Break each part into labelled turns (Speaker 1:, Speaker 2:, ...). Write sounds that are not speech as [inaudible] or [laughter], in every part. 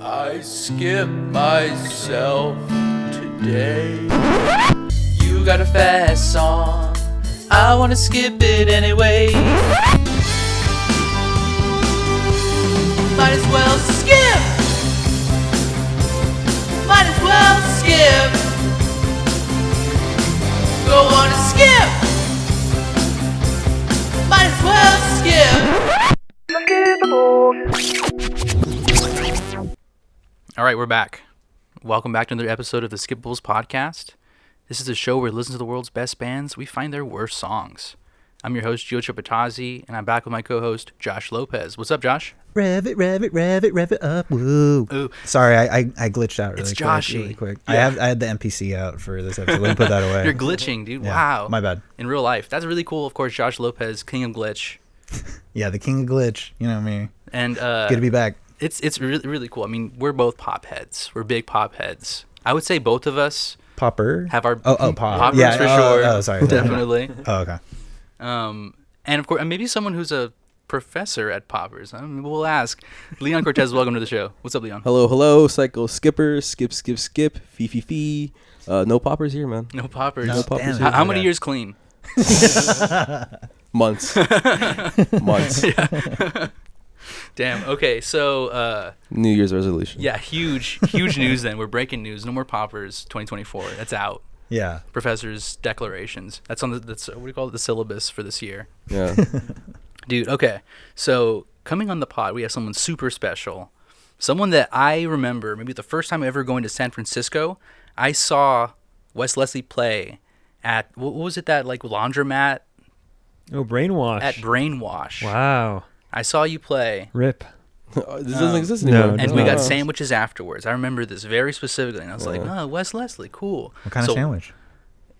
Speaker 1: I skip myself today. You got a fast song. I wanna skip it anyway. Might as well skip. Might as well skip. Go on and skip. Might as well skip.
Speaker 2: All right, we're back. Welcome back to another episode of the Skip Bulls podcast. This is a show where we listen to the world's best bands. We find their worst songs. I'm your host, Gio Chapatazzi, and I'm back with my co-host, Josh Lopez. What's up, Josh?
Speaker 3: Rev it, rev it, rev it, rev it up. Woo.
Speaker 2: Ooh.
Speaker 3: Sorry, I, I, I glitched out really
Speaker 2: It's
Speaker 3: quick.
Speaker 2: Joshy.
Speaker 3: Really quick. I have I had the NPC out for this episode. Let me
Speaker 2: [laughs]
Speaker 3: put that away.
Speaker 2: You're glitching, dude.
Speaker 3: Yeah,
Speaker 2: wow.
Speaker 3: my bad.
Speaker 2: In real life. That's really cool. Of course, Josh Lopez, King of Glitch.
Speaker 3: yeah, the king of glitch. You know me.
Speaker 2: And uh,
Speaker 3: Good to be back.
Speaker 2: it's it's really really cool. I mean, we're both pop heads. We're big pop heads. I would say both of us
Speaker 3: Popper.
Speaker 2: have our
Speaker 3: oh oh pop.
Speaker 2: Mm-hmm. poppers
Speaker 3: yeah,
Speaker 2: for
Speaker 3: oh,
Speaker 2: sure.
Speaker 3: Oh, sorry.
Speaker 2: definitely.
Speaker 3: Oh okay.
Speaker 2: Um, and of course, and maybe someone who's a professor at Poppers. I don't know, we'll ask. Leon Cortez, welcome to the show. What's up, Leon?
Speaker 4: Hello, hello, Psycho Skipper, Skip, Skip, Skip, Fee, Fee, Fee. Uh, no poppers here, man.
Speaker 2: No Poppers.
Speaker 3: No
Speaker 2: H-
Speaker 4: poppers
Speaker 3: damn
Speaker 2: How,
Speaker 3: it.
Speaker 2: many years clean? [laughs]
Speaker 4: Months. Months.
Speaker 2: Damn. Okay, so uh,
Speaker 4: New Year's resolution.
Speaker 2: yeah, huge, huge news. Then we're breaking news. No more Poppers 2024. That's out.
Speaker 3: Yeah.
Speaker 2: Professors' declarations. That's on the that's uh, what do you call it? The syllabus for this year.
Speaker 4: Yeah.
Speaker 2: Dude, okay. So coming on the pod, we have someone super special. Someone that I remember, maybe the first time ever going to San Francisco, I saw Wes Leslie play at what what was it that like laundromat
Speaker 5: Oh, brainwash.
Speaker 2: at Brainwash.
Speaker 5: wow.
Speaker 2: I saw you play.
Speaker 5: Rip.
Speaker 4: Uh, this doesn't exist
Speaker 5: no,
Speaker 4: anymore.
Speaker 5: it
Speaker 2: Um, And
Speaker 5: does
Speaker 2: we
Speaker 5: not.
Speaker 2: got sandwiches afterwards. I remember this very specifically, and I was like, "Oh, Wes Leslie, cool."
Speaker 3: What kind
Speaker 2: So-
Speaker 3: of sandwich?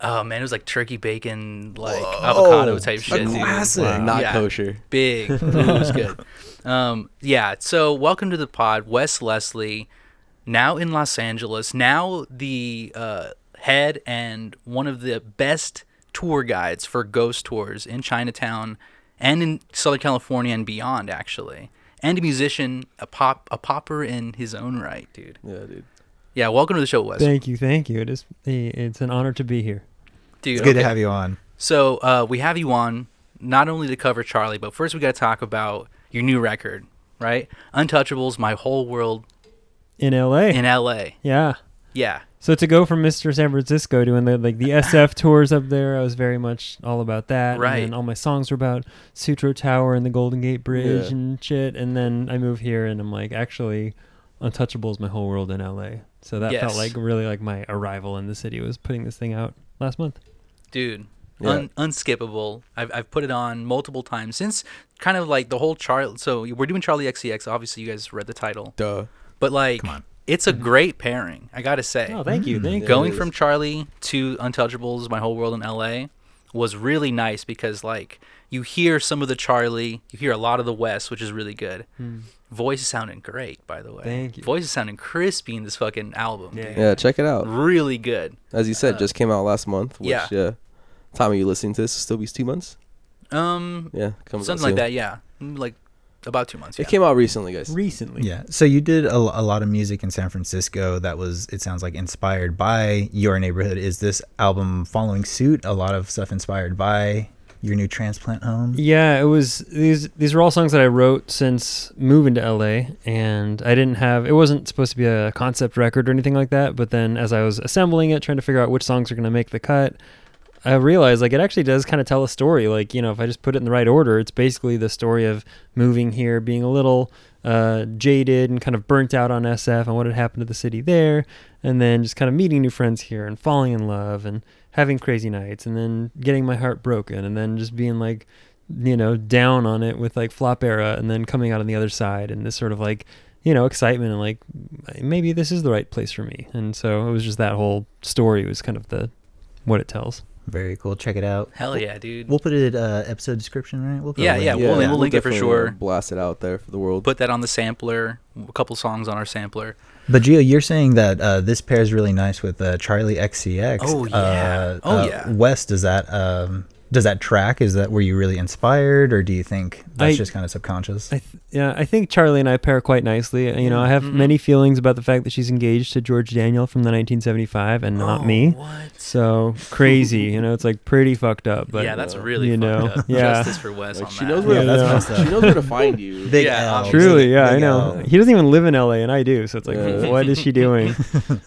Speaker 2: Oh man, it was like turkey bacon, like avocado type shit. dude.
Speaker 3: classic. Wow.
Speaker 4: Not
Speaker 2: Yeah.
Speaker 4: kosher.
Speaker 3: [laughs]
Speaker 2: big. Ooh, it was good. Um, yeah. So welcome to the pod, Wes Leslie. Now in Los Angeles, now the uh, head and one of the best tour guides for ghost tours in Chinatown and in Southern California and beyond, actually, and a musician, a pop, a popper in his own right, dude.
Speaker 4: Yeah, dude.
Speaker 2: Yeah, welcome to the show, Wes.
Speaker 5: Thank you, thank you. It is. It's an honor to be here.
Speaker 2: Dude,
Speaker 3: It's good
Speaker 2: okay.
Speaker 3: to have you on.
Speaker 2: So uh, we have you on not only to cover Charlie, but first we got to talk about your new record, right? Untouchables, My Whole World
Speaker 5: In L.A. [laughs]
Speaker 2: in L.A.
Speaker 5: yeah.
Speaker 2: Yeah,
Speaker 5: So to go from Mr. San Francisco doing the like
Speaker 2: [laughs]
Speaker 5: the SF tours up there, I was very much all about that.
Speaker 2: Right.
Speaker 5: And then all my songs were about Sutro Tower and the Golden Gate Bridge
Speaker 4: Yeah.
Speaker 5: and shit. And then I move here and I'm like, actually, Untouchable is my whole world in LA. So that
Speaker 2: Yes.
Speaker 5: felt like really like my arrival in the city was putting this thing out last month.
Speaker 2: dude.
Speaker 4: Yeah.
Speaker 2: Un- unskippable. I've, I've put it on multiple times since kind of like the whole Charlie. So we're doing Charlie XCX. Obviously, you guys read the title,
Speaker 4: Duh.
Speaker 2: but like, it's a great pairing. I gotta say.
Speaker 5: Oh, thank you, thank you.
Speaker 2: going
Speaker 4: is.
Speaker 2: from Charlie to Untouchables, My Whole World in LA was really nice because like you hear some of the Charlie, you hear a lot of the West, which is really good. Voice is sounding great, by the way.
Speaker 5: Hmm. Thank you.
Speaker 2: Voice is sounding crispy in this fucking album. dude.
Speaker 4: Yeah, check it out.
Speaker 2: Really good.
Speaker 4: As you said, just came out last month. Which,
Speaker 2: Uh, yeah.
Speaker 4: yeah. Time are you listening to this? Still be two months.
Speaker 2: Um
Speaker 4: Yeah, comes out
Speaker 2: something like
Speaker 4: soon.
Speaker 2: that, yeah. Mm, Like about two months. Yeah.
Speaker 4: It came out recently, guys.
Speaker 5: Recently.
Speaker 3: Yeah. So you did a, lo- a lot of music in San Francisco that was, it sounds like, inspired by your neighborhood. Is this album following suit? A lot of stuff inspired by your new transplant home?
Speaker 5: Yeah, it was these these were all songs that I wrote since moving to LA and I didn't have it wasn't supposed to be a concept record or anything like that, but then as I was assembling it, trying to figure out which songs are going to make the cut, I realized like it actually does kind of tell a story. Like, you know, if I just put it in the right order, it's basically the story of moving here, being a little uh, jaded and kind of burnt out on SF and what had happened to the city there, and then just kind of meeting new friends here and falling in love and having crazy nights and then getting my heart broken and then just being like you know, down on it with like flop era and then coming out on the other side and this sort of like, you know, excitement and like maybe this is the right place for me. And so it was just that whole story was kind of the what it tells.
Speaker 3: Very cool. Check it out.
Speaker 2: Hell yeah, dude.
Speaker 3: We'll put it uh, episode description, right? We'll put a
Speaker 2: Yeah,
Speaker 3: link.
Speaker 2: yeah, we'll- we'll link it for
Speaker 4: definitely, uh,
Speaker 2: sure.
Speaker 4: Blast it out there for the world.
Speaker 2: Put that on the sampler, a couple songs on our sampler.
Speaker 3: But Gio, you're saying that uh, this pairs really nice with uh, Charlie XCX.
Speaker 2: Oh, yeah.
Speaker 3: Uh,
Speaker 2: Oh,
Speaker 3: uh,
Speaker 2: yeah.
Speaker 3: Wes, does that um, does that track? Is that were you really inspired, or do you think that's
Speaker 5: I-
Speaker 3: just kind of subconscious?
Speaker 5: I th- yeah, I think Charlie and I pair quite nicely. You know, I have many feelings about the fact that she's engaged to George Daniel from the 1975 and
Speaker 4: Oh,
Speaker 5: not me.
Speaker 2: What?
Speaker 5: So crazy, you know, it's like pretty fucked up. But uh,
Speaker 2: yeah, that's really
Speaker 5: you
Speaker 2: fucked
Speaker 5: know,
Speaker 2: up.
Speaker 5: yeah.
Speaker 2: Justice for Wes
Speaker 4: Like
Speaker 2: on
Speaker 4: she
Speaker 2: that.
Speaker 4: knows where
Speaker 5: Yeah, that's
Speaker 4: to,
Speaker 3: messed up.
Speaker 4: she knows where to find you.
Speaker 3: Big
Speaker 2: Yeah,
Speaker 3: L,
Speaker 5: Truly, yeah, I
Speaker 3: big
Speaker 5: know.
Speaker 3: L.
Speaker 5: He doesn't even live in LA, and I do. So it's like,
Speaker 4: Yeah.
Speaker 5: what is
Speaker 3: [laughs]
Speaker 5: she doing?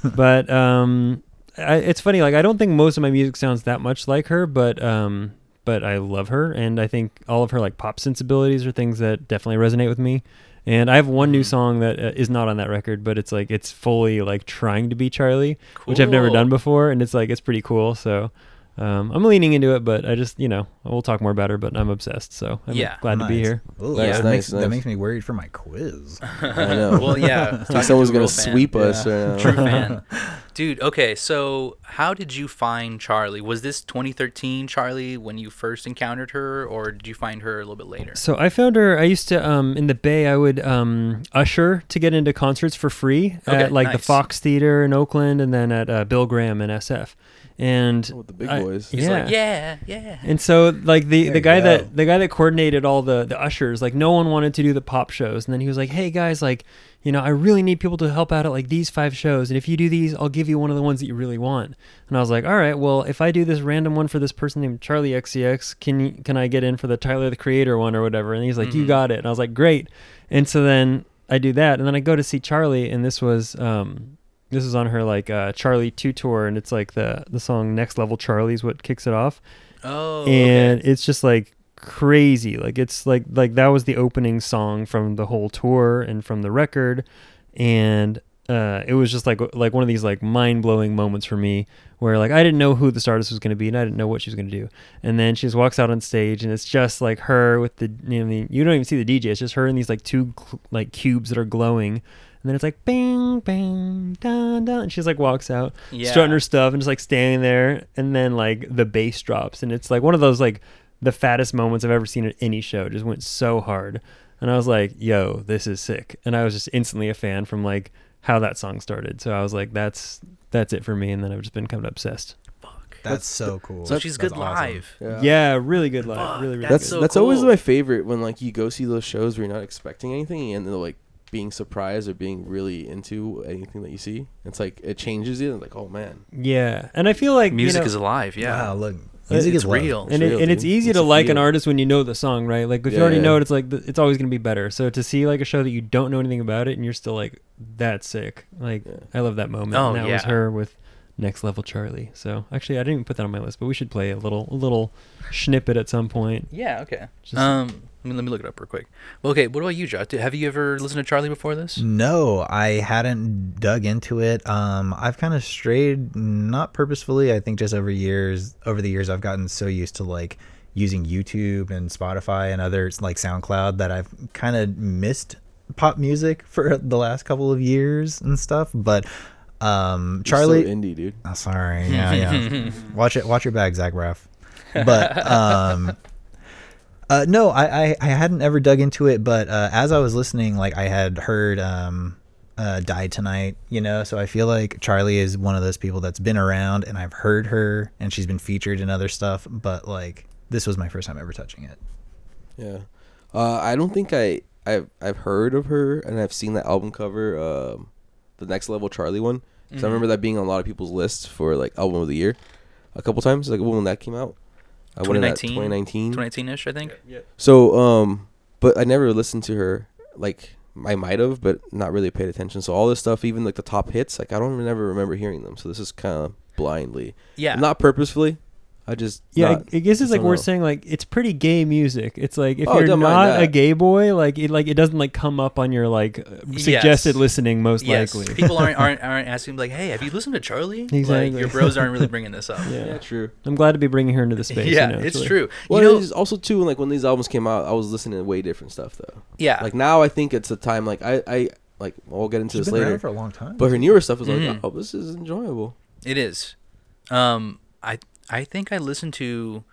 Speaker 5: but um, I, it's funny. Like, I don't think most of my music sounds that much like her, but um, but I love her, and I think all of her like pop sensibilities are things that definitely resonate with me. And I have one
Speaker 2: Mm.
Speaker 5: new song that uh, is not on that record, but it's like it's fully like trying to be Charlie, which I've never
Speaker 2: Cool.
Speaker 5: done before, and it's like it's pretty cool. So. Um, I'm leaning into it, but I just, you know, we'll talk more about her, but I'm obsessed. So I'm
Speaker 2: Yeah.
Speaker 5: glad to be
Speaker 3: Nice.
Speaker 5: here.
Speaker 4: Nice,
Speaker 3: Ooh,
Speaker 4: nice,
Speaker 3: that, makes, that
Speaker 4: nice.
Speaker 3: makes me worried for my
Speaker 2: [laughs]
Speaker 3: quiz.
Speaker 4: I know. [laughs]
Speaker 2: well, yeah.
Speaker 4: Like someone's gonna
Speaker 2: going to a real fan.
Speaker 4: sweep us. Right now.
Speaker 2: True fan. Dude, okay, so how did you find Charlie? Was this 2013 Charlie when you first encountered her, or did you find her a little bit later?
Speaker 5: So I found her. I used to um, in the Bay. I would um, usher to get into concerts for free
Speaker 2: Okay,
Speaker 5: at like the
Speaker 2: nice.
Speaker 5: Fox Theater in Oakland, and then at uh, Bill Graham in SF. And
Speaker 4: Oh, with the big
Speaker 5: I-
Speaker 4: boys.
Speaker 5: yeah.
Speaker 4: He's
Speaker 2: Like, yeah, yeah.
Speaker 5: And so like the
Speaker 3: There
Speaker 5: the
Speaker 3: you
Speaker 5: guy
Speaker 3: go.
Speaker 5: that the guy that coordinated all the the ushers, like no one wanted to do the pop shows, and then he was like, "Hey guys, like you know, I really need people to help out at like these five shows, and if you do these, I'll give you one of the ones that you really want." And I was like, "All right, well, if I do this random one for this person named Charlie XCX, can you, can I get in for the Tyler the Creator one or whatever?" And he's like,
Speaker 3: Mm-hmm.
Speaker 5: "You got it." And I was like, "Great." And so then I do that, and then I go to see Charlie, and this was um, this is on her like uh, Charlie two tour, and it's like the the song Next Level Charlie is what kicks it off
Speaker 2: Oh,
Speaker 5: and it's just like crazy like it's like like that was the opening song from the whole tour and from the record and uh it was just like like one of these like mind-blowing moments for me where like I didn't know who this artist was going to be and I didn't know what she was going to do and then she just walks out on stage and it's just like her with the you know, I mean you don't even see the DJ it's just her in these like two cl- like cubes that are glowing and then it's like bing bing dun dun and she's like walks out
Speaker 2: Yeah.
Speaker 5: strutting her stuff and just like standing there and then like the bass drops and it's like one of those like the fattest moments I've ever seen at any show It just went so hard and I was like yo this is sick and I was just instantly a fan from like how that song started so I was like that's that's it for me and then I've just been kind of obsessed
Speaker 3: That's so cool.
Speaker 2: So she's
Speaker 3: That's
Speaker 2: good
Speaker 3: awesome.
Speaker 2: live.
Speaker 5: yeah,
Speaker 4: Yeah.
Speaker 5: really good live really really
Speaker 2: that's
Speaker 5: good
Speaker 2: so
Speaker 4: that's always
Speaker 2: cool.
Speaker 4: my favorite when like you go see those shows where you're not expecting anything and they're like being surprised or being really into anything that you see. It's like it changes you. And like oh man,
Speaker 5: yeah and I feel like
Speaker 2: Music
Speaker 5: you know,
Speaker 2: is alive, yeah.
Speaker 3: Wow, look, music
Speaker 2: It's
Speaker 3: is love.
Speaker 2: real.
Speaker 5: and, it,
Speaker 4: real,
Speaker 5: and it's
Speaker 4: dude.
Speaker 5: easy
Speaker 4: It's a
Speaker 5: to like an
Speaker 4: feel.
Speaker 5: artist when you know the song, right? Like if you
Speaker 4: Yeah,
Speaker 5: already
Speaker 4: yeah.
Speaker 5: know it, it's like th- it's always going to be better. So to see like a show that you don't know anything about it and you're still like that's sick. Like
Speaker 4: Yeah.
Speaker 5: I love that moment.
Speaker 2: Oh,
Speaker 5: and that was
Speaker 2: yeah.
Speaker 5: her with Next Level Charlie. So actually, I didn't even put that on my list, but we should play a little a little snippet at some point.
Speaker 2: Yeah, okay.
Speaker 5: Just-
Speaker 2: um, let me, let me look it up real quick. Well, okay, what about you, Josh? Did- Have you ever listened to Charlie before this?
Speaker 3: No, I hadn't dug into it. Um, I've kind of strayed, not purposefully. I think just over years, over the years, I've gotten so used to like using YouTube and Spotify and others like SoundCloud that I've kind of missed pop music for the last couple of years and stuff. But um,
Speaker 4: you're
Speaker 3: Charlie,
Speaker 4: so indie dude.
Speaker 3: Oh, sorry. Yeah, yeah. watch it. Watch your back, Zach Braff. But um, [laughs] uh, no, I, I I hadn't ever dug into it, but uh, as I was listening, like I had heard um, uh, "Die Tonight," you know. So I feel like Charlie is one of those people that's been around, and I've heard her, and she's been featured in other stuff. But like, this was my first time ever touching it.
Speaker 4: Yeah, uh, I don't think I I've I've heard of her and I've seen that album cover, um, the next level Charlie one. 'Cause I remember that being on a lot of people's lists for like album of the year, a couple times. Like when that came out, uh, when did that-
Speaker 2: 2019?
Speaker 4: 2019.
Speaker 2: 2018-ish, I think.
Speaker 4: So, um, but I never listened to her. Like I might have, but not really paid attention. So all this stuff, even like the top hits, like I don't even ever remember hearing them. So this is kind of blindly,
Speaker 2: Yeah.
Speaker 4: not purposefully. I just
Speaker 5: Yeah,
Speaker 4: not-
Speaker 5: I, I guess it's
Speaker 4: just
Speaker 5: like
Speaker 4: don't
Speaker 5: we're
Speaker 4: know.
Speaker 5: saying like it's pretty gay music. It's like if
Speaker 4: Oh,
Speaker 5: you're
Speaker 4: don't mind
Speaker 5: not
Speaker 4: that.
Speaker 5: a gay boy, like it like it doesn't like come up on your like uh, suggested
Speaker 2: Yes.
Speaker 5: listening most
Speaker 2: yes.
Speaker 5: likely.
Speaker 2: People aren't, aren't aren't asking like, hey, have you listened to Charlie? Like,
Speaker 5: Exactly.
Speaker 2: your bros aren't really bringing this up.
Speaker 4: yeah,
Speaker 5: yeah.
Speaker 4: true.
Speaker 5: I'm glad to be bringing her into the space. you
Speaker 2: yeah,
Speaker 5: know,
Speaker 2: it's
Speaker 5: really-
Speaker 2: true.
Speaker 4: Well,
Speaker 2: you know,
Speaker 4: it's also too like when these albums came out, I was listening to way different stuff though.
Speaker 2: yeah,
Speaker 4: Like now, I think it's a time like I I like we'll get into
Speaker 3: She's
Speaker 4: this
Speaker 3: been around
Speaker 4: later.
Speaker 3: for a long time.
Speaker 4: But her newer stuff was like,
Speaker 2: Mhm.
Speaker 4: oh, this is enjoyable.
Speaker 2: It is. Um, I I think I listened to.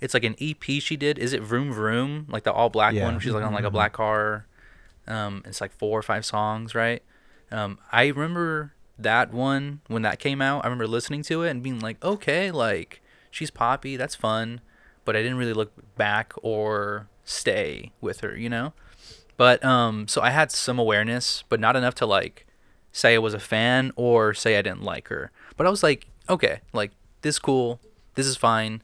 Speaker 2: It's like an EP she did. Is it Vroom Vroom? Like the all black
Speaker 3: Yeah.
Speaker 2: one. She's like on like a black car. Um, it's like four or five songs, right? Um, I remember that one when that came out. I remember listening to it and being like, okay, like she's poppy. That's fun. but I didn't really look back or stay with her, you know? But um so I had some awareness, but not enough to like say I was a fan or say I didn't like her. But I was like, okay, like this cool, this is fine.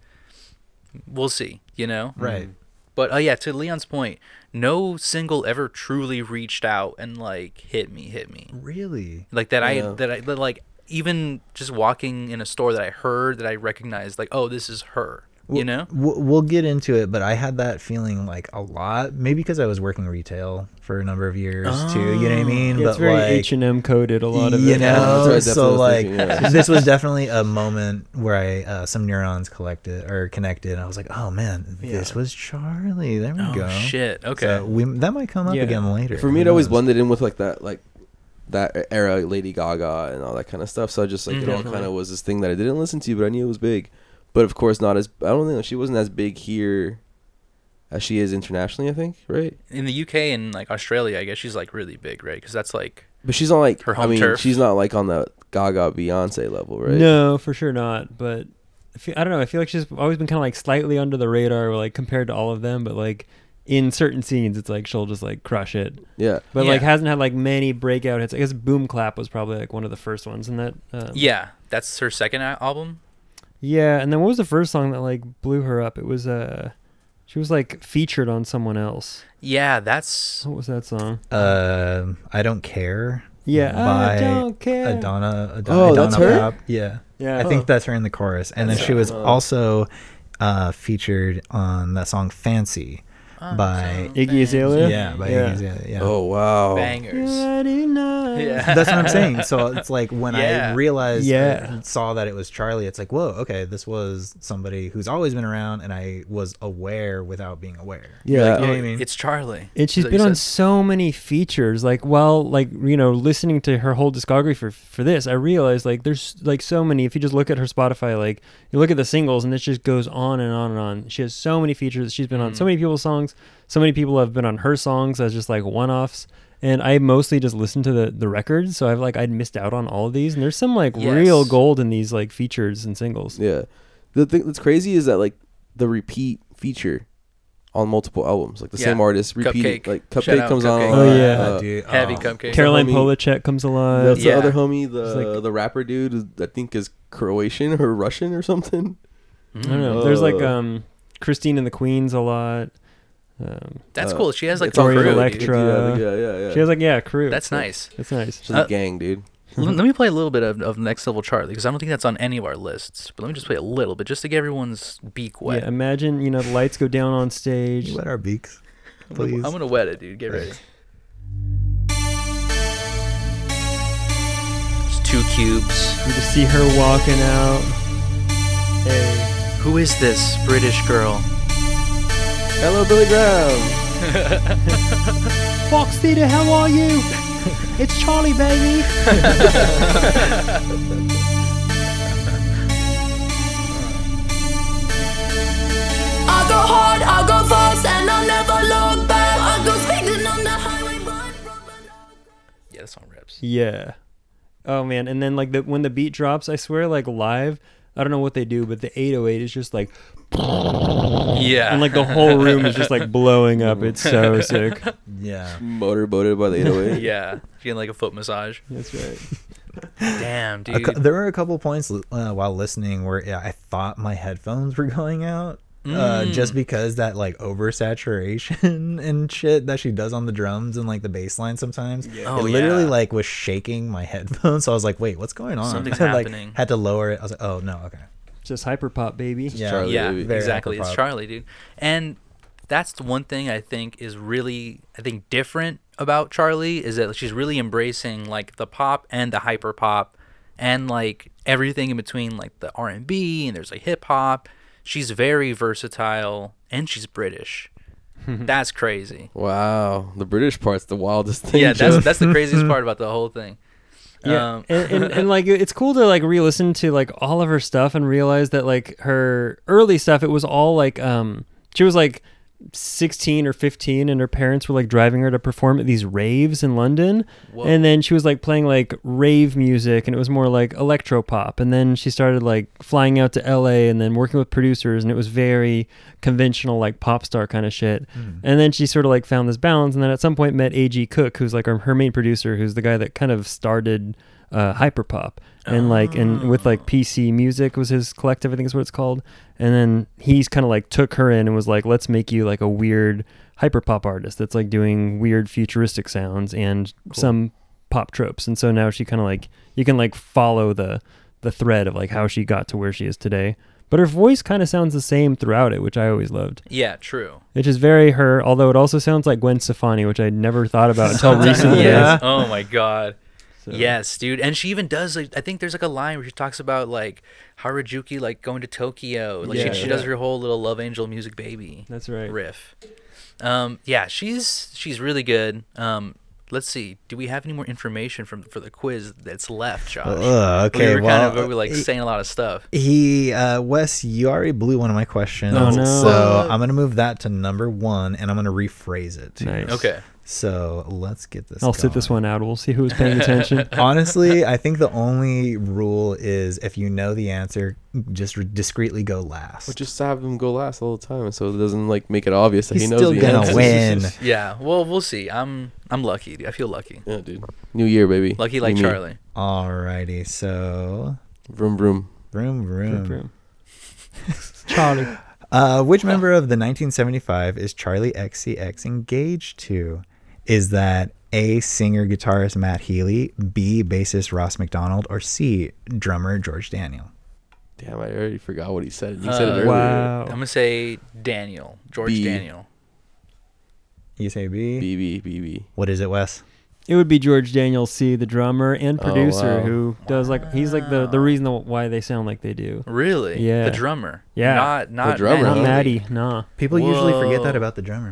Speaker 2: We'll see, you know?
Speaker 3: Right.
Speaker 2: But uh, yeah, to Leon's point, no single ever truly reached out and like hit me, hit me
Speaker 3: Really?
Speaker 2: like that
Speaker 4: Yeah.
Speaker 2: I that I that like even just walking in a store that I heard that I recognized like oh this is her you know
Speaker 3: we'll, we'll get into it but i had that feeling like a lot maybe because i was working retail for a number of years too you know
Speaker 2: Ah.
Speaker 3: what i mean
Speaker 5: Yeah, it's very H and M coded. A lot of
Speaker 3: you
Speaker 5: it. [laughs]
Speaker 4: that's
Speaker 3: know
Speaker 4: what I
Speaker 3: so
Speaker 4: definitely was
Speaker 3: like
Speaker 4: thinking, yeah.
Speaker 3: this was definitely a moment where i uh, some neurons collected or connected and i was like oh man this was charlie there we
Speaker 2: oh
Speaker 3: go
Speaker 2: shit okay
Speaker 3: so we, that might come up
Speaker 5: Yeah.
Speaker 3: again later
Speaker 4: For me,
Speaker 3: who
Speaker 4: it always
Speaker 3: knows?
Speaker 4: blended in with like that, like that e-, era, Lady Gaga and all that kind of stuff. So I just
Speaker 2: Mm-hmm.
Speaker 4: like it all kind of was this thing that I didn't listen to, but I knew it was big. But of course, not as I don't think she wasn't as big here as she is internationally. I think right,
Speaker 2: in the UK and like Australia I guess she's like really big right because that's like
Speaker 4: but she's not like
Speaker 2: Her
Speaker 4: I
Speaker 2: home
Speaker 4: mean,
Speaker 2: turf.
Speaker 4: she's not like on the Gaga Beyonce level, right?
Speaker 5: No, for sure not. But I, feel, I don't know. I feel like she's always been kind of like slightly under the radar, like compared to all of them. But like in certain scenes, it's like she'll just like crush it.
Speaker 4: Yeah,
Speaker 5: But like
Speaker 2: Yeah.
Speaker 5: hasn't had like many breakout hits. I guess Boom Clap was probably like one of the first ones, and that. Um,
Speaker 2: yeah that's her second a- album
Speaker 5: Yeah, and then what was the first song that like blew her up? It was uh, she was like featured on someone else.
Speaker 2: yeah that's
Speaker 5: What was that song?
Speaker 3: uh, i don't care
Speaker 5: Yeah, I
Speaker 3: By
Speaker 5: don't care.
Speaker 3: Adonna, Adonna,
Speaker 4: Oh, that's
Speaker 3: Adonna
Speaker 4: her?
Speaker 3: Pop. Yeah.
Speaker 5: Yeah.
Speaker 3: I think that's her in the chorus. And then she was also uh, featured on that song Fancy
Speaker 2: oh,
Speaker 3: by
Speaker 5: Iggy Azalea.
Speaker 3: yeah, by
Speaker 5: Oh, Yeah.
Speaker 3: Iggy Azalea, yeah.
Speaker 4: Oh wow.
Speaker 2: bangers
Speaker 5: Bloody night.
Speaker 2: yeah
Speaker 3: [laughs] Oh. That's what
Speaker 2: [laughs]
Speaker 3: I'm saying. So it's like when I
Speaker 2: Yeah.
Speaker 3: realized
Speaker 5: Yeah.
Speaker 3: and saw that it was Charlie, it's like, whoa, okay, this was somebody who's always been around and I was aware without being aware.
Speaker 4: Yeah.
Speaker 3: You know what I mean?
Speaker 2: Oh, it's Charlie
Speaker 5: And she's
Speaker 2: Is that
Speaker 5: been
Speaker 2: what you
Speaker 5: on
Speaker 2: said?
Speaker 5: so many features. Like, well, like you know, listening to her whole discography for, for this, I realized like there's like so many. If you just look at her Spotify, like you look at the singles, and this just goes on and on and on. She has so many features. She's been on
Speaker 2: Mm.
Speaker 5: so many people's songs. So many people have been on her songs as just like one offs. And I mostly just listened to the the records, so I've like I'd missed out on all of these. And there's some like
Speaker 2: Yes.
Speaker 5: real gold in these like features and singles.
Speaker 4: Yeah. The thing that's crazy is that like the repeat feature on multiple albums, like the
Speaker 2: Yeah.
Speaker 4: same artist repeated.
Speaker 2: Cupcake.
Speaker 4: Like
Speaker 2: Shout
Speaker 4: Cupcake
Speaker 2: out
Speaker 4: comes
Speaker 2: Cupcake.
Speaker 4: on.
Speaker 5: Oh, yeah.
Speaker 4: uh,
Speaker 3: dude,
Speaker 2: heavy
Speaker 3: oh.
Speaker 2: cupcake
Speaker 5: Caroline
Speaker 4: homie-
Speaker 5: Polachek comes alive.
Speaker 4: That's
Speaker 2: Yeah.
Speaker 4: the other homie, the
Speaker 5: It's like-
Speaker 4: the rapper dude. is- I think is Croatian or Russian or something.
Speaker 5: I don't know. There's like
Speaker 4: Uh,
Speaker 5: um Christine and the Queens a lot. Um,
Speaker 2: that's
Speaker 4: Uh,
Speaker 2: cool she has like
Speaker 4: it's all
Speaker 2: the
Speaker 5: Victoria
Speaker 2: crew
Speaker 5: Electra.
Speaker 2: dude.
Speaker 4: Yeah, yeah, yeah, yeah.
Speaker 5: She has like yeah, crew.
Speaker 2: that's
Speaker 3: [laughs]
Speaker 2: nice
Speaker 5: That's nice.
Speaker 4: She's
Speaker 2: uh,
Speaker 4: a gang, dude.
Speaker 2: L- let me play a little bit of, of next level Charlie because I don't think that's on any of our lists but let me just play a little bit just to get everyone's beak wet
Speaker 5: Yeah, imagine you know the lights go down on stage.
Speaker 3: You wet our beaks,
Speaker 2: I'm gonna-
Speaker 3: please.
Speaker 2: I'm gonna wet it, dude. Get ready. It's two cubes.
Speaker 5: You just see her walking out. Hey,
Speaker 2: Who is this British girl?
Speaker 4: Hello, Billy Graham.
Speaker 2: [laughs]
Speaker 5: Fox Theater, how are you? it's Charlie, baby.
Speaker 6: I go hard, I go fast, and I never look back. I go speeding on the highway, run, run, run.
Speaker 2: Yeah, that song rips.
Speaker 5: Yeah. Oh man, and then like the when the beat drops, I swear like live. I don't know what they do, but the 808 is just like,
Speaker 2: Yeah.
Speaker 5: and
Speaker 2: [laughs]
Speaker 5: like the whole room is just like blowing up. It's so sick.
Speaker 3: yeah.
Speaker 4: Motorboated
Speaker 2: [laughs]
Speaker 4: by the 808.
Speaker 2: yeah, getting like a foot massage.
Speaker 5: That's right.
Speaker 2: Damn,
Speaker 3: A cou-
Speaker 2: dude.
Speaker 3: there were a couple points uh, while listening where yeah, I thought my headphones were going out. Uh, just
Speaker 2: Mm.
Speaker 3: because that like oversaturation [laughs] and shit that she does on the drums and like the bass line sometimes,
Speaker 2: Oh,
Speaker 3: it literally
Speaker 2: yeah.
Speaker 3: like was shaking my [laughs] headphones. So I was like, "Wait, what's going on?"
Speaker 2: Something's
Speaker 3: [laughs] like,
Speaker 2: happening.
Speaker 3: Had to lower it. I was like, "Oh no, okay."
Speaker 5: Just hyper pop, baby.
Speaker 3: Yeah,
Speaker 4: Charlie.
Speaker 2: yeah,
Speaker 4: baby.
Speaker 3: Very
Speaker 2: exactly. It's
Speaker 3: hyperpop.
Speaker 2: Charlie, dude. And that's the one thing I think is really, I think, different about Charlie is that she's really embracing like the pop and the hyper pop, and like everything in between, like the R and B and there's like hip hop. She's very versatile and she's British. that's crazy.
Speaker 4: Wow, the British part's the wildest thing.
Speaker 2: Yeah,
Speaker 4: Joe.
Speaker 2: that's that's the craziest part about the whole thing.
Speaker 5: Yeah,
Speaker 2: Um,
Speaker 5: and, and, and like it's cool to like re-listen to like all of her stuff and realize that like her early stuff it was all like um she was like 16 or 15 and her parents were like driving her to perform at these raves in London and then she was like playing like rave music and it was more like electro pop and then she started like flying out to LA and then working with producers and it was very conventional like pop star kind of shit and then she sort of like found this balance and then at some point met AG Cook who's like her, her main producer who's the guy that kind of started uh, hyperpop and like and with like PC Music was his collective, I think is what it's called. And then he's kind of like took her in and was like, let's make you like a weird hyperpop artist that's like doing weird futuristic sounds and some pop tropes. And so now she kind of like you can like follow the the thread of like how she got to where she is today. But her voice kind of sounds the same throughout it, which I always loved.
Speaker 2: [laughs] Yeah, true.
Speaker 5: Which is very her, although it also sounds like Gwen Stefani, which I never thought about until recently.
Speaker 2: yes. Oh my god. Yes, dude. And she even does. Like, I think there's like a line where she talks about like Harajuku, like going to Tokyo. Like
Speaker 5: Yeah,
Speaker 2: she, she
Speaker 5: yeah.
Speaker 2: does her whole little love angel music baby
Speaker 5: That's right.
Speaker 2: riff. Um, yeah, she's she's really good. Um, let's see. Do we have any more information from for the quiz that's left, Josh?
Speaker 3: Ugh, Uh, okay,
Speaker 2: We were
Speaker 3: well, uh,
Speaker 2: kind of we were, like
Speaker 3: it-
Speaker 2: saying a lot of stuff.
Speaker 3: He, uh, Wes, you already blew one of my questions.
Speaker 5: Oh, no.
Speaker 3: So I'm going to move that to number one and I'm going to rephrase it. too.
Speaker 5: Nice.
Speaker 2: Okay.
Speaker 3: So let's get this.
Speaker 5: I'll sit this
Speaker 3: going.
Speaker 5: one out. We'll see who was paying attention.
Speaker 3: Honestly, I think the only rule is if you know the answer, just discreetly go last.
Speaker 4: But just have him go last all the time, so it doesn't like make it obvious that
Speaker 3: He's
Speaker 4: he knows
Speaker 3: still
Speaker 4: the
Speaker 3: gonna
Speaker 4: answer.
Speaker 3: win.
Speaker 2: Yeah. Well, we'll see. I'm I'm lucky. dude. I feel lucky.
Speaker 4: [laughs] Yeah, dude. New year, baby.
Speaker 2: Lucky like
Speaker 4: New me.
Speaker 2: Charlie.
Speaker 3: Alrighty, so
Speaker 4: Vroom vroom.
Speaker 3: vroom vroom.
Speaker 5: [laughs] Charlie.
Speaker 3: Uh, which member of the 1975 is Charlie XCX engaged to? Is that A. Singer guitarist Matt Healy, B. Bassist Ross McDonald, or C. Drummer George Daniel?
Speaker 4: Damn, I already forgot what he said. and He said it
Speaker 2: Uh,
Speaker 4: earlier.
Speaker 5: Wow.
Speaker 2: I'm gonna say Daniel George
Speaker 4: B.
Speaker 2: Daniel.
Speaker 3: You say B.
Speaker 4: BB BB.
Speaker 3: What is it, Wes?
Speaker 5: It would be George Daniel C, the drummer and
Speaker 4: Oh,
Speaker 5: producer,
Speaker 4: wow.
Speaker 5: who does like he's like the the reason why they sound like they do.
Speaker 2: Really?
Speaker 5: Yeah.
Speaker 2: The drummer.
Speaker 5: Yeah.
Speaker 2: Not not
Speaker 4: drummer,
Speaker 5: Not
Speaker 4: Really?
Speaker 2: Matt.
Speaker 5: Maddie, nah,
Speaker 3: People usually forget that
Speaker 2: Whoa.
Speaker 3: about the drummer,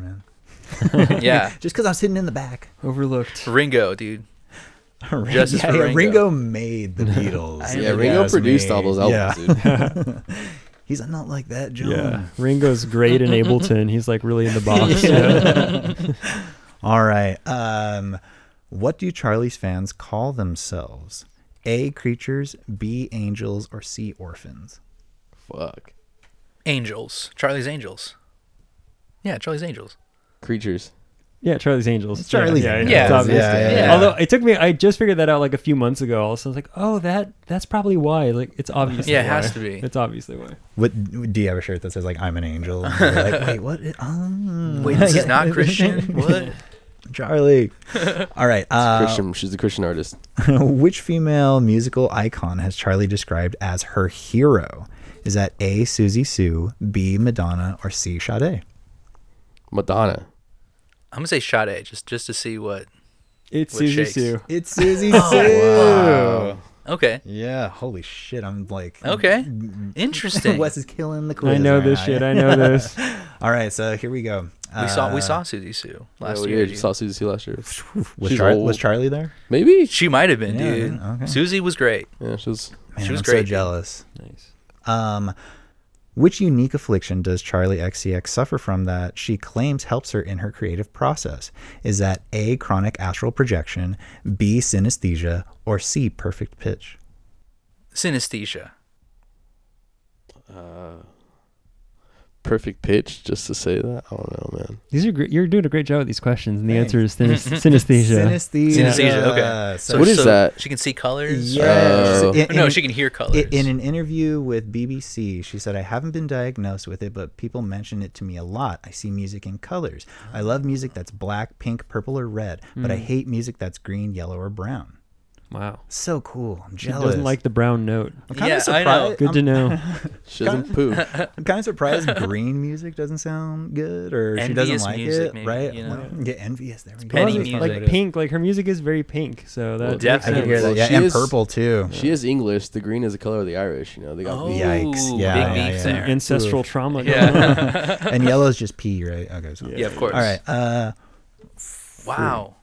Speaker 2: [laughs]
Speaker 3: man.
Speaker 2: yeah.
Speaker 3: [laughs] Just because I'm sitting in the back.
Speaker 5: overlooked.
Speaker 2: Ringo, dude.
Speaker 3: [laughs]
Speaker 2: Justice
Speaker 3: yeah,
Speaker 2: for
Speaker 3: yeah,
Speaker 2: Ringo.
Speaker 3: made the [laughs] Beatles.
Speaker 4: Yeah,
Speaker 3: It
Speaker 4: Ringo
Speaker 3: was
Speaker 4: produced all
Speaker 3: me.
Speaker 4: those albums,
Speaker 3: Yeah.
Speaker 4: dude.
Speaker 3: [laughs] He's not like that, John.
Speaker 5: Yeah, Ringo's great in Ableton. He's like really in the box. yeah.
Speaker 3: [laughs] All right. Um, what do Charlie's fans call themselves? A. Creatures, B. Angels, or C. Orphans?
Speaker 4: Fuck.
Speaker 2: Angels. Charlie's Angels. Yeah, Charlie's
Speaker 3: [laughs]
Speaker 2: Angels.
Speaker 4: Creatures.
Speaker 5: Yeah, Charlie's Angels.
Speaker 3: It's Charlie's
Speaker 5: yeah,
Speaker 3: Angels.
Speaker 5: Yeah, it's
Speaker 2: Yeah,
Speaker 5: obvious.
Speaker 3: yeah,
Speaker 2: yeah, yeah.
Speaker 5: Although it took me, I just figured that out like a few months ago. Also, I was like, oh, that that's probably why. Like, it's obviously
Speaker 2: Yeah, it
Speaker 5: why.
Speaker 2: has to be.
Speaker 5: It's obviously why.
Speaker 3: What do you have a shirt that says like I'm an angel? And you're [laughs] like, wait, what? Um,
Speaker 2: Wait, this is not
Speaker 3: [laughs]
Speaker 2: Christian. What?
Speaker 3: Charlie. All right. Uh,
Speaker 4: Christian. She's a Christian artist.
Speaker 3: [laughs] which female musical icon has Charlie described as her hero? Is that A. Susie Sue, B. Madonna, or C. Sade?
Speaker 4: Madonna.
Speaker 2: I'm gonna say Sade just just to see what.
Speaker 5: It's
Speaker 2: With
Speaker 5: Suzy
Speaker 2: shakes.
Speaker 5: Sue.
Speaker 3: It's Susie
Speaker 2: Oh,
Speaker 3: Sue.
Speaker 2: Okay.
Speaker 3: Yeah. Holy shit. I'm like. [laughs]
Speaker 2: Okay. Interesting.
Speaker 3: Wes is killing the quiz.
Speaker 5: I know
Speaker 3: right
Speaker 5: this
Speaker 3: now.
Speaker 5: shit. I know this.
Speaker 3: [laughs] All right, so here we go.
Speaker 2: we
Speaker 3: uh,
Speaker 2: saw we saw Suzy Sue last
Speaker 4: yeah, we
Speaker 2: year.
Speaker 4: did. Saw Susie Sue last year.
Speaker 3: Was,
Speaker 4: She's
Speaker 3: Char-
Speaker 4: old.
Speaker 3: was Charlie there?
Speaker 4: Maybe.
Speaker 2: She might have been,
Speaker 3: Yeah,
Speaker 2: dude.
Speaker 3: yeah, okay.
Speaker 2: Susie was great.
Speaker 4: Yeah, she was.
Speaker 3: Man,
Speaker 2: She was
Speaker 3: I'm so
Speaker 2: great.
Speaker 3: jealous.
Speaker 5: nice.
Speaker 3: Um, which unique affliction does Charlie XCX suffer from that she claims helps her in her creative process? Is that A, chronic astral projection, B, synesthesia, or C, perfect pitch?
Speaker 2: Synesthesia. Uh,
Speaker 4: perfect pitch just to say that. I don't know, man.
Speaker 5: [laughs] These are great. You're doing a great job with these questions, and the answer is synes- synesthesia.
Speaker 3: Synesthesia.
Speaker 2: Synesthesia. Okay.
Speaker 3: So,
Speaker 4: What is that?
Speaker 2: She can see colors.
Speaker 3: yes.
Speaker 4: Uh,
Speaker 3: In-
Speaker 2: no,
Speaker 3: in-
Speaker 2: she can hear
Speaker 3: I-
Speaker 2: colors.
Speaker 3: In an interview with BBC, she said, I haven't been diagnosed with it, but people mention it to me a lot. I see music in colors. I love music that's black, pink, purple, or red, but
Speaker 5: Hmm.
Speaker 3: I hate music that's green, yellow, or brown.
Speaker 5: wow.
Speaker 3: So cool. I'm
Speaker 5: She
Speaker 3: jealous.
Speaker 5: doesn't like the brown note.
Speaker 3: I'm kind
Speaker 2: Yeah,
Speaker 3: of
Speaker 2: I know.
Speaker 3: surprised.
Speaker 5: Good to
Speaker 2: [laughs]
Speaker 3: I'm, [laughs]
Speaker 5: know.
Speaker 4: She doesn't poop.
Speaker 3: kind of surprised green music doesn't sound good or she doesn't
Speaker 2: Envious
Speaker 3: like
Speaker 2: music,
Speaker 3: it,
Speaker 2: maybe,
Speaker 3: right?
Speaker 2: you know?
Speaker 3: Well, Get envious. There we go.
Speaker 2: Penny
Speaker 5: Well,
Speaker 2: music.
Speaker 5: Like pink. Like her music is very pink. So that makes
Speaker 2: definitely.
Speaker 3: I can hear
Speaker 5: sense.
Speaker 3: that. Yeah,
Speaker 4: She
Speaker 3: and
Speaker 4: is-
Speaker 3: purple too.
Speaker 4: She is English. The green is the color of the Irish. You know, they got
Speaker 2: Oh,
Speaker 4: beef.
Speaker 3: Yikes. Yeah,
Speaker 2: big
Speaker 3: yeah,
Speaker 2: beef
Speaker 3: yeah.
Speaker 2: there.
Speaker 5: Ancestral trauma.
Speaker 2: [laughs] yeah.
Speaker 3: [laughs]
Speaker 2: [laughs]
Speaker 3: and yellow is just pee, right? Okay. So.
Speaker 2: yeah, of course.
Speaker 3: All right. Uh,
Speaker 2: Wow.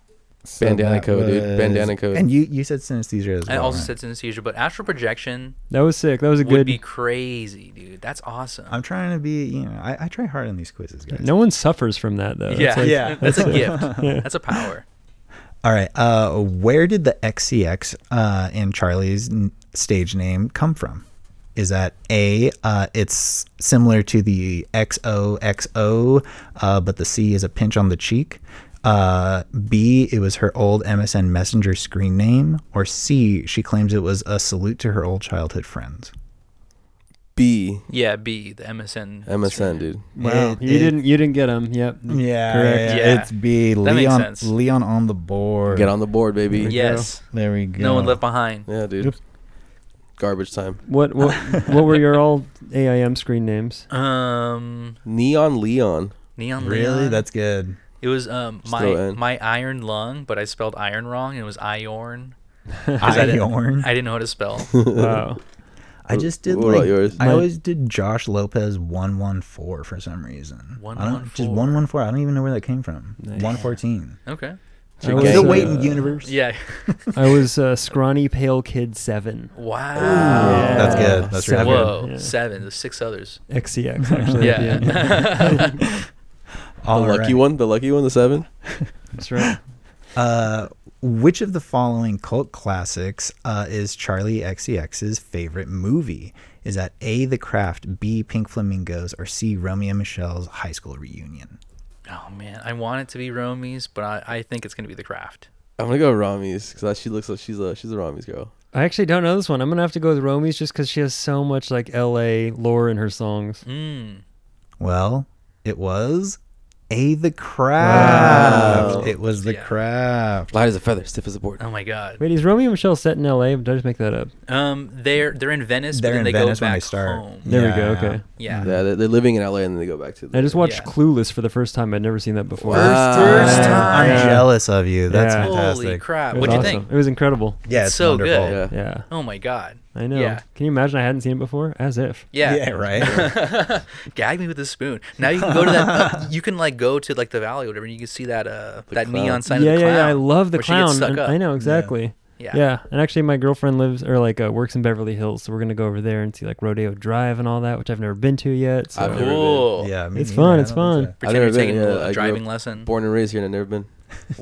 Speaker 3: So
Speaker 4: Bandana
Speaker 3: that
Speaker 4: code, dude. Bandana code.
Speaker 3: And you you said synesthesia as
Speaker 2: I
Speaker 3: well.
Speaker 2: also
Speaker 3: right?
Speaker 2: said synesthesia, but astral projection
Speaker 5: That was sick. That was a
Speaker 2: would
Speaker 5: good.
Speaker 2: be crazy, dude. That's awesome.
Speaker 3: I'm trying to be. You know, I, I try hard on these quizzes, guys.
Speaker 5: no one suffers from that though. It's
Speaker 2: yeah,
Speaker 5: like-
Speaker 3: yeah,
Speaker 2: that's a
Speaker 3: [laughs] that's
Speaker 2: gift. That's a power.
Speaker 3: All right. Uh, where did the XCX uh, in Charlie's n- stage name come from? Is that A, uh, it's similar to the XOXO, uh, but the C is a pinch on the cheek? Uh, B, it was her old MSN Messenger screen name? Or C, she claims it was a salute to her old childhood friends?
Speaker 4: B
Speaker 2: Yeah, B the MSN.
Speaker 4: MSN, dude.
Speaker 5: Wow.
Speaker 3: It-
Speaker 5: you
Speaker 3: it-
Speaker 5: didn't. You didn't get them. Yep.
Speaker 3: Yeah,
Speaker 5: Correct.
Speaker 2: yeah.
Speaker 3: It's B.
Speaker 2: That makes
Speaker 3: Leon,
Speaker 2: sense.
Speaker 3: Leon on the board.
Speaker 4: Get on the board, baby.
Speaker 2: Yes.
Speaker 3: There we go.
Speaker 2: No one left behind.
Speaker 4: Yeah, dude.
Speaker 3: Oops.
Speaker 4: Garbage time.
Speaker 5: What [laughs] what what were your old AIM screen [laughs] names?
Speaker 2: Um,
Speaker 4: Neon Leon.
Speaker 2: neon.
Speaker 3: Really?
Speaker 2: Leon.
Speaker 3: That's good.
Speaker 2: it was um
Speaker 4: Still
Speaker 2: my
Speaker 4: in.
Speaker 2: my iron lung, but I spelled iron wrong. and It was iorn.
Speaker 3: I, yawn.
Speaker 2: [laughs] I didn't know how to
Speaker 3: [laughs]
Speaker 2: spell.
Speaker 5: Wow.
Speaker 3: I just did
Speaker 4: What
Speaker 3: like
Speaker 4: about yours?
Speaker 3: I
Speaker 5: My-
Speaker 3: always did Josh Lopez one one four for some reason. I don't, just
Speaker 2: 114.
Speaker 3: one one four. I don't even know where that came from. One fourteen.
Speaker 2: Okay.
Speaker 5: I
Speaker 4: Okay.
Speaker 3: Still
Speaker 4: uh,
Speaker 3: waiting, universe.
Speaker 2: Yeah.
Speaker 5: I was uh, scrawny pale kid seven.
Speaker 2: Wow.
Speaker 5: Yeah.
Speaker 3: That's good. That's really
Speaker 5: Seven.
Speaker 3: good.
Speaker 2: Whoa.
Speaker 5: Yeah.
Speaker 2: Seven. The six others. [laughs]
Speaker 5: XCX actually. at the end.
Speaker 2: Yeah.
Speaker 3: [laughs] All
Speaker 4: the
Speaker 3: right.
Speaker 4: lucky one, the lucky one, the seven.
Speaker 5: That's right.
Speaker 3: Uh, which of the following cult classics uh, is Charlie XCX's favorite movie? Is that A. The Craft, B. Pink Flamingos, or C. Romeo and Michelle's High School Reunion?
Speaker 2: [laughs] oh man, I want it to be Romy's, but I, I think it's gonna be the craft.
Speaker 4: I'm gonna go Rami's because she looks like she's a she's a Rami's girl.
Speaker 5: I actually don't know this one. I'm gonna have to go with Romy's just because she has so much like LA lore in her songs.
Speaker 2: Mm.
Speaker 3: Well, it was A. The Craft. It was The
Speaker 2: Yeah.
Speaker 3: Craft.
Speaker 4: Light as a feather, stiff as a board.
Speaker 2: Oh my god.
Speaker 5: Wait, is Romeo and Michelle set in LA? Did I just make that up?
Speaker 2: Um, they're they're in Venice,
Speaker 3: They're
Speaker 2: but
Speaker 3: in
Speaker 2: then they
Speaker 3: Venice
Speaker 2: go back
Speaker 3: when they start.
Speaker 2: home.
Speaker 5: There we
Speaker 3: Yeah.
Speaker 5: go. Okay.
Speaker 2: Yeah.
Speaker 4: Yeah, they're, they're living in LA and then they go back to. The, Ah.
Speaker 5: I just watched
Speaker 2: Yeah.
Speaker 5: Clueless for the first time. I'd never seen that before.
Speaker 4: Wow.
Speaker 2: First
Speaker 3: Uh,
Speaker 2: time.
Speaker 3: I'm
Speaker 5: Yeah.
Speaker 3: jealous of you. That's
Speaker 5: Yeah.
Speaker 3: fantastic.
Speaker 2: Holy crap!
Speaker 5: It was
Speaker 2: What'd you
Speaker 5: awesome.
Speaker 2: think?
Speaker 5: It was incredible.
Speaker 3: Yeah,
Speaker 2: It's
Speaker 3: it's
Speaker 2: so
Speaker 3: wonderful.
Speaker 2: good.
Speaker 4: Yeah.
Speaker 5: Yeah.
Speaker 2: Oh my god.
Speaker 5: I know.
Speaker 2: Yeah.
Speaker 5: Can you imagine I hadn't seen it before? As if.
Speaker 2: Yeah.
Speaker 3: Yeah, [laughs] right.
Speaker 2: [laughs] Gag me with a spoon. Now you can go to
Speaker 5: [laughs]
Speaker 2: that. uh, you can like go to like the valley, or whatever. And you can see that uh that
Speaker 4: clown.
Speaker 2: neon sign.
Speaker 5: yeah,
Speaker 2: of the
Speaker 5: yeah,
Speaker 2: clown,
Speaker 5: yeah. I love the
Speaker 2: where
Speaker 5: clown.
Speaker 2: She gets
Speaker 5: and
Speaker 2: stuck up.
Speaker 5: I know exactly.
Speaker 2: Yeah.
Speaker 5: Yeah. and actually, my girlfriend lives or like uh, works in Beverly Hills, so we're gonna go over there and see like Rodeo Drive and all that, which I've never been to yet. So.
Speaker 4: I've never
Speaker 2: Cool.
Speaker 3: Yeah, me
Speaker 5: It's
Speaker 3: neither.
Speaker 5: fun,
Speaker 3: I
Speaker 5: it's
Speaker 3: don't
Speaker 2: [laughs]
Speaker 3: think
Speaker 5: fun.
Speaker 4: I've
Speaker 2: Pretend you're
Speaker 4: never been,
Speaker 2: taking
Speaker 4: yeah, I
Speaker 2: a
Speaker 4: grew
Speaker 2: little
Speaker 4: up
Speaker 2: driving lesson.
Speaker 4: born and raised here, and I've never
Speaker 2: [laughs]
Speaker 4: been.
Speaker 3: so.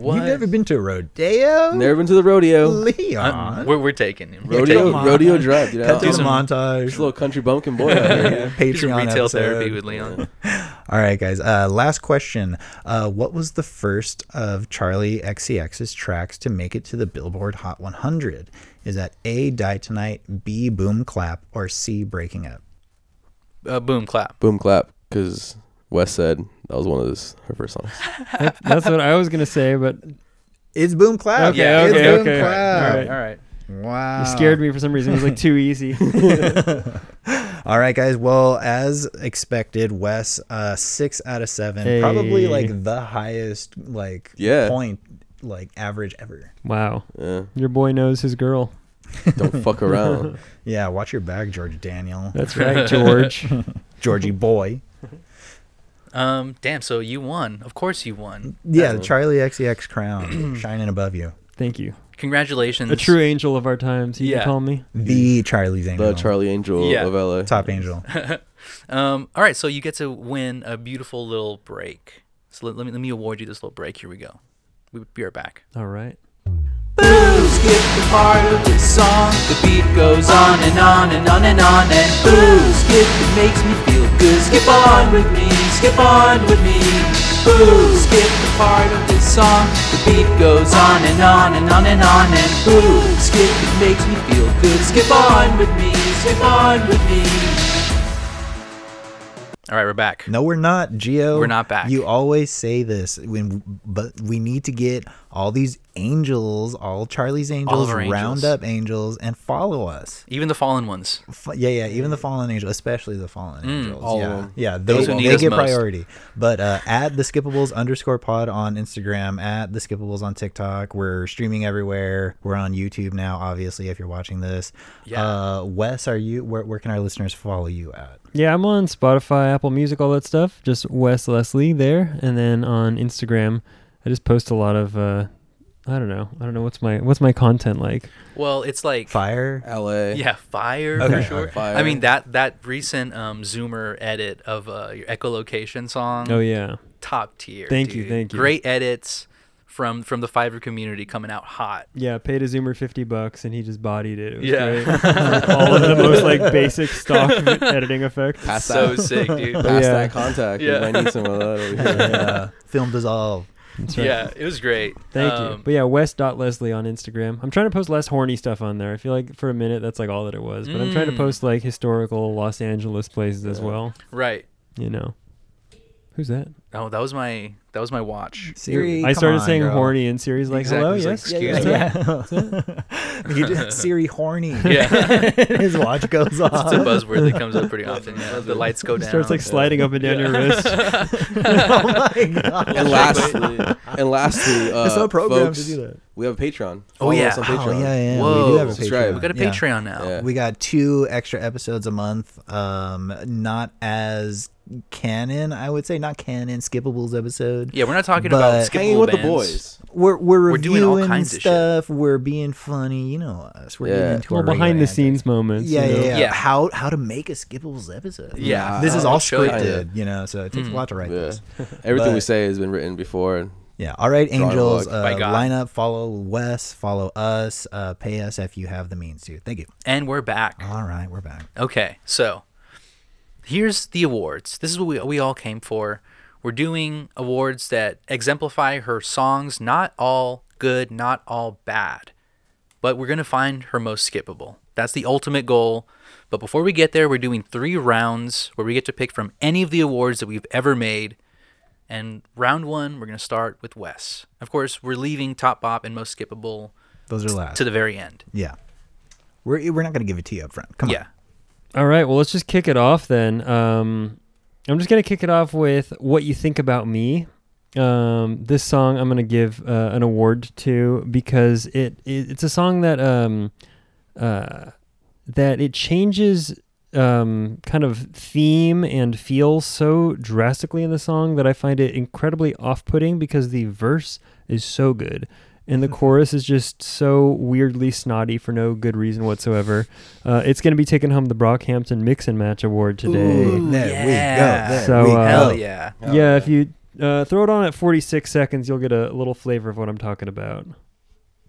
Speaker 2: What?
Speaker 3: You've never been to a rodeo?
Speaker 4: Never been to the rodeo.
Speaker 3: Leon.
Speaker 2: I'm- Uh, we're, we're taking him. We're
Speaker 4: Rodeo,
Speaker 2: taking him.
Speaker 3: on.
Speaker 4: rodeo drive, dude.
Speaker 3: Cut
Speaker 4: I'm
Speaker 3: to
Speaker 4: a
Speaker 3: the
Speaker 2: some-
Speaker 3: montage.
Speaker 4: little country bumpkin boy. Out here,
Speaker 5: [laughs]
Speaker 4: dude.
Speaker 2: Do [laughs] some
Speaker 3: Patreon
Speaker 2: retail
Speaker 3: episode.
Speaker 2: therapy with Leon.
Speaker 3: All right, guys. Uh, last question. Uh, what was the first of Charlie XCX's tracks to make it to the Billboard Hot 100? Is that A, Die Tonight, B, Boom Clap, or C, Breaking Up?
Speaker 2: Uh, boom clap.
Speaker 4: Boom clap, because Wes said that was one of his her first songs.
Speaker 5: That's what I was gonna say, but
Speaker 3: It's Boom Clap.
Speaker 5: Okay,
Speaker 3: it's
Speaker 5: okay,
Speaker 3: Boom
Speaker 5: okay.
Speaker 3: Clap.
Speaker 5: All right.
Speaker 2: All right.
Speaker 3: Wow.
Speaker 5: you scared me for some reason. It was like too easy.
Speaker 3: All right, guys. Well, as expected, Wes, uh, six out of seven, probably
Speaker 5: Hey.
Speaker 3: like the highest like
Speaker 4: Yeah.
Speaker 3: point like average ever.
Speaker 5: wow,
Speaker 4: Yeah,
Speaker 5: your boy knows his girl.
Speaker 4: don't fuck around.
Speaker 2: [laughs]
Speaker 3: Yeah, watch your bag, George Daniel,
Speaker 5: [laughs] That's right, George.
Speaker 3: Georgie boy.
Speaker 2: Um. Damn. So you won. Of course you won.
Speaker 3: Yeah, the Charlie XEX crown shining above you.
Speaker 5: Thank you,
Speaker 2: Congratulations.
Speaker 5: a true angel of our times. You
Speaker 2: Yeah.
Speaker 5: can call me.
Speaker 3: The Charlie's angel,
Speaker 4: The Charlie Angel
Speaker 2: Yeah.
Speaker 4: of LA.
Speaker 3: top angel.
Speaker 2: Um. All right. So you get to win a beautiful little break. So let, let me let me award you this little break. Here we go. We'll be right back.
Speaker 5: All right.
Speaker 1: Booze get the part of the song. The beat goes on and on and on and on and booze get it makes me feel good. Skip on with me, skip on with me. Booze get the part of the song. The beat goes on and on and on and on and booze get it makes me feel good. Skip on with me, skip on with me.
Speaker 2: All right. We're back.
Speaker 3: No, we're not, Geo.
Speaker 2: We're not back.
Speaker 3: You always say this when, but we need to get all these angels, all Charlie's angels,
Speaker 2: our angels.
Speaker 3: round up angels, and follow us.
Speaker 2: Even the fallen ones.
Speaker 3: F- yeah, yeah. Even the
Speaker 2: Mm.
Speaker 3: fallen angels, especially the fallen angels.
Speaker 4: all of
Speaker 3: yeah,
Speaker 4: them.
Speaker 3: yeah. They,
Speaker 2: Those who need
Speaker 3: they
Speaker 2: us
Speaker 3: get
Speaker 2: most.
Speaker 3: priority. But uh, at the skippables underscore pod on Instagram, at the skippables on TikTok, we're streaming everywhere. We're on YouTube now, obviously. If you're watching this,
Speaker 2: Yeah.
Speaker 3: Uh, Wes, are you? Where, where can our listeners follow you at?
Speaker 5: Yeah, I'm on Spotify, Apple Music, all that stuff. Just Wes Leslie there, and then on Instagram, I just post a lot of uh, I don't know. I don't know what's my what's my content like.
Speaker 2: Well, it's like
Speaker 3: Fire.
Speaker 4: [laughs] L.A.
Speaker 2: yeah, fire for
Speaker 3: Okay,
Speaker 2: sure.
Speaker 3: okay.
Speaker 4: Fire.
Speaker 2: I mean that that recent um, Zoomer edit of uh, your echolocation song.
Speaker 5: Oh yeah.
Speaker 2: top tier.
Speaker 5: Thank you,
Speaker 2: dude.
Speaker 5: thank you.
Speaker 2: Great edits from from the Fiverr community coming out hot.
Speaker 5: Yeah, paid a Zoomer fifty bucks and he just bodied it. It was
Speaker 2: Yeah.
Speaker 5: great. [laughs] All of the most like basic [laughs] stock editing effects.
Speaker 4: Pass
Speaker 2: [laughs]
Speaker 5: [laughs]
Speaker 2: So
Speaker 4: that.
Speaker 2: sick, dude.
Speaker 4: Pass
Speaker 5: Yeah.
Speaker 4: that contact.
Speaker 2: Yeah.
Speaker 4: Yeah. I need some of that. Over here.
Speaker 2: [laughs]
Speaker 3: Yeah. Uh,
Speaker 4: [laughs]
Speaker 3: Film dissolve.
Speaker 5: That's right.
Speaker 2: Yeah, it was great.
Speaker 5: Thank
Speaker 2: Um,
Speaker 5: you. But yeah, West.Leslie on Instagram. I'm trying to post less horny stuff on there. I feel like for a minute that's like all that it was. But I'm trying to
Speaker 2: Mm.
Speaker 5: post like historical Los Angeles places as well.
Speaker 2: Right.
Speaker 5: You know. Who's that?
Speaker 2: Oh, that was my that was my watch.
Speaker 3: Siri.
Speaker 5: I
Speaker 3: come
Speaker 5: started
Speaker 3: on,
Speaker 5: saying
Speaker 3: girl.
Speaker 5: horny and Siri's like,
Speaker 2: Exactly.
Speaker 5: Hello,
Speaker 2: He's like,
Speaker 5: yes.
Speaker 2: "Excuse
Speaker 5: yeah,
Speaker 2: me."
Speaker 4: [laughs]
Speaker 5: yeah."
Speaker 3: you just Siri horny.
Speaker 2: [laughs] Yeah,
Speaker 5: [laughs]
Speaker 3: His watch goes
Speaker 2: [laughs]
Speaker 3: off.
Speaker 2: it's a buzzword that comes up pretty often. Yeah, the lights go
Speaker 5: It
Speaker 2: down.
Speaker 5: starts like sliding up and down your
Speaker 3: [laughs]
Speaker 5: wrist.
Speaker 2: [laughs]
Speaker 3: oh my god.
Speaker 4: and lastly, and lastly, uh,
Speaker 3: it's not programmed
Speaker 4: folks,
Speaker 3: to do that.
Speaker 4: we have a Patreon.
Speaker 2: Oh, yeah.
Speaker 4: us on
Speaker 2: Oh,
Speaker 4: Patreon.
Speaker 3: Oh yeah, yeah.
Speaker 2: Whoa.
Speaker 3: We do have a
Speaker 4: Subscribe.
Speaker 3: Patreon.
Speaker 2: We got a
Speaker 3: Yeah.
Speaker 2: Patreon now.
Speaker 4: Yeah.
Speaker 3: We got two extra episodes a month. Um, not as canon, I would say, not canon. Skippables episode.
Speaker 2: Yeah, we're not talking
Speaker 3: But-
Speaker 2: about
Speaker 4: Hanging
Speaker 2: skippable
Speaker 4: with
Speaker 2: bands.
Speaker 4: the boys.
Speaker 3: We're we're
Speaker 2: We're
Speaker 3: reviewing
Speaker 2: doing all kinds of shit.
Speaker 3: stuff. We're being funny. You know us. We're
Speaker 4: Yeah.
Speaker 3: getting into
Speaker 5: well,
Speaker 3: our regular
Speaker 5: behind the
Speaker 3: antics.
Speaker 5: scenes moments.
Speaker 3: Yeah,
Speaker 5: you
Speaker 3: yeah,
Speaker 5: know?
Speaker 3: yeah,
Speaker 2: Yeah.
Speaker 3: How how to make a Skippables episode.
Speaker 2: Yeah.
Speaker 3: This is
Speaker 2: I'll
Speaker 3: all
Speaker 2: show you. Mm.
Speaker 3: scripted, you know. So it takes a lot to write
Speaker 4: Yeah.
Speaker 3: this.
Speaker 4: Everything we
Speaker 3: But-
Speaker 4: say has been written before. And
Speaker 3: Yeah. All right,
Speaker 4: Drawing
Speaker 3: angels.
Speaker 4: log.
Speaker 3: Uh,
Speaker 2: By God.
Speaker 3: line up. Follow Wes. Follow us. Uh, pay us if you have the means to. Thank you.
Speaker 2: And we're back.
Speaker 3: All right, we're back.
Speaker 2: Okay, so here's the awards. This is what we, we all came for. We're doing awards that exemplify her songs, not all good, not all bad, but we're going to find her most skippable. That's the ultimate goal. But before we get there, we're doing three rounds where we get to pick from any of the awards that we've ever made. And round one, we're going to start with Wes. Of course, we're leaving Top Bop and Most Skippable
Speaker 3: Those are last.
Speaker 2: to the very end.
Speaker 3: yeah. We're we're not gonna give it to you up front. Come on.
Speaker 2: Yeah.
Speaker 5: All right. Well, let's just kick it off then. Um, I'm just gonna kick it off with what you think about me. Um, this song I'm gonna give uh, an award to because it, it it's a song that um, uh, that it changes um, kind of theme and feel so drastically in the song that I find it incredibly off-putting because the verse is so good and the chorus is just so weirdly snotty for no good reason whatsoever. Uh, it's going to be taking home the Brockhampton Mix and Match Award today.
Speaker 3: There
Speaker 2: yeah.
Speaker 3: we go. There
Speaker 5: So,
Speaker 3: we
Speaker 5: uh,
Speaker 2: Hell
Speaker 3: go.
Speaker 2: yeah.
Speaker 5: yeah, if you uh, throw it on at 46 seconds, you'll get a little flavor of what I'm talking about.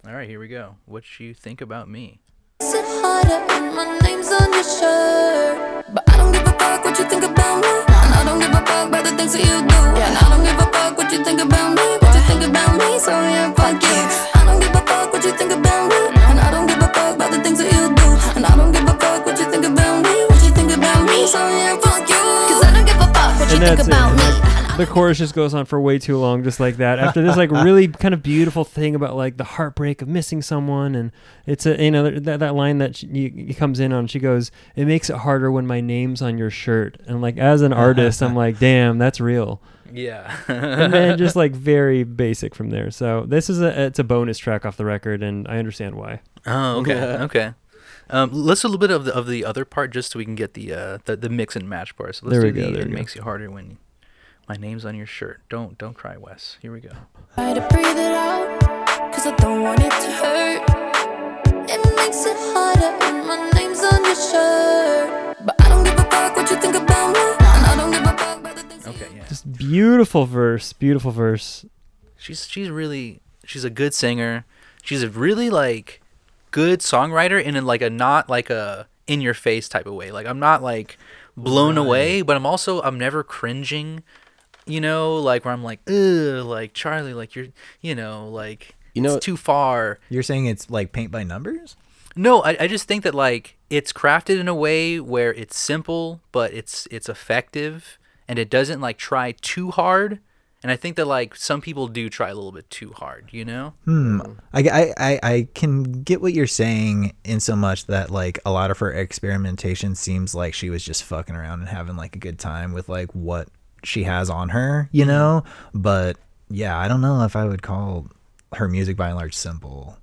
Speaker 2: All right, here we go. What you think about me?
Speaker 6: Sit harder and my name's on your shirt. But I don't give a fuck what you think about me. And I don't give a fuck about the things that you do. And I don't give a fuck what you think about me. What you think about me, so yeah, fuck you. I don't give a fuck what you think about me. And I don't give a fuck about the things that you do. And I don't give a fuck what you think about me. What you think about me, so yeah, fuck you. Cause I don't give a fuck what you
Speaker 5: And
Speaker 6: think
Speaker 5: that's it.
Speaker 6: about me. And I
Speaker 5: The chorus just goes on for way too long, just like that. After this, like really kind of beautiful thing about like the heartbreak of missing someone, and it's a you know that, that line that she, you, you comes in on. She goes, "It makes it harder when my name's on your shirt." And like as an artist, I'm like, "Damn, that's real."
Speaker 2: Yeah.
Speaker 5: and then just like very basic from there. So this is a it's a bonus track off the record, and I understand why.
Speaker 2: [laughs] oh,
Speaker 5: [laughs]
Speaker 2: okay. Okay. Um, let's do a little bit of the of the other part just so we can get the uh, the, the mix and match part. So let's
Speaker 5: There we
Speaker 2: do
Speaker 5: go,
Speaker 2: the
Speaker 5: there
Speaker 2: it
Speaker 5: we go.
Speaker 2: makes you harder when my name's on your shirt. Don't don't cry, Wes. Here we go.
Speaker 6: Try to breathe it out, cause I don't want it to hurt. It makes it harder when my name's on your shirt. But I don't give a fuck what you think about me. And I don't give a fuck about the things
Speaker 2: Okay, yeah.
Speaker 5: Just beautiful verse, beautiful verse.
Speaker 2: She's she's really she's a good singer. She's a really like good songwriter in a, like a not like a in your face type of way. Like I'm not like blown away, but I'm also I'm never cringing. You know, like where I'm like, ugh, like Charlie, like you're, you know, like
Speaker 4: You know-
Speaker 2: it's too far.
Speaker 3: You're saying it's like paint by numbers?
Speaker 2: No, I, I just think that like it's crafted in a way where it's simple, but it's it's effective, and it doesn't like try too hard. And I think that like some people do try a little bit too hard, you know?
Speaker 3: I, I, I, I can get what you're saying in so much that like a lot of her experimentation seems like she was just fucking around and having like a good time with like what she has on her, you know? But yeah, I don't know if I would call her music by and large simple.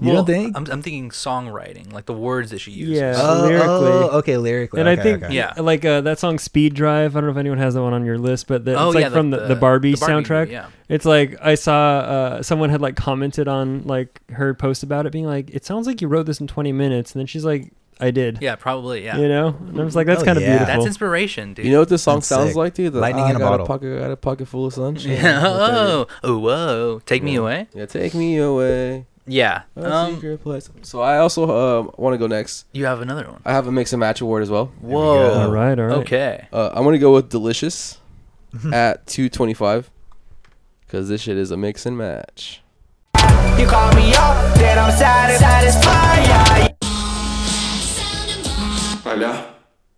Speaker 3: You don't think?
Speaker 2: I'm, I'm thinking songwriting, like the words that she uses.
Speaker 5: Yeah.
Speaker 3: Oh,
Speaker 5: lyrically.
Speaker 3: oh, okay, lyrically.
Speaker 5: And I
Speaker 3: okay,
Speaker 5: think
Speaker 3: okay.
Speaker 2: Yeah.
Speaker 5: like uh, that song Speed Drive. I don't know if anyone has that one on your list, but the,
Speaker 2: Oh,
Speaker 5: it's like
Speaker 2: yeah, the-
Speaker 5: from the, the,
Speaker 2: the-
Speaker 5: Barbie
Speaker 2: the Barbie movie,
Speaker 5: soundtrack.
Speaker 2: yeah.
Speaker 5: It's like I saw uh, someone had like commented on like her post about it, being like, "It sounds like you wrote this in 20 minutes," and then she's like, "I did."
Speaker 2: Yeah, probably. Yeah.
Speaker 5: You know, and I was like, "That's
Speaker 3: Oh,
Speaker 5: kind of
Speaker 3: yeah.
Speaker 5: beautiful."
Speaker 2: That's inspiration, dude. [laughs]
Speaker 4: You know what this song
Speaker 3: That's
Speaker 4: sounds
Speaker 3: sick.
Speaker 4: like, dude? The,
Speaker 3: Lightning
Speaker 4: I
Speaker 3: in a
Speaker 4: got
Speaker 3: bottle.
Speaker 4: pocket, I got a pocket full of sunshine.
Speaker 2: [laughs] yeah.
Speaker 4: Like
Speaker 2: Oh, oh, whoa. Take me away.
Speaker 4: that. yeah. Take me away.
Speaker 2: Yeah.
Speaker 4: a
Speaker 2: Um,
Speaker 4: Oh, secret place. So I also um, want to go next.
Speaker 2: you have another one.
Speaker 4: I have a mix and match award as well.
Speaker 2: Whoa.
Speaker 5: all right, all right.
Speaker 2: Okay.
Speaker 4: Uh, I'm gonna go with
Speaker 3: [laughs]
Speaker 4: delicious at 225 because this shit is a mix and match.
Speaker 7: You call me up, then I'm satis- satisfied. Yeah.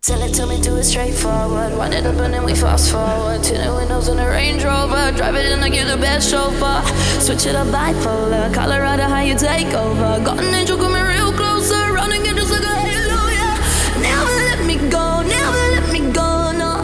Speaker 8: Tell it to me, do it straightforward. Wind it up and then we fast forward. Tinted windows in a Range Rover. Drive it in like you're the best chauffeur. Switch it up bipolar. Colorado, how you take over. Got an angel coming real closer. Running it just like a halo, yeah. Never let me go, never let me go, no.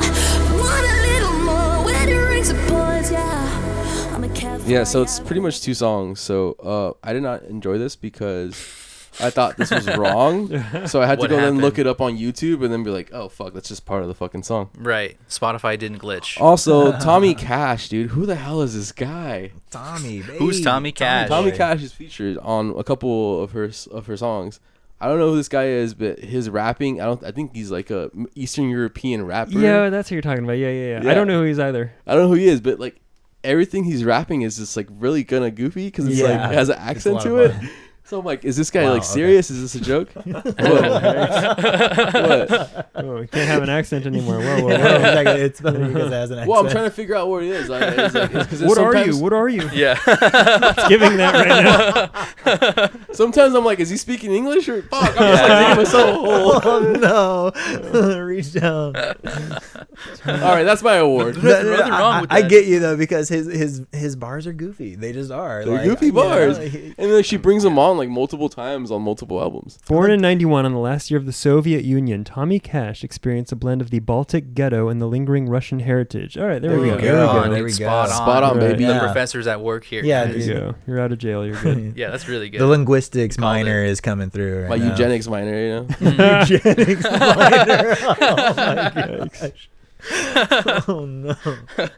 Speaker 8: Want a little more. Wedding rings and boys, yeah. I'm a cat.
Speaker 4: Yeah, so it's pretty much two songs. So uh, I did not enjoy this because I thought this
Speaker 2: [laughs]
Speaker 4: was wrong. so I had to
Speaker 2: What
Speaker 4: go then look
Speaker 2: happened?
Speaker 4: it up on YouTube and then be like, oh fuck, that's just part of the fucking
Speaker 2: [laughs]
Speaker 4: song.
Speaker 2: Right. Spotify didn't
Speaker 4: Oh,
Speaker 2: glitch.
Speaker 4: Also, Tommy Cash, dude, who the hell is this guy?
Speaker 3: Tommy. Baby.
Speaker 2: Who's Tommy Cash?
Speaker 4: Tommy Cash is featured on a couple of her of her songs. I don't know who this guy is, but his rapping, I don't. I think he's like a Eastern European rapper.
Speaker 5: Yeah, that's who you're talking about. Yeah, yeah, yeah.
Speaker 4: Yeah.
Speaker 5: I don't know who he's either.
Speaker 4: I don't know who he is, but like everything he's rapping is just like really kinda goofy because it's
Speaker 3: Yeah.
Speaker 4: like it has an
Speaker 3: It's a
Speaker 4: accent
Speaker 3: lot
Speaker 4: to
Speaker 3: of
Speaker 4: it. So I'm like, is this guy
Speaker 3: Wow,
Speaker 4: like
Speaker 3: okay.
Speaker 4: serious? Is this a
Speaker 3: [laughs]
Speaker 4: joke? what?
Speaker 2: [laughs]
Speaker 5: [laughs]
Speaker 4: What?
Speaker 5: Oh, he can't have an accent anymore. [laughs] Whoa, whoa,
Speaker 2: [laughs]
Speaker 5: whoa.
Speaker 3: exactly. It's funny because it has an accent.
Speaker 4: Well, I'm trying to figure out what it is. I, it's like, it's 'cause it's
Speaker 5: What are you?
Speaker 4: sometimes-
Speaker 5: What are you?
Speaker 2: Yeah.
Speaker 5: It's [laughs] giving that right now.
Speaker 4: Sometimes I'm like, is he speaking English or fuck? I'm just like digging myself a
Speaker 3: [laughs]
Speaker 4: hole.
Speaker 3: Oh no! [laughs] Reach down.
Speaker 4: All right, that's my award. [laughs]
Speaker 2: There's nothing
Speaker 3: I-
Speaker 2: wrong with
Speaker 3: I, I
Speaker 2: that.
Speaker 3: get you though because his his his bars are goofy. They just are.
Speaker 4: They're
Speaker 3: like,
Speaker 4: goofy
Speaker 3: you know,
Speaker 4: bars,
Speaker 3: he-
Speaker 4: and then she brings them on like multiple times on multiple albums.
Speaker 5: Born in 91 on the last year of the Soviet Union, Tommy Cash experienced a blend of the Baltic ghetto and the lingering Russian heritage. All right, there, we
Speaker 3: There
Speaker 5: go.
Speaker 3: you
Speaker 5: There
Speaker 3: go. Oh,
Speaker 5: we go.
Speaker 3: There we
Speaker 2: It's
Speaker 3: go.
Speaker 2: Spot on.
Speaker 4: Spot on,
Speaker 5: Right.
Speaker 4: baby.
Speaker 2: The
Speaker 3: Yeah.
Speaker 2: professor's at work here.
Speaker 3: Yeah,
Speaker 2: guys.
Speaker 5: There you go. You're out of jail. You're
Speaker 3: [laughs]
Speaker 5: good.
Speaker 2: [laughs] Yeah, that's really good.
Speaker 3: The linguistics
Speaker 2: Called
Speaker 3: minor is coming through. Right
Speaker 4: My
Speaker 3: now.
Speaker 4: eugenics minor, you know.
Speaker 3: [laughs] eugenics minor. Oh my gosh. oh no.
Speaker 2: [laughs] All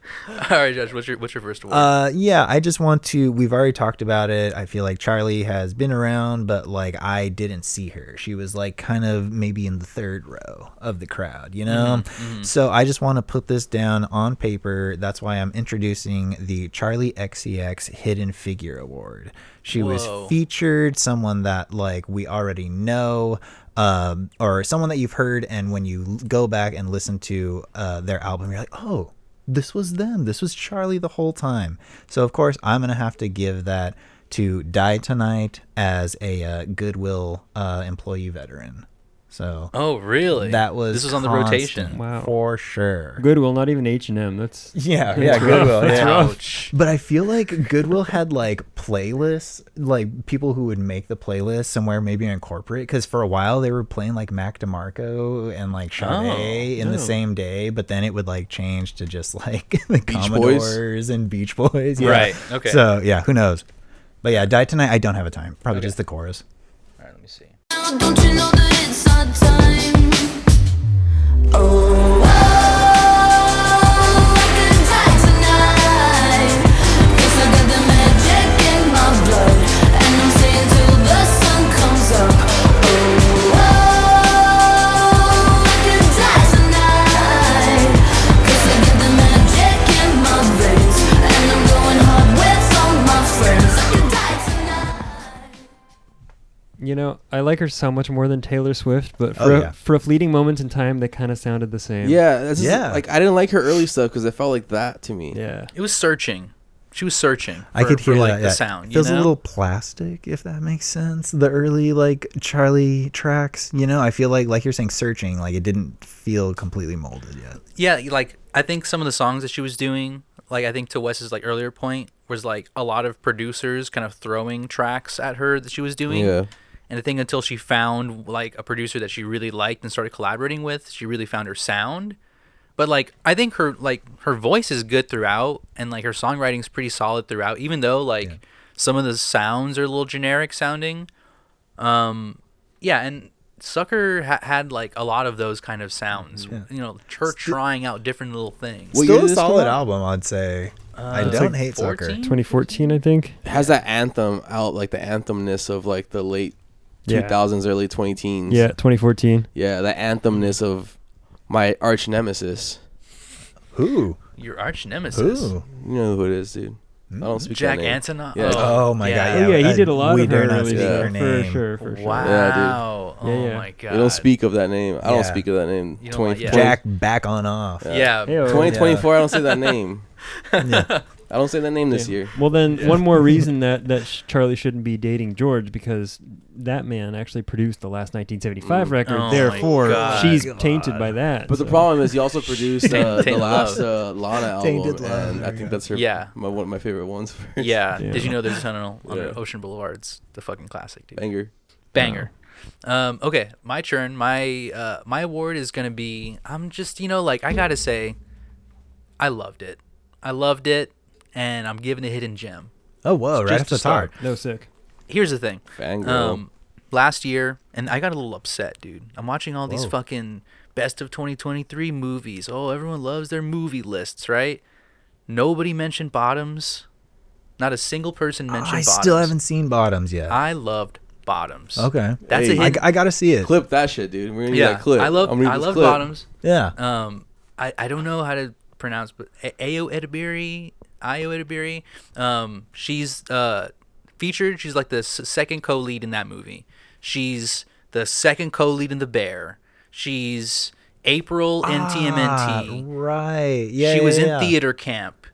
Speaker 2: right, Josh, what's your what's your first award?
Speaker 3: Uh, yeah, I just want to. We've already talked about it. I feel like Charlie has been around, but like I didn't see her. She was like kind of maybe in the third row of the crowd, you know? So I just want to put this down on paper. That's why I'm introducing the Charlie XCX Hidden Figure Award. She
Speaker 2: Whoa.
Speaker 3: was featured, someone that like we already know. Um, or someone that you've heard, and when you l- go back and listen to uh, their album, you're like, oh, this was them. This was Charlie the whole time. So of course I'm gonna have to give that to Die Tonight as a uh, Goodwill uh, employee veteran. So
Speaker 2: oh, really?
Speaker 3: that was
Speaker 2: this was on the
Speaker 3: constant
Speaker 2: rotation.
Speaker 5: Wow.
Speaker 3: for sure.
Speaker 5: [laughs] Goodwill, not even H and M. That's
Speaker 3: Yeah, yeah, Goodwill. yeah.
Speaker 2: Ouch.
Speaker 3: But I feel like Goodwill had like playlists, like people who would make the playlist somewhere, maybe in corporate. Because for a while they were playing like Mac DeMarco and like
Speaker 2: Oh,
Speaker 3: Sade in
Speaker 5: no.
Speaker 3: the same day, but then it would like change to just like [laughs] the
Speaker 4: Boys?
Speaker 3: Commodores and Beach Boys. Yeah.
Speaker 2: Right, okay.
Speaker 3: So yeah, who knows? But yeah, die tonight. I don't have a time. Probably just the chorus.
Speaker 2: All right, let me see.
Speaker 8: Don't you know that it's our time? Oh, I can die tonight. 'Cause I got the magic in my blood, and I'm staying till the sun comes up. Oh, I can die tonight. 'Cause I got the magic in my veins, and I'm going hard with all my friends. I can die tonight.
Speaker 5: you know I like her so much more than Taylor Swift, but for
Speaker 3: Oh,
Speaker 5: a,
Speaker 3: yeah.
Speaker 5: for a fleeting moment in time, they kind of sounded the same.
Speaker 4: Yeah, that's just,
Speaker 3: Yeah.
Speaker 4: Like I didn't like her early stuff because it felt like that to me.
Speaker 5: yeah.
Speaker 2: It was searching. She was searching.
Speaker 3: I
Speaker 2: for-
Speaker 3: could hear
Speaker 2: for, like
Speaker 3: that,
Speaker 2: the
Speaker 3: yeah.
Speaker 2: sound.
Speaker 3: Feels
Speaker 2: you know?
Speaker 3: a little plastic, if that makes sense. The early like Charlie tracks, you know. I feel like like you're saying searching, like it didn't feel completely molded yet.
Speaker 2: yeah like i think some of the songs that she was doing like i think to wes's like earlier point was like a lot of producers kind of throwing tracks at her that she was doing
Speaker 4: Yeah.
Speaker 2: and i think until she found like a producer that she really liked and started collaborating with she really found her sound but like i think her like her voice is good throughout and like her songwriting's pretty solid throughout even though like some of the sounds are a little generic sounding Um, yeah, and Sucker ha- had like a lot of those kind of sounds. You know, church trying out different little things.
Speaker 4: What year
Speaker 3: Still
Speaker 4: did
Speaker 3: a
Speaker 4: this come
Speaker 3: solid
Speaker 4: out?
Speaker 3: album, I'd say. I
Speaker 2: Uh, it's
Speaker 3: don't
Speaker 2: like
Speaker 3: hate Sucker.
Speaker 2: 14?
Speaker 5: 2014, I think.
Speaker 4: Has that anthem out like the anthemness of like the late
Speaker 5: Yeah.
Speaker 4: 2000s, early 2010s.
Speaker 5: Yeah, 2014.
Speaker 4: Yeah, the anthemness of my arch nemesis.
Speaker 3: Who?
Speaker 2: Your arch nemesis,
Speaker 3: Who?
Speaker 4: You know who it is, dude. I don't speak
Speaker 2: Mm-hmm. Jack
Speaker 4: that name.
Speaker 2: Antonoff.
Speaker 4: Yeah.
Speaker 3: Oh my
Speaker 2: Yeah.
Speaker 3: god!
Speaker 5: Oh,
Speaker 3: Yeah,
Speaker 5: yeah,
Speaker 3: uh,
Speaker 5: he did a lot
Speaker 3: we
Speaker 5: of
Speaker 3: dare
Speaker 5: her
Speaker 3: not
Speaker 5: early
Speaker 3: speak
Speaker 4: Yeah.
Speaker 3: her
Speaker 5: stuff. For
Speaker 3: name.
Speaker 5: sure, for sure.
Speaker 2: Wow.
Speaker 5: Yeah,
Speaker 2: Oh
Speaker 5: yeah.
Speaker 2: my god.
Speaker 4: You don't speak of that name. I
Speaker 3: Yeah.
Speaker 4: don't speak of that name.
Speaker 2: You don't like-
Speaker 4: 20,
Speaker 2: yeah.
Speaker 3: Jack back on off.
Speaker 2: Yeah.
Speaker 5: Heyo.
Speaker 4: 2024, I don't say that
Speaker 3: [laughs]
Speaker 4: name. I don't say that name this year.
Speaker 5: Well, then
Speaker 2: [laughs]
Speaker 5: one more reason that that sh- Charlie shouldn't be dating George because that man actually produced the last 1975 record.
Speaker 2: Oh my
Speaker 5: Therefore,
Speaker 2: God.
Speaker 5: she's
Speaker 3: Oh
Speaker 5: tainted by that.
Speaker 4: But the
Speaker 5: so-
Speaker 4: problem is, he also produced uh, the
Speaker 2: [laughs] Tainted
Speaker 4: last uh, Lana album,
Speaker 3: Tainted Love,
Speaker 4: and I
Speaker 3: yeah.
Speaker 4: think that's her.
Speaker 2: Yeah.
Speaker 4: my, one of my favorite ones. [laughs] For
Speaker 2: Yeah.
Speaker 5: Yeah.
Speaker 2: Did you know there's a tunnel under
Speaker 4: Yeah.
Speaker 2: Ocean Boulevard? It's the fucking classic, dude.
Speaker 4: banger.
Speaker 2: Banger. Um, okay, my turn. My uh, my award is gonna be. I'm just you know like I gotta say, I loved it. I loved it, and I'm giving a hidden gem.
Speaker 3: Oh whoa! Right
Speaker 2: Just
Speaker 3: off
Speaker 2: to
Speaker 3: the top.
Speaker 2: start. [laughs]
Speaker 5: No sick.
Speaker 2: Here's the thing.
Speaker 4: Fangirl.
Speaker 2: Um, last year, and I got a little upset, dude. I'm watching all these
Speaker 3: Whoa.
Speaker 2: fucking best of 2023 movies. Oh, everyone loves their movie lists, right? Nobody mentioned Bottoms. Not a single person
Speaker 3: I
Speaker 2: mentioned Bottoms.
Speaker 3: still haven't seen Bottoms yet.
Speaker 2: I loved Bottoms.
Speaker 3: okay.
Speaker 2: That's a
Speaker 4: Hey.
Speaker 3: I,
Speaker 2: hidden.
Speaker 3: I gotta see it.
Speaker 4: Clip that shit, dude. We're gonna need
Speaker 2: yeah,
Speaker 4: that clip.
Speaker 2: I love.
Speaker 4: I'm gonna need
Speaker 2: I
Speaker 4: this
Speaker 2: love
Speaker 4: clip.
Speaker 2: Bottoms.
Speaker 3: Yeah.
Speaker 2: Um, I, I don't know how to pronounce, but A- Ayo Edibiri, Ayo Edibiri, um, she's uh featured. She's like the s- second co-lead in that movie. She's the second co-lead in The Bear. She's April in
Speaker 3: Ah,
Speaker 2: TMNT.
Speaker 3: right. Yeah.
Speaker 2: she
Speaker 3: yeah,
Speaker 2: was in
Speaker 3: yeah.
Speaker 2: theater camp.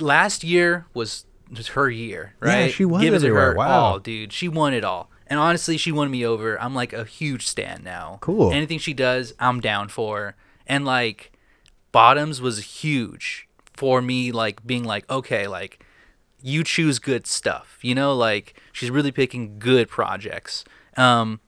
Speaker 2: Last year was was her year,
Speaker 3: Yeah,
Speaker 2: right?
Speaker 3: she was
Speaker 2: Give it to
Speaker 3: everywhere.
Speaker 2: her
Speaker 3: Wow.
Speaker 2: all, dude. She won it all. And honestly, she won me over. I'm like a huge stan now.
Speaker 3: Cool.
Speaker 2: Anything she does, I'm down for. And like Bottoms was huge for me like being like, okay, like you choose good stuff. You know, like she's really picking good projects. Um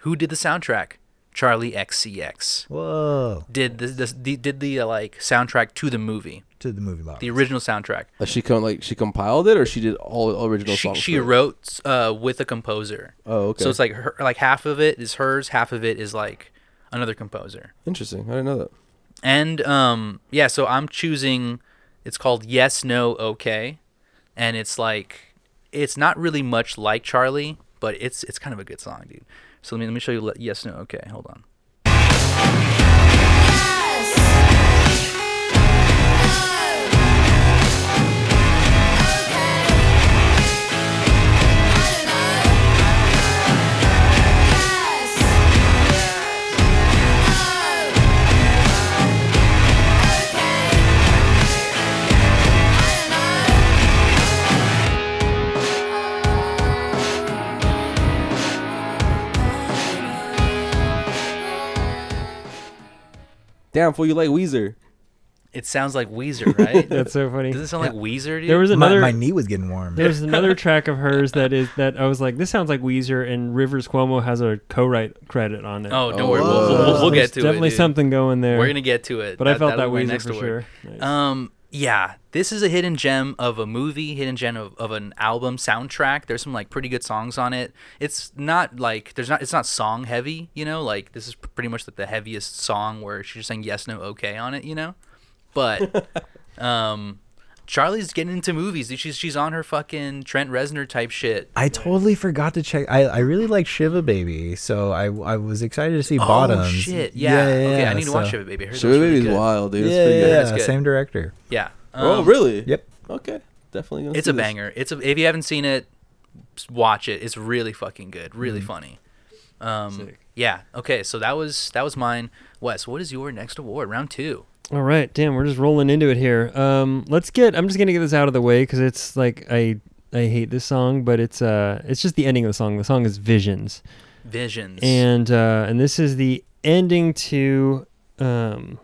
Speaker 2: who did the soundtrack? Charlie XCX
Speaker 3: Whoa.
Speaker 2: did the, the, the did the uh, like soundtrack to the movie,
Speaker 3: To the movie box.
Speaker 2: the original soundtrack.
Speaker 4: Uh, she com- like she compiled it, or she did all original
Speaker 2: She,
Speaker 4: songs.
Speaker 2: she
Speaker 4: for it?
Speaker 2: wrote uh, with a composer.
Speaker 4: Oh, okay.
Speaker 2: So it's like her, like half of it is hers, half of it is like another composer.
Speaker 4: Interesting. I didn't know that.
Speaker 2: And um yeah, so I'm choosing it's called Yes No Okay and it's like it's not really much like Charlie, but it's it's kind of a good song, dude. So let me let me show you le- Yes No Okay. Hold on.
Speaker 4: Damn, fool, you like Weezer?
Speaker 2: It sounds like Weezer, right?
Speaker 5: [laughs] That's so funny.
Speaker 2: Does it sound like Weezer, dude?
Speaker 5: There was
Speaker 3: my,
Speaker 5: another. [laughs]
Speaker 3: my knee was getting warm.
Speaker 5: There's another track of hers that is that I was like, this sounds like Weezer, and Rivers Cuomo has a co-write credit on it.
Speaker 2: Oh, don't
Speaker 4: Oh,
Speaker 2: worry. We'll,
Speaker 4: whoa.
Speaker 2: we'll, we'll- we'll
Speaker 5: There's
Speaker 2: get to
Speaker 5: definitely
Speaker 2: it. dude.
Speaker 5: something going there.
Speaker 2: We're gonna get to it.
Speaker 5: but I felt that,
Speaker 2: that'll be
Speaker 5: Weezer
Speaker 2: my
Speaker 5: for
Speaker 2: award.
Speaker 5: sure. Nice.
Speaker 2: Um, yeah, this is a hidden gem of a movie, hidden gem of, of an album soundtrack. There's some like pretty good songs on it. It's not like there's not it's not song heavy, you know. Like this is p- pretty much like the heaviest song where she's just saying yes, no, okay on it, you know.
Speaker 5: [laughs]
Speaker 2: But um, Charlie's getting into movies. She's she's on her fucking Trent Reznor type shit.
Speaker 3: I totally forgot to check. I, I really like Shiva Baby, so I I was excited to see Bottoms.
Speaker 2: Oh shit! Yeah. okay, I need to watch
Speaker 3: so-
Speaker 2: it, baby. I heard that
Speaker 4: Sugar
Speaker 2: was really
Speaker 4: Baby's
Speaker 2: good.
Speaker 4: wild, dude.
Speaker 3: Yeah,
Speaker 4: It's pretty
Speaker 3: yeah,
Speaker 4: good.
Speaker 2: It's
Speaker 3: yeah,
Speaker 2: good.
Speaker 3: same director.
Speaker 2: Yeah.
Speaker 4: oh,
Speaker 2: Um,
Speaker 4: really?
Speaker 3: Yep.
Speaker 4: Okay. Definitely gonna.
Speaker 2: It's
Speaker 4: see
Speaker 2: a
Speaker 4: this.
Speaker 2: banger. It's a if you haven't seen it, s- watch it. It's really fucking good. Really funny. Um,
Speaker 5: Mm-hmm. Sick.
Speaker 2: yeah. Okay. So that was that was mine. Wes, what is your next award? Round two.
Speaker 5: All right, damn, we're just rolling into it here. Um, let's get. I'm just gonna get this out of the way because it's like I I hate this song, but it's uh it's just the ending of the song. The song is Visions,
Speaker 2: Visions.
Speaker 5: and uh, and this is the ending to um,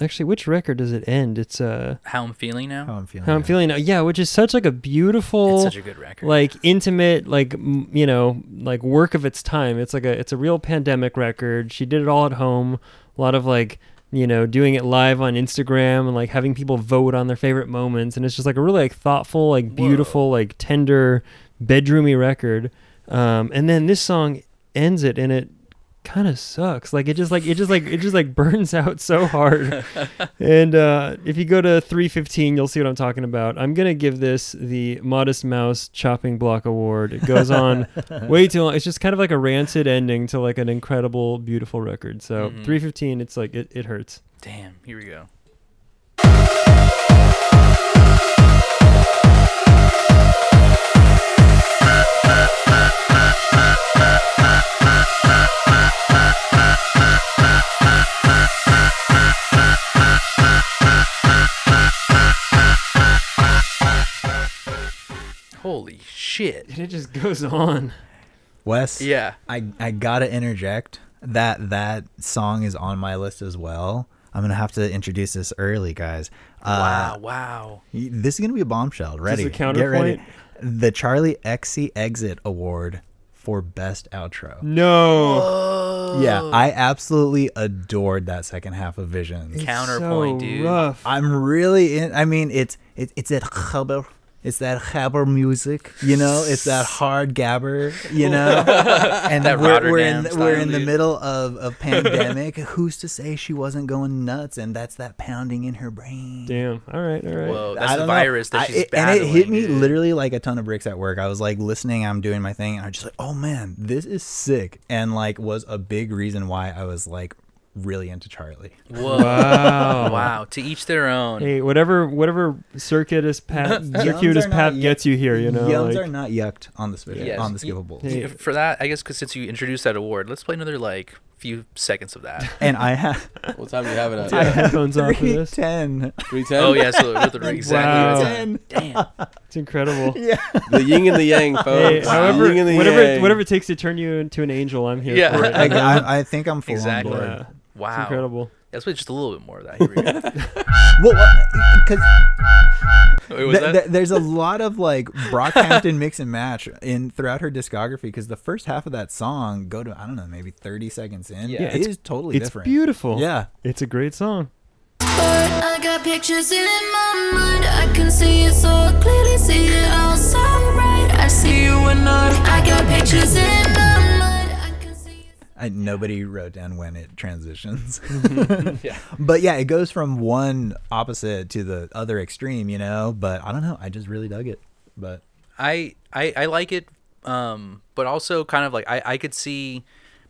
Speaker 5: actually which record does it end? It's uh
Speaker 2: how I'm feeling now.
Speaker 3: How I'm feeling.
Speaker 5: how I'm
Speaker 3: now.
Speaker 5: feeling now. Yeah, which is such like a beautiful
Speaker 2: Oh, it's such a good record.
Speaker 5: like intimate like m- you know like work of its time it's like a it's a real pandemic record she did it all at home a lot of like you know doing it live on instagram and like having people vote on their favorite moments and it's just like a really like thoughtful like beautiful like tender bedroomy record Um, and then this song ends it, and it kind of sucks. Like it just like it just like it just like [laughs] burns out so hard. and uh, if you go to 315, you'll see what I'm talking about. I'm gonna give this the Modest Mouse Chopping Block Award. It goes on
Speaker 3: [laughs]
Speaker 5: way too long. It's just kind of like a rancid ending to like an incredible, beautiful record. So 315, it's like it, it hurts.
Speaker 2: Damn, here we go. Holy shit.
Speaker 5: And it just goes on.
Speaker 3: Wes.
Speaker 2: Yeah.
Speaker 3: I, I gotta interject that that song is on my list as well. I'm gonna have to introduce this early, guys.
Speaker 2: Wow,
Speaker 3: Uh,
Speaker 2: wow.
Speaker 3: y- This is gonna be a bombshell. Ready?
Speaker 5: a
Speaker 3: Get ready.
Speaker 5: counterpoint?
Speaker 3: The Charlie XC Exit Award for Best Outro.
Speaker 5: No.
Speaker 2: Oh.
Speaker 3: Yeah, I absolutely adored that second half of Visions.
Speaker 2: Counterpoint,
Speaker 5: so
Speaker 2: dude.
Speaker 5: Rough.
Speaker 3: I'm really in. I mean, it's it, it's that gabber, it's that gabber music, you know. It's that hard gabber,
Speaker 2: [laughs]
Speaker 3: you know. And
Speaker 2: That
Speaker 3: we're, we're in
Speaker 2: Rotterdam
Speaker 3: we're in
Speaker 2: style,
Speaker 3: the
Speaker 2: dude.
Speaker 3: middle of of pandemic. [laughs] Who's to say she wasn't going nuts? And that's that pounding in her brain.
Speaker 5: Damn. All right. All right.
Speaker 2: Whoa, that's
Speaker 3: I
Speaker 2: the
Speaker 3: don't know.
Speaker 2: virus
Speaker 3: I-
Speaker 2: that she's
Speaker 3: it- and it hit
Speaker 2: battling,
Speaker 3: me
Speaker 2: dude.
Speaker 3: literally like a ton of bricks at work. I was like listening, I'm doing my thing, and I'm just like, oh man, this is sick, and like was a big reason why I was like really into Charlie.
Speaker 2: Whoa. [laughs]
Speaker 5: Wow.
Speaker 2: Wow. To each their own.
Speaker 5: Hey, whatever, whatever circuitous
Speaker 3: [laughs]
Speaker 5: path, circuitous
Speaker 3: are not
Speaker 5: path
Speaker 3: yet-
Speaker 5: gets you here, you know.
Speaker 3: Yums
Speaker 5: like-
Speaker 3: are not yucked on the spit
Speaker 2: Yes.
Speaker 3: on the skippable.
Speaker 5: Hey.
Speaker 2: Yeah, For that, I guess because since you introduced that award, let's play another like few seconds of that.
Speaker 3: And I have
Speaker 4: What time do you have [laughs]
Speaker 5: [laughs]
Speaker 4: it
Speaker 5: I
Speaker 4: at?
Speaker 5: have headphones on for
Speaker 3: three
Speaker 5: this.
Speaker 3: ten.
Speaker 4: Three ten.
Speaker 2: oh yeah, so with the-
Speaker 5: Wow.
Speaker 2: exactly.
Speaker 3: Ten.
Speaker 2: Damn.
Speaker 5: It's incredible.
Speaker 4: The yin and the
Speaker 2: [laughs]
Speaker 4: yang, folks.
Speaker 5: Hey,
Speaker 4: The
Speaker 5: however,
Speaker 4: yin and the
Speaker 5: whatever,
Speaker 4: yang.
Speaker 5: whatever it takes to turn you into an angel, I'm here
Speaker 2: Yeah.
Speaker 3: [laughs]
Speaker 5: for it.
Speaker 3: I, I, I think I'm full
Speaker 2: Exactly.
Speaker 3: on
Speaker 5: Yeah.
Speaker 3: board.
Speaker 5: It's
Speaker 2: Wow.
Speaker 5: incredible.
Speaker 2: Let's play just a little bit more of that. Here we go.
Speaker 3: [laughs] Well, uh, because
Speaker 2: Wait, was that?
Speaker 3: there's a lot of like Brockhampton mix and match in throughout her discography. Because the first half of that song go to I don't know maybe 30 seconds in.
Speaker 2: Yeah.
Speaker 3: Yeah,
Speaker 5: It's-
Speaker 3: it is totally
Speaker 5: it's
Speaker 3: different.
Speaker 5: beautiful.
Speaker 3: Yeah,
Speaker 5: It's a great song.
Speaker 6: But I got pictures in my mind. I can see it so clearly, see it all so right. I see you and I. I got pictures in my mind. I can see it.
Speaker 3: I, nobody wrote down when
Speaker 2: [laughs]
Speaker 3: it transitions. But yeah, it goes from one opposite to the other extreme, you know. But I don't know. I just really dug it. But
Speaker 2: I, I I like it, um, but also kind of like I I could see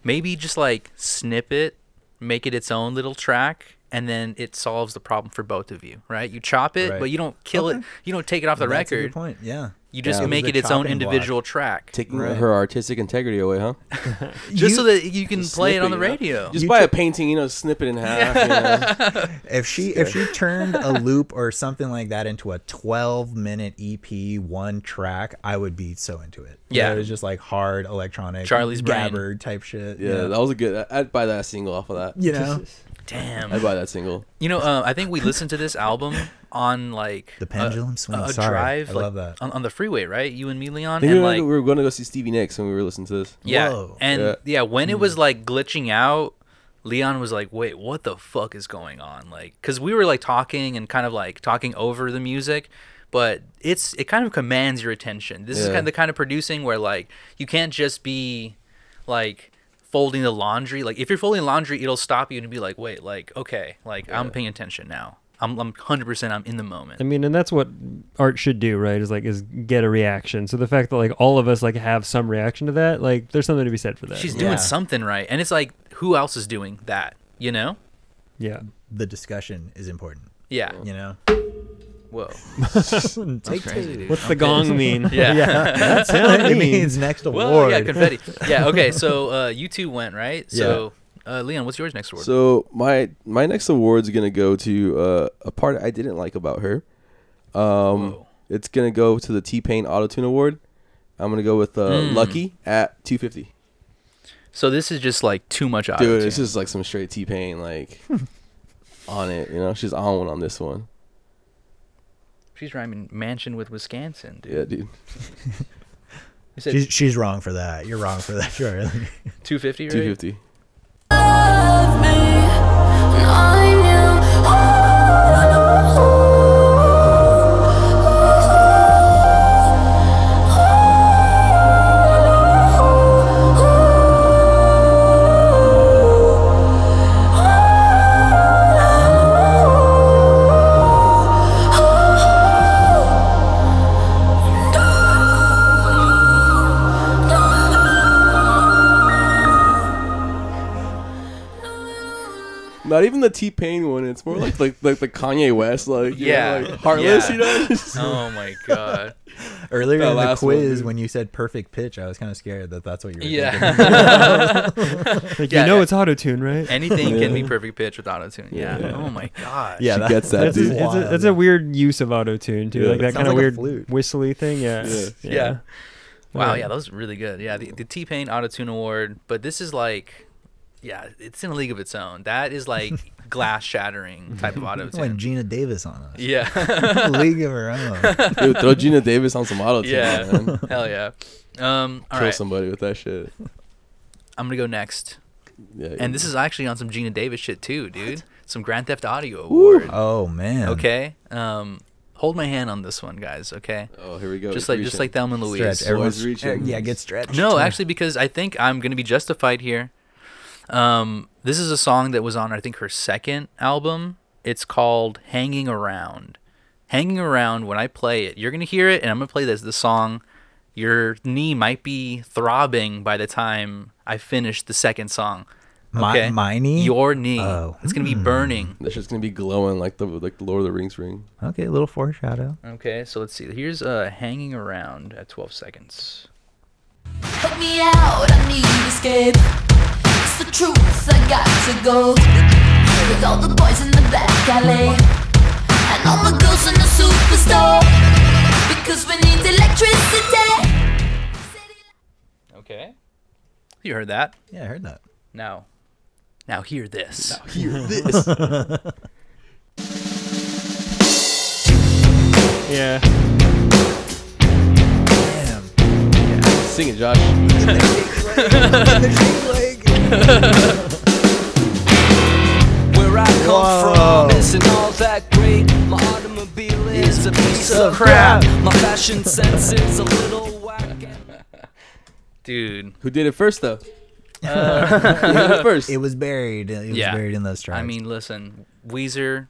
Speaker 2: maybe just like snip it, make it its own little track. And then it solves the problem for both of you, right? You chop it,
Speaker 3: Right.
Speaker 2: but you don't kill it.
Speaker 3: Okay.
Speaker 2: You don't take it off the
Speaker 3: that's a good
Speaker 2: record.
Speaker 3: point. Yeah.
Speaker 2: You just
Speaker 3: Yeah.
Speaker 2: make
Speaker 3: was
Speaker 2: it
Speaker 3: a
Speaker 2: its own
Speaker 3: chopping block.
Speaker 2: individual track,
Speaker 4: Taking
Speaker 3: Right.
Speaker 4: her artistic integrity away, huh?
Speaker 2: just
Speaker 3: You-
Speaker 2: so that you can play it
Speaker 4: Snippet,
Speaker 2: on the
Speaker 4: you know?
Speaker 2: radio.
Speaker 4: Just buy a painting, you know, snip it in half. you
Speaker 2: [laughs]
Speaker 4: know?
Speaker 3: If she if she turned a loop or something like that into a 12 minute EP one track, I would be so into it.
Speaker 2: Yeah.
Speaker 3: it was just like hard electronic
Speaker 2: Charlie's brain.
Speaker 3: grabber type shit.
Speaker 4: Yeah, that was a good. I- I'd buy that single off of that.
Speaker 3: you know
Speaker 2: Damn.
Speaker 4: I'd buy that single.
Speaker 2: You know, uh, I think we listened to [laughs] this album on like
Speaker 3: the pendulum
Speaker 2: a,
Speaker 3: swing.
Speaker 2: a
Speaker 3: Sorry,
Speaker 2: drive.
Speaker 3: I
Speaker 2: like,
Speaker 3: love that.
Speaker 2: on, on the freeway, right? You and me, Leon,
Speaker 4: I think we
Speaker 2: and
Speaker 4: were,
Speaker 2: like
Speaker 4: we were going to go see Stevie Nicks and we were listening to this.
Speaker 2: yeah,
Speaker 3: Whoa. Hmm.
Speaker 2: and yeah,
Speaker 4: Yeah.
Speaker 2: when it was like glitching out, Leon was like, "Wait, what the fuck is going on?" Like, because we were like talking and kind of like talking over the music. But it's it kind of commands your attention. This is
Speaker 4: Yeah.
Speaker 2: kind of the kind of producing where like you can't just be like folding the laundry. Like if you're folding laundry, it'll stop you and be like, wait, like okay, like I'm paying attention now. I'm I'm hundred percent. I'm in the moment.
Speaker 5: I mean, and that's what art should do, right? Is like is get a reaction. So the fact that like all of us like have some reaction to that, like there's something to be said for that.
Speaker 2: She's
Speaker 3: Yeah.
Speaker 2: doing something right, and it's like who else is doing that? You know?
Speaker 5: yeah.
Speaker 3: The discussion is important.
Speaker 2: Yeah.
Speaker 3: You know,
Speaker 2: Whoa.
Speaker 3: [laughs] take
Speaker 2: crazy,
Speaker 3: two.
Speaker 2: dude.
Speaker 5: What's the gong mean?
Speaker 2: Yeah.
Speaker 5: That's
Speaker 3: it means next award.
Speaker 2: Well, yeah, confetti. Yeah. Okay. So uh, you two went right. So uh, Leon, what's yours next word?
Speaker 4: So my my next award's gonna go to uh, a part I didn't like about her. Um,
Speaker 2: Whoa.
Speaker 4: it's gonna go to the T Pain Auto Tune Award. I'm gonna go with uh,
Speaker 2: Hmm.
Speaker 4: Lucky at 250.
Speaker 2: so this is just like too much auto.
Speaker 4: Dude, it's just like some straight T Pain
Speaker 2: [laughs]
Speaker 4: like on it. You know, she's on one on this one.
Speaker 2: She's rhyming mansion with Wisconsin, dude.
Speaker 4: Yeah, dude.
Speaker 2: You said
Speaker 3: She's, she's wrong for that. You're wrong for that, [laughs] Charlie.
Speaker 2: two fifty, right?
Speaker 4: 250.
Speaker 6: Love me, and I knew all along.
Speaker 4: not even the T Pain one. It's more like like like the Kanye West like you know,
Speaker 2: Yeah.
Speaker 4: like heartless.
Speaker 2: Yeah.
Speaker 4: You know,
Speaker 2: [laughs]
Speaker 4: [laughs]
Speaker 2: Oh my god.
Speaker 3: Earlier
Speaker 4: That
Speaker 3: in the
Speaker 4: last one,
Speaker 3: quiz,
Speaker 4: dude.
Speaker 3: when you said perfect pitch, I was kind of scared that that's what you were thinking.
Speaker 2: [laughs] Yeah.
Speaker 5: Like,
Speaker 2: Yeah,
Speaker 5: you know
Speaker 2: yeah.
Speaker 5: it's auto tune, right?
Speaker 2: Anything can be perfect pitch with auto tune. Yeah. Oh my god.
Speaker 3: Yeah,
Speaker 4: [laughs] She gets that,
Speaker 5: That's,
Speaker 4: dude.
Speaker 5: a, it's, a, that's a weird use of auto tune too,
Speaker 4: Yeah.
Speaker 5: like that
Speaker 3: Sounds
Speaker 5: kind of
Speaker 3: like a flute.
Speaker 5: weird whistly thing. Yeah.
Speaker 4: Yeah.
Speaker 2: Yeah. Wow,
Speaker 5: Yeah.
Speaker 2: yeah, that was really good. Yeah, the, the T Pain Auto Tune Award, but this is like, yeah, it's in a league of its own. That is like glass shattering type of auto
Speaker 3: When
Speaker 2: tune.
Speaker 3: Gina Davis on us,
Speaker 2: Yeah,
Speaker 3: league
Speaker 2: [laughs]
Speaker 3: of her own.
Speaker 4: Dude, throw Gina Davis on some auto tune,
Speaker 2: yeah,
Speaker 4: man.
Speaker 2: [laughs]
Speaker 4: Kill
Speaker 2: hell yeah. Um, all right,
Speaker 4: somebody with that shit.
Speaker 2: I'm gonna go next,
Speaker 4: Yeah,
Speaker 2: and this is actually on some Gina Davis shit too, dude. Some Grand Theft Audio Award.
Speaker 3: Oh man.
Speaker 2: Okay, um, hold my hand on this one, guys. Okay,
Speaker 4: oh here we go.
Speaker 2: just like just like Thelma and Louise.
Speaker 3: Stretch. Everyone's
Speaker 4: reaching.
Speaker 3: Yeah, get stretched.
Speaker 2: No, actually, because I think I'm going to be justified here. Um, this is a song that was on, I think, her second album. It's called Hanging Around. Hanging Around, when I play it, you're going to hear it, and I'm going to play this, the song. Your knee might be throbbing by the time I finish the second song.
Speaker 3: My- my knee?
Speaker 2: Your knee.
Speaker 3: Oh.
Speaker 2: It's going to be burning.
Speaker 4: That shit's gonna be glowing like the like the Lord of the Rings ring.
Speaker 3: Okay, a little foreshadow.
Speaker 2: Okay, so let's see. Here's uh, Hanging Around at 12 seconds.
Speaker 6: Help me out, I need escape. It's the truth, I got to go. With all the boys in the back alley, and all the girls in the superstore. Because we need electricity.
Speaker 2: Okay. You heard that?
Speaker 3: Yeah, I heard that.
Speaker 2: Now, now hear this.
Speaker 5: Yeah.
Speaker 3: Damn.
Speaker 4: Sing it, Josh.
Speaker 9: Where I come
Speaker 3: Whoa.
Speaker 9: from isn't all that great. My automobile is a piece of crap. My fashion sense is a little whack.
Speaker 2: Dude.
Speaker 4: Who did it first though? [laughs]
Speaker 2: Uh,
Speaker 4: Who did it first.
Speaker 3: It was buried. It was
Speaker 2: Yeah.
Speaker 3: buried in those tracks.
Speaker 2: I mean, listen, Weezer,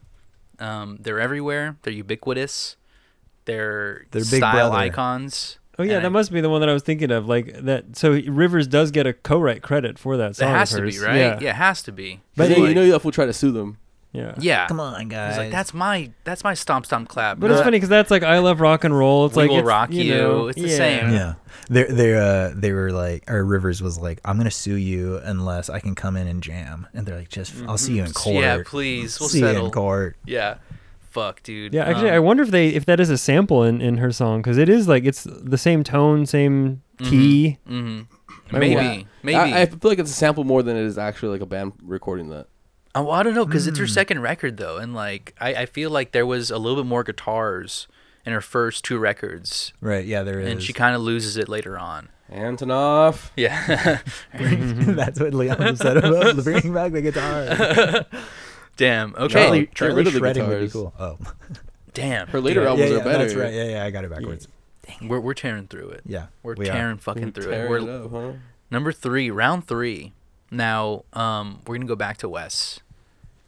Speaker 2: um, they're everywhere. They're ubiquitous. They're,
Speaker 3: They're Big
Speaker 2: style
Speaker 3: Brother.
Speaker 2: icons.
Speaker 5: Oh yeah,
Speaker 2: And I-
Speaker 5: that must be the one that I was thinking of. Like that. So Rivers does get a co-write credit for that
Speaker 2: It
Speaker 5: song. of
Speaker 2: has to be
Speaker 5: hers.
Speaker 2: right. Yeah,
Speaker 5: Yeah.
Speaker 2: it has to be.
Speaker 4: But
Speaker 5: But
Speaker 4: you
Speaker 5: like-
Speaker 4: know you'll try to sue them.
Speaker 5: Yeah.
Speaker 2: Yeah,
Speaker 3: come on, guys.
Speaker 2: It's like that's my that's my stomp stomp clap.
Speaker 5: But it's
Speaker 2: not-
Speaker 5: funny because that's like I love rock and roll. It's
Speaker 2: We
Speaker 5: like
Speaker 2: will
Speaker 5: it's,
Speaker 2: rock
Speaker 5: you.
Speaker 2: you.
Speaker 5: know,
Speaker 2: It's the
Speaker 5: yeah.
Speaker 2: same.
Speaker 3: Yeah. They they uh they were like or Rivers was like I'm gonna sue you unless I can come in and jam and they're like just I'll see you in court.
Speaker 2: Mm-hmm. Yeah, please, we'll
Speaker 3: see you
Speaker 2: settle.
Speaker 3: in court.
Speaker 2: Yeah, fuck, dude.
Speaker 5: Yeah, actually,
Speaker 2: Um,
Speaker 5: I wonder if they if that is a sample in in her song because it is like it's the same tone, same
Speaker 2: Mm-hmm.
Speaker 5: key.
Speaker 2: maybe,
Speaker 4: Yeah.
Speaker 2: maybe.
Speaker 4: I, I feel like it's a sample more than it is actually like a band recording that.
Speaker 2: Oh, well, I don't know because it's her second record though, and like I, I feel like there was a little bit more guitars in her first two records,
Speaker 3: Right. Yeah, there is.
Speaker 2: and
Speaker 3: [laughs]
Speaker 2: she kind of loses it later on. [laughs]
Speaker 4: Antonov.
Speaker 2: Yeah. Mm-hmm.
Speaker 3: that's what Leon said about bringing back
Speaker 2: [laughs]
Speaker 3: the guitar.
Speaker 2: Damn. Okay.
Speaker 4: No,
Speaker 3: Charlie,
Speaker 4: get
Speaker 3: Charlie
Speaker 4: rid of the
Speaker 3: shredding would be
Speaker 4: guitars.
Speaker 3: cool. Oh,
Speaker 2: Damn.
Speaker 4: Her later
Speaker 2: dude.
Speaker 4: albums
Speaker 3: yeah,
Speaker 4: are
Speaker 3: yeah,
Speaker 4: better.
Speaker 3: that's right. Yeah, yeah, I got it backwards.
Speaker 2: We're, we're tearing through it.
Speaker 3: Yeah,
Speaker 2: We're
Speaker 3: we are.
Speaker 2: tearing fucking through it.
Speaker 4: Tearing
Speaker 2: We're
Speaker 4: it up, huh?
Speaker 2: number three, round three. Now, um, we're gonna go back to Wes.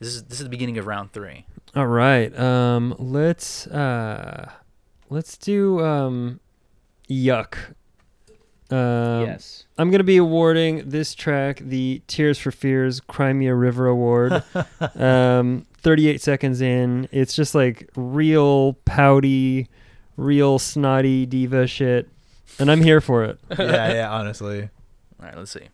Speaker 2: This is this is the beginning of round three.
Speaker 5: All right. Um, let's uh, let's do um, yuck. Um, I'm gonna be awarding this track the Tears for Fears Crimea River Award. um, 38 seconds in, it's just like real pouty, real snotty diva shit, and I'm here for it.
Speaker 3: [laughs] yeah, yeah. Honestly,
Speaker 2: All right. Let's see.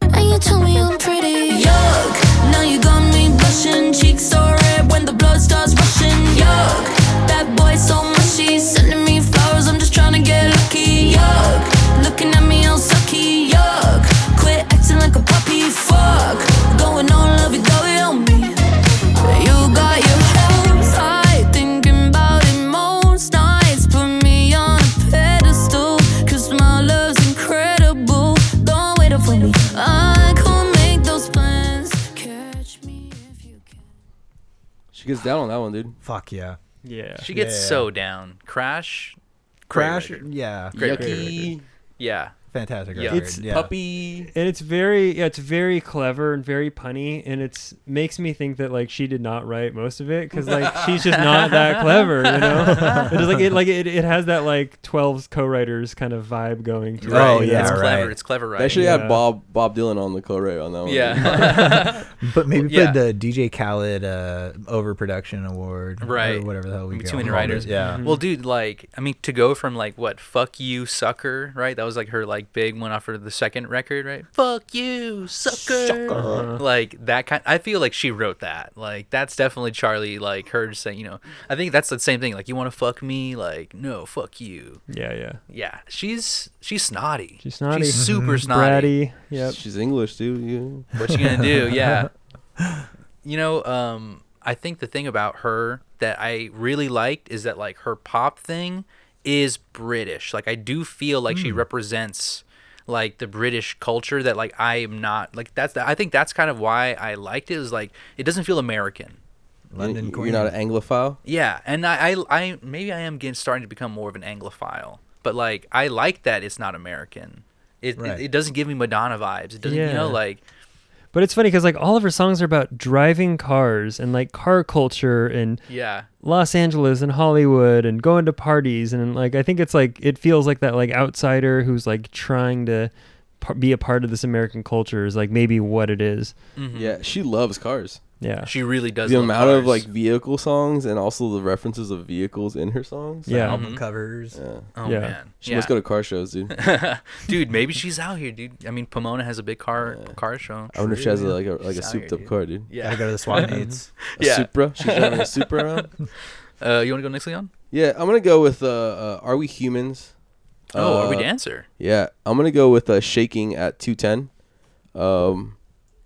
Speaker 6: And you tell me I'm pretty. Yuck, now you got me blushing. Cheeks are red when the blood starts rushing. Yuck, that boy's so mushy. Sending me flowers, I'm just trying to get lucky. Yuck, looking at me all sucky. Yuck, quit acting like a puppy. Fuck, going all lovey dovey on me. You got your hopes high, thinking about it most nights. Put me on a pedestal, cause my love's incredible. Don't wait up for me. I can't make those plans. Catch me if you can.
Speaker 4: She gets down on that one, dude.
Speaker 3: fuck yeah.
Speaker 5: Yeah.
Speaker 2: She gets
Speaker 3: Yeah.
Speaker 2: so down. Crash.
Speaker 3: Crash.
Speaker 2: record.
Speaker 3: Yeah.
Speaker 2: Great
Speaker 4: Yucky.
Speaker 2: Yeah.
Speaker 3: fantastic
Speaker 2: Yeah.
Speaker 3: record.
Speaker 5: It's
Speaker 3: yeah.
Speaker 4: Puppy.
Speaker 5: and it's very yeah, it's very clever and very punny, and it's makes me think that like she did not write most of it because like she's just not that clever, you know. It's like it like it, it has that like twelve co-writers kind of vibe going to
Speaker 3: Right.
Speaker 5: it. you
Speaker 3: Oh, yeah,
Speaker 2: it's
Speaker 5: know?
Speaker 2: clever.
Speaker 3: right.
Speaker 2: It's clever
Speaker 4: They
Speaker 2: writing.
Speaker 4: should have
Speaker 5: Yeah.
Speaker 4: had Bob Bob Dylan on the co-write on that one.
Speaker 2: Yeah, [laughs]
Speaker 3: But maybe
Speaker 2: Yeah.
Speaker 3: put the DJ Khaled uh, overproduction award,
Speaker 2: Right.
Speaker 3: Or whatever the hell we
Speaker 2: between
Speaker 3: call
Speaker 2: the
Speaker 3: it.
Speaker 2: writers.
Speaker 3: Yeah,
Speaker 5: Mm.
Speaker 2: Well, dude, like I mean, to go from like what "fuck you, sucker," right? That was like her like big one off her the second record, right? "Fuck you, sucker."
Speaker 5: Uh-huh.
Speaker 2: Like that kind. I feel like she wrote that. Like that's definitely Charlie. Like her just saying, you know, I think that's the same thing. Like you want to fuck me? Like no, fuck you.
Speaker 5: yeah, yeah.
Speaker 2: Yeah, she's she's snotty.
Speaker 5: She's snotty. Mm-hmm.
Speaker 2: She's super snotty.
Speaker 5: Bratty. Yep.
Speaker 4: She's English too. Yeah.
Speaker 2: What you gonna do? Yeah. You know, um, I think the thing about her that I really liked is that like her pop thing is British. Like I do feel like she represents like the British culture that like I am not like that's the, I think that's kind of why I liked it is like it doesn't feel American.
Speaker 3: London
Speaker 4: Mm-hmm. You're
Speaker 3: Queen.
Speaker 4: not an Anglophile.
Speaker 2: Yeah, and I, I, I maybe I am getting starting to become more of an Anglophile, but like I like that it's not American. It
Speaker 3: Right.
Speaker 2: it, it doesn't give me Madonna vibes. It doesn't, you know,
Speaker 5: Yeah.
Speaker 2: like
Speaker 5: But it's funny because like all of her songs are about driving cars and like car culture and
Speaker 2: yeah,
Speaker 5: Los Angeles and Hollywood and going to parties and like I think it's like it feels like that like outsider who's like trying to par- be a part of this American culture is like maybe what it is.
Speaker 2: Mm-hmm.
Speaker 4: Yeah, she loves cars.
Speaker 5: Yeah.
Speaker 2: she really does.
Speaker 4: the
Speaker 2: love
Speaker 4: amount of
Speaker 2: cars.
Speaker 4: like vehicle songs and also the references of vehicles in her songs.
Speaker 5: yeah.
Speaker 3: album covers.
Speaker 4: Yeah.
Speaker 2: oh
Speaker 5: yeah.
Speaker 2: man,
Speaker 4: She
Speaker 2: yeah.
Speaker 4: must go to car shows, dude.
Speaker 2: [laughs] dude. Maybe she's out here, dude. I mean, Pomona has a big car car show.
Speaker 4: I wonder if she has a, like a like a
Speaker 2: She's out
Speaker 4: souped
Speaker 2: here,
Speaker 4: up
Speaker 2: dude.
Speaker 4: car, dude.
Speaker 3: Gotta
Speaker 2: Yeah.
Speaker 4: [laughs]
Speaker 3: go to the swap meets.
Speaker 4: A
Speaker 2: [laughs] Yeah.
Speaker 4: Supra. She's driving
Speaker 2: [laughs]
Speaker 4: a Supra around.
Speaker 2: Uh, you want to go next, Leon?
Speaker 4: Yeah, I'm gonna go with uh, uh Are We Humans?
Speaker 2: Oh, are we
Speaker 4: Uh,
Speaker 2: dancer?
Speaker 4: Yeah, I'm gonna go with uh, shaking at 210. Um,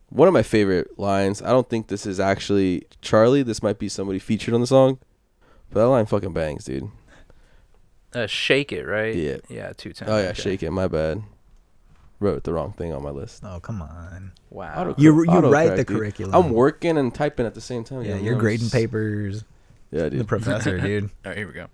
Speaker 4: one of my favorite lines. I don't think this is actually Charlie. This might be somebody featured on the song, but that line fucking bangs, dude.
Speaker 2: Uh, shake it, right?
Speaker 4: Yeah.
Speaker 2: Yeah, two times.
Speaker 4: Oh yeah, shake it. My bad. Wrote the wrong thing on my list.
Speaker 3: Oh come on.
Speaker 2: Wow.
Speaker 3: You you
Speaker 4: Autocorrect,
Speaker 3: write the
Speaker 4: dude.
Speaker 3: curriculum.
Speaker 4: I'm working and typing at the same time.
Speaker 3: Yeah,
Speaker 4: dude.
Speaker 3: you're
Speaker 4: I'm
Speaker 3: grading
Speaker 4: just-
Speaker 3: papers.
Speaker 4: Yeah,
Speaker 3: The
Speaker 4: dude. [laughs]
Speaker 3: professor, dude.
Speaker 2: All right, here we go.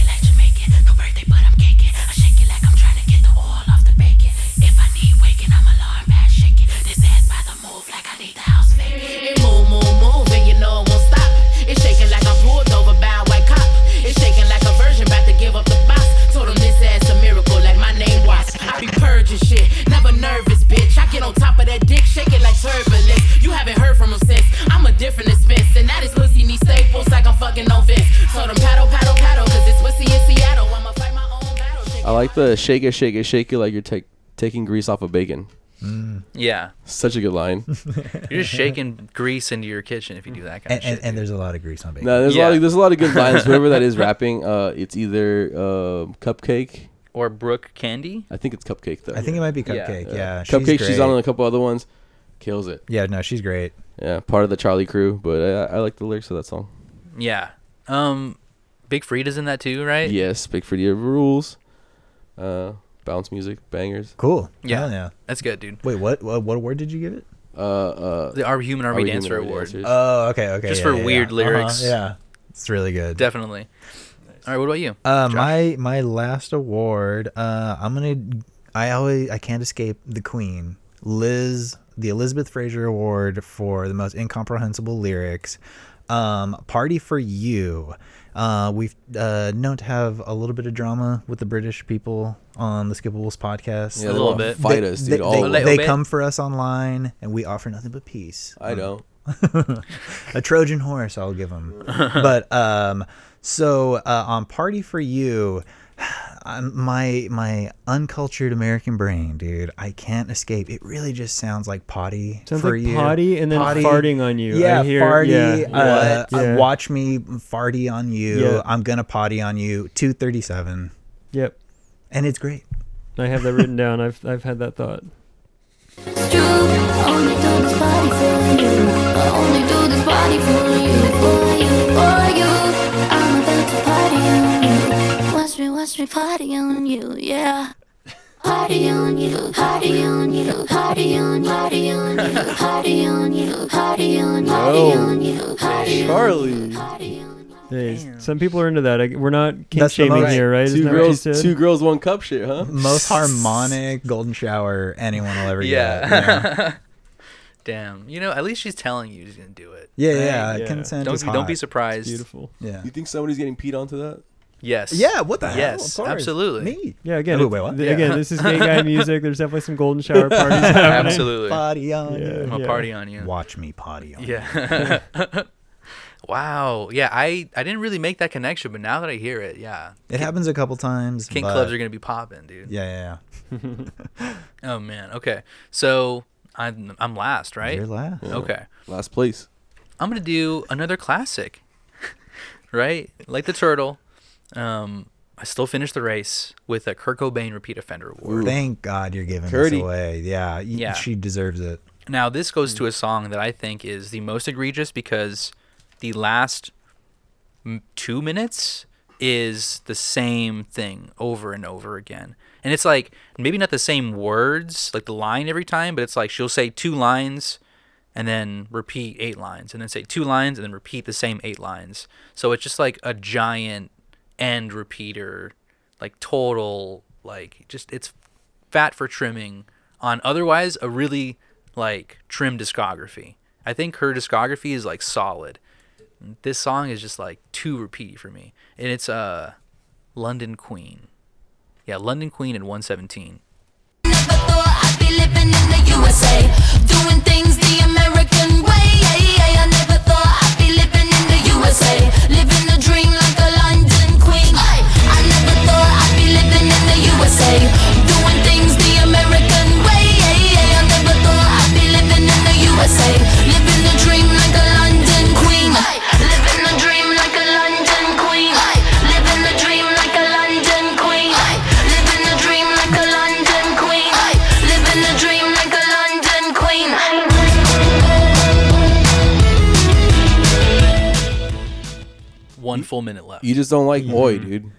Speaker 7: let you make it. No birthday, but I'm caking. I shake it like I'm trying to get the oil off the bacon. If I need waking, I'm alarm pad shaking. This ass by the move like I need the house vacant. It move, move, move, and you know it won't stop. It's shaking like I'm pulled over by a white cop. It's shaking like a virgin about to give up the box. Told him this ass a miracle, like my name Watts. I be purging shit, never nervous, bitch. I get on top of that dick, shake it like turbulence. You haven't heard from him since. I'm a different expense, and that is pussy need staples like I'm fucking no Vince. Told him paddle, paddle, paddle, cause it's pussy in Seattle. I'ma fight my own battle. Shake
Speaker 4: I
Speaker 7: it
Speaker 4: like the shake it, shake it, shake it like you're ta- taking grease off a bacon.
Speaker 2: Yeah,
Speaker 4: Such a good
Speaker 3: [laughs]
Speaker 4: line.
Speaker 2: you're just shaking grease into your kitchen if you do that kind
Speaker 3: And,
Speaker 2: of shit.
Speaker 3: and, and there's a lot of grease on bacon.
Speaker 4: No, there's a lot.
Speaker 2: Yeah.
Speaker 4: Of, there's a lot
Speaker 3: [laughs]
Speaker 4: of good lines. Whoever that is rapping, uh, it's either um Cupcake.
Speaker 2: or Brooke Candy.
Speaker 4: I think it's Cupcake though.
Speaker 3: I think it might be
Speaker 2: Yeah.
Speaker 3: Cupcake. Yeah,
Speaker 4: Cupcake. She's,
Speaker 3: great.
Speaker 4: on a couple other ones. Kills it.
Speaker 3: Yeah, no, she's great.
Speaker 4: Yeah, part of the Charlie crew, but I, I like the lyrics of that song.
Speaker 2: Yeah. Um, Big Frida's in that too, right?
Speaker 4: Yes, Big Freddie rules. Uh, bounce music bangers.
Speaker 3: Cool.
Speaker 2: Yeah.
Speaker 3: Hell yeah.
Speaker 2: That's good, dude.
Speaker 3: Wait, what, what? What award did you give it?
Speaker 4: Uh, uh,
Speaker 2: The Are We Human, Are,
Speaker 4: Are
Speaker 2: We
Speaker 4: We
Speaker 2: Dancer
Speaker 4: Human, Are We
Speaker 2: Award.
Speaker 4: Dancers?
Speaker 3: Oh, okay, okay.
Speaker 2: Just
Speaker 3: yeah,
Speaker 2: for
Speaker 3: yeah,
Speaker 2: weird
Speaker 3: yeah.
Speaker 2: lyrics.
Speaker 3: Uh-huh, yeah, it's really good.
Speaker 2: Definitely. All right, what about you?
Speaker 3: Uh,
Speaker 2: Josh?
Speaker 3: my my last award. Uh, I'm gonna. I always I can't escape the Queen, Liz, the Elizabeth Fraser Award for the most incomprehensible lyrics. Um, Party for You. Uh, we've uh, known to have a little bit of drama with the British people on the Skippables podcast.
Speaker 4: yeah,
Speaker 2: a
Speaker 4: they
Speaker 2: little
Speaker 4: wanna
Speaker 2: bit.
Speaker 4: uh, Fight us, dude.
Speaker 3: they,
Speaker 4: all of
Speaker 3: they-
Speaker 4: them.
Speaker 2: Little
Speaker 3: they
Speaker 2: bit.
Speaker 3: come for us online, and we offer nothing but peace
Speaker 4: I know.
Speaker 3: a Trojan horse, I'll
Speaker 2: [laughs]
Speaker 3: give him. but um, so uh, on Party for You, I'm, my my uncultured American brain, dude, I can't escape. It really just sounds like potty
Speaker 5: Sounds
Speaker 3: for
Speaker 5: like
Speaker 3: you.
Speaker 5: potty and then farting on you. I
Speaker 3: Yeah,
Speaker 5: hear-
Speaker 3: farty.
Speaker 5: yeah.
Speaker 3: Uh,
Speaker 5: What?
Speaker 3: uh,
Speaker 5: Yeah.
Speaker 3: Watch me farty on you.
Speaker 5: Yeah.
Speaker 3: I'm gonna potty on you. Two thirty seven,
Speaker 5: Yep.
Speaker 3: and it's great.
Speaker 5: I have that written down. I've I've had that thought.
Speaker 6: It's true, I only do this body for you. I only do this body for you, for you, for you. I'm about to party on you. Watch me, watch me party on you, yeah. Party on you, party on you, party on, party on you, party on you, party on, party on you, party on,
Speaker 4: Charlie.
Speaker 6: party on.
Speaker 5: There's- Some people are into that. I, we're not kink
Speaker 3: That's the
Speaker 5: shaming
Speaker 3: most-
Speaker 5: here, right? Isn't
Speaker 4: Two
Speaker 5: that what you
Speaker 4: girls,
Speaker 5: said?
Speaker 4: two girls, one cup shit,
Speaker 3: [laughs]
Speaker 4: huh?
Speaker 2: [laughs]
Speaker 3: Most harmonic golden shower anyone will ever get. you
Speaker 2: [laughs]
Speaker 3: know?
Speaker 2: Yeah. Damn. You know, at least she's telling you she's gonna do it.
Speaker 3: Yeah,
Speaker 2: Right?
Speaker 3: yeah.
Speaker 5: yeah.
Speaker 3: Consent
Speaker 2: Don't
Speaker 3: is
Speaker 2: be,
Speaker 3: hot.
Speaker 2: don't be surprised.
Speaker 5: Beautiful.
Speaker 3: Yeah.
Speaker 4: You think somebody's getting peed onto that?
Speaker 2: Yes.
Speaker 3: Yeah. [laughs] What the hell?
Speaker 2: Yes,
Speaker 3: Of course.
Speaker 2: absolutely.
Speaker 3: Me.
Speaker 5: Yeah, again,
Speaker 3: Oh,
Speaker 5: it's-
Speaker 3: wait, what?
Speaker 5: th-
Speaker 2: Yeah.
Speaker 5: again, this is
Speaker 2: [laughs]
Speaker 5: gay guy music. There's definitely some golden shower parties happening.
Speaker 2: Absolutely.
Speaker 3: Potty on.
Speaker 5: Yeah.
Speaker 2: I'm a party on
Speaker 3: you.
Speaker 2: you.
Speaker 3: Watch me potty on. you.
Speaker 2: Yeah. [laughs] wow. Yeah. I I didn't really make that connection, but now that I hear it, yeah,
Speaker 3: It happens a couple times.
Speaker 2: kink
Speaker 3: but-
Speaker 2: clubs are gonna be popping, dude.
Speaker 3: Yeah, yeah,
Speaker 2: Oh man. Okay. So I'm I'm last,
Speaker 3: yeah.
Speaker 2: right?
Speaker 3: You're last.
Speaker 2: Okay.
Speaker 4: Last place.
Speaker 2: I'm gonna do another classic, [laughs] right? Like the turtle. Um, I still finished the race with a Kurt Cobain Repeat Offender Award.
Speaker 3: Thank God you're giving
Speaker 4: Curdy.
Speaker 3: this away. Yeah, y-
Speaker 2: Yeah.
Speaker 3: she deserves it.
Speaker 2: Now this goes to a song that I think is the most egregious because the last m- two minutes is the same thing over and over again, and it's like maybe not the same words, like the line every time, but it's like she'll say two lines and then repeat eight lines, and then say two lines and then repeat the same eight lines. So it's just like a giant end repeater, like total, like just it's fat for trimming on otherwise a really like trim discography. I think her discography is like solid. This song is just like too repeaty for me. And it's uh London Queen. Yeah, London Queen and 117.
Speaker 6: Never thought I'd be living in the USA, doing things the American way. I never thought I'd be living in the USA, living the dream like a London queen. I never thought I'd be living in the USA, doing things the American way. I never thought I'd be living in the USA, living the dream like a London queen. Living the dream like a London queen. Living the dream like a London queen. Living the dream like a London queen. Living the dream like a London queen.
Speaker 2: One full minute left.
Speaker 4: You just don't like oi, dude.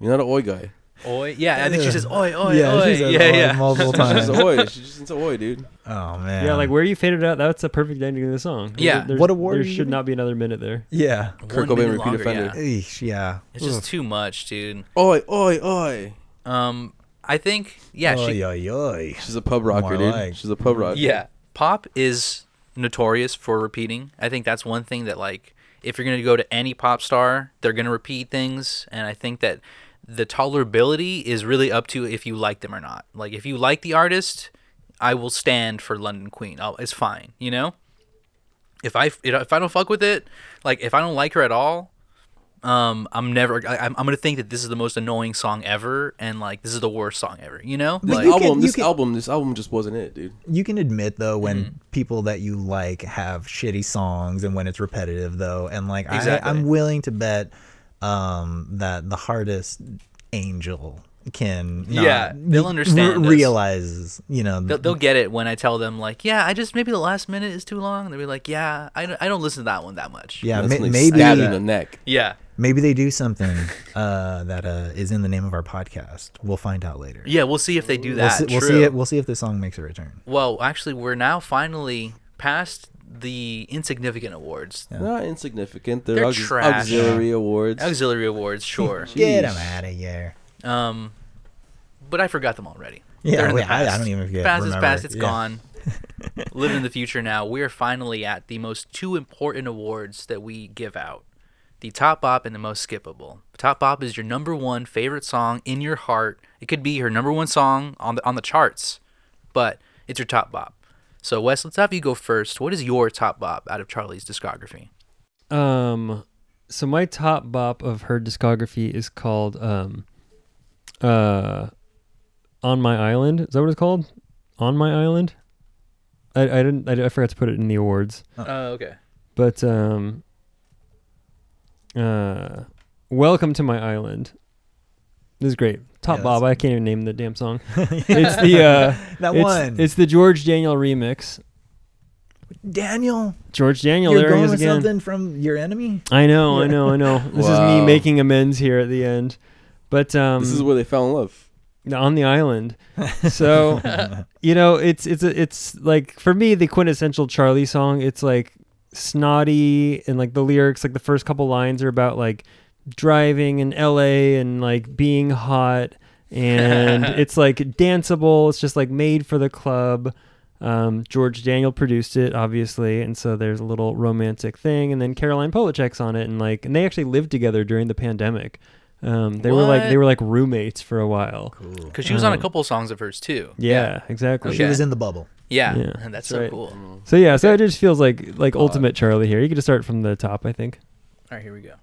Speaker 4: You're not an oi
Speaker 2: [laughs]
Speaker 4: guy.
Speaker 2: Oi. Yeah, I think she
Speaker 3: Yeah.
Speaker 2: says oi oi
Speaker 3: yeah,
Speaker 2: oi.
Speaker 3: she said
Speaker 2: yeah,
Speaker 3: oi
Speaker 2: yeah.
Speaker 3: [laughs] multiple
Speaker 4: She's
Speaker 3: times.
Speaker 4: an oi. She's just into oi, dude.
Speaker 3: oh man.
Speaker 5: Yeah, like where you faded out, that's a perfect ending to the song.
Speaker 2: Yeah.
Speaker 5: There's-
Speaker 3: What award
Speaker 5: There
Speaker 3: are you
Speaker 5: should
Speaker 3: giving
Speaker 5: not be another minute there.
Speaker 3: yeah.
Speaker 2: One
Speaker 4: Kurt Cobain
Speaker 2: minute
Speaker 4: repeat
Speaker 2: longer,
Speaker 4: offender.
Speaker 2: yeah.
Speaker 3: Eesh, yeah.
Speaker 2: It's just too much, dude.
Speaker 4: Oi, oi, oi.
Speaker 2: Um I think yeah,
Speaker 3: Ugh.
Speaker 2: she
Speaker 3: Oy, oy, oy.
Speaker 4: She's a pub rocker,
Speaker 3: More
Speaker 4: dude.
Speaker 3: like-
Speaker 4: She's a pub rocker.
Speaker 2: Yeah. Pop is notorious for repeating. I think that's one thing that like if you're going to go to any pop star, they're going to repeat things and I think that the tolerability is really up to if you like them or not. Like if you like the artist, I will stand for London Queen. i it's fine, you know? If I if I don't fuck with it, like if I don't like her at all, um, I'm never. I, I'm, I'm gonna think that this is the most annoying song ever, and like this is the worst song ever. You know,
Speaker 4: This
Speaker 2: like
Speaker 3: you
Speaker 4: album,
Speaker 3: can-
Speaker 4: this
Speaker 3: can-
Speaker 4: album, this album just wasn't it, dude.
Speaker 3: You can admit though when
Speaker 2: Mm-hmm.
Speaker 3: people that you like have shitty songs and when it's repetitive though, and like
Speaker 2: Exactly.
Speaker 3: I, I'm willing to bet um, that the hardest angel can not-
Speaker 2: Yeah, they'll
Speaker 3: re-
Speaker 2: understand this.
Speaker 3: realizes you know
Speaker 2: They'll, they'll get it when I tell them like, yeah, I just maybe the last minute is too long. They'll be like, yeah, I don't, I don't listen to that one that much.
Speaker 3: yeah
Speaker 4: That's
Speaker 3: ma-
Speaker 4: like
Speaker 3: maybe
Speaker 4: stabbed in the neck.
Speaker 2: yeah,
Speaker 3: Maybe they do something uh, that uh, is in the name of our podcast. We'll find out later.
Speaker 2: yeah. We'll see if they do
Speaker 3: we'll
Speaker 2: that.
Speaker 3: see, we'll
Speaker 2: True.
Speaker 3: see it. We'll see if this song makes a return.
Speaker 2: Well, actually, we're now finally past the insignificant awards,
Speaker 4: Not insignificant. They're,
Speaker 2: They're
Speaker 4: aux-
Speaker 2: trash.
Speaker 4: auxiliary awards.
Speaker 2: auxiliary awards,
Speaker 3: [laughs]
Speaker 2: sure.
Speaker 3: Get them out of here.
Speaker 2: um, but I forgot them already.
Speaker 3: Yeah,
Speaker 2: They're in
Speaker 3: wait,
Speaker 2: the
Speaker 3: I- I
Speaker 2: past.
Speaker 3: don't even forget-
Speaker 2: Past is
Speaker 3: remember.
Speaker 2: past. It's
Speaker 3: Yeah. [laughs]
Speaker 2: gone. Living in the future now. We are finally at the most two important awards that we give out: the top bop and the most skippable. Top bop is your number one favorite song in your heart. It could be her number one song on the on the charts, but it's your top bop. So Wes, let's have you go first. What is your top bop out of Charlie's discography?
Speaker 5: Um, so my top bop of her discography is called um, uh, "On My Island." Is that what it's called? "On My Island." I, I didn't. I, I forgot to put it in the awards.
Speaker 2: Oh, okay.
Speaker 5: But um uh Welcome to My Island. This is great. Top
Speaker 3: Yeah,
Speaker 5: Bob, I can't even name the
Speaker 3: [laughs]
Speaker 5: damn song. it's the uh
Speaker 3: That
Speaker 5: it's,
Speaker 3: one,
Speaker 5: It's the George Daniel remix.
Speaker 3: Daniel.
Speaker 5: George Daniel,
Speaker 3: you're
Speaker 5: there he
Speaker 3: going
Speaker 5: is
Speaker 3: with
Speaker 5: again.
Speaker 3: something from your enemy.
Speaker 5: I know, I know,
Speaker 3: [laughs]
Speaker 5: I know. This is
Speaker 4: Wow.
Speaker 5: me making amends here at the end. But
Speaker 2: [laughs]
Speaker 5: um
Speaker 4: This is where they fell in love.
Speaker 5: on the island. So you know, it's it's a- it's like for me the quintessential Charlie song. It's like snotty and like the lyrics like the first couple lines are about like driving in LA and like being hot and it's like danceable it's just like made for the club um, George Daniel produced it obviously and so there's a little romantic thing and then Caroline Polachek's on it and like and they actually lived together during the pandemic um, they were like
Speaker 2: What?
Speaker 5: they were like roommates for a while
Speaker 2: because she was on a
Speaker 3: Oh.
Speaker 5: Um,
Speaker 2: couple of songs of hers too.
Speaker 5: yeah, exactly
Speaker 3: She
Speaker 2: Okay.
Speaker 3: was in the bubble.
Speaker 2: yeah,
Speaker 5: Yeah,
Speaker 2: and that's
Speaker 5: that's
Speaker 2: so
Speaker 5: right.
Speaker 2: cool.
Speaker 5: So yeah, so it just feels like like ultimate Charlie here. You could just start from the top, I think.
Speaker 2: All right, here we go.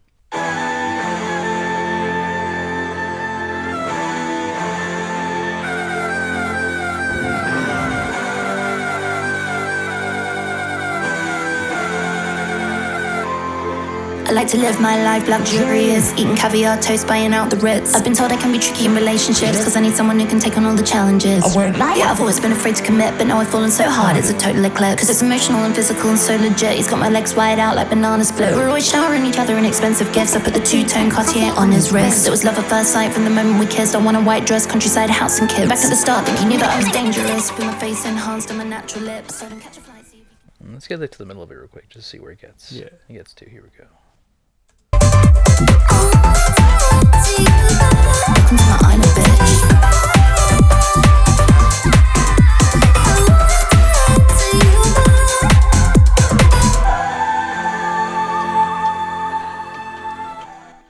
Speaker 6: I like to live my life luxurious, eating caviar, toast, buying out the Ritz. I've been told I can be tricky in relationships because I need someone who can take on all the challenges. A word Yeah, I've always been afraid to commit, but now I've fallen so hard, it's a total eclipse. Because it's emotional and physical and so legit. He's got my legs wide out like banana split. We're always showering each other in expensive gifts. I put the two tone Cartier on his wrist. It was love at first sight from the moment we kissed. I want a white dress, countryside house, and kids. Back at the start, thinking you knew that I was dangerous. With my face enhanced and my natural lips. So I don't catch a fly. see if you-
Speaker 2: Let's get that to the middle of it real quick, just to see where it gets.
Speaker 5: Yeah.
Speaker 2: it gets to. Here we go.
Speaker 6: Welcome to my island, bitch.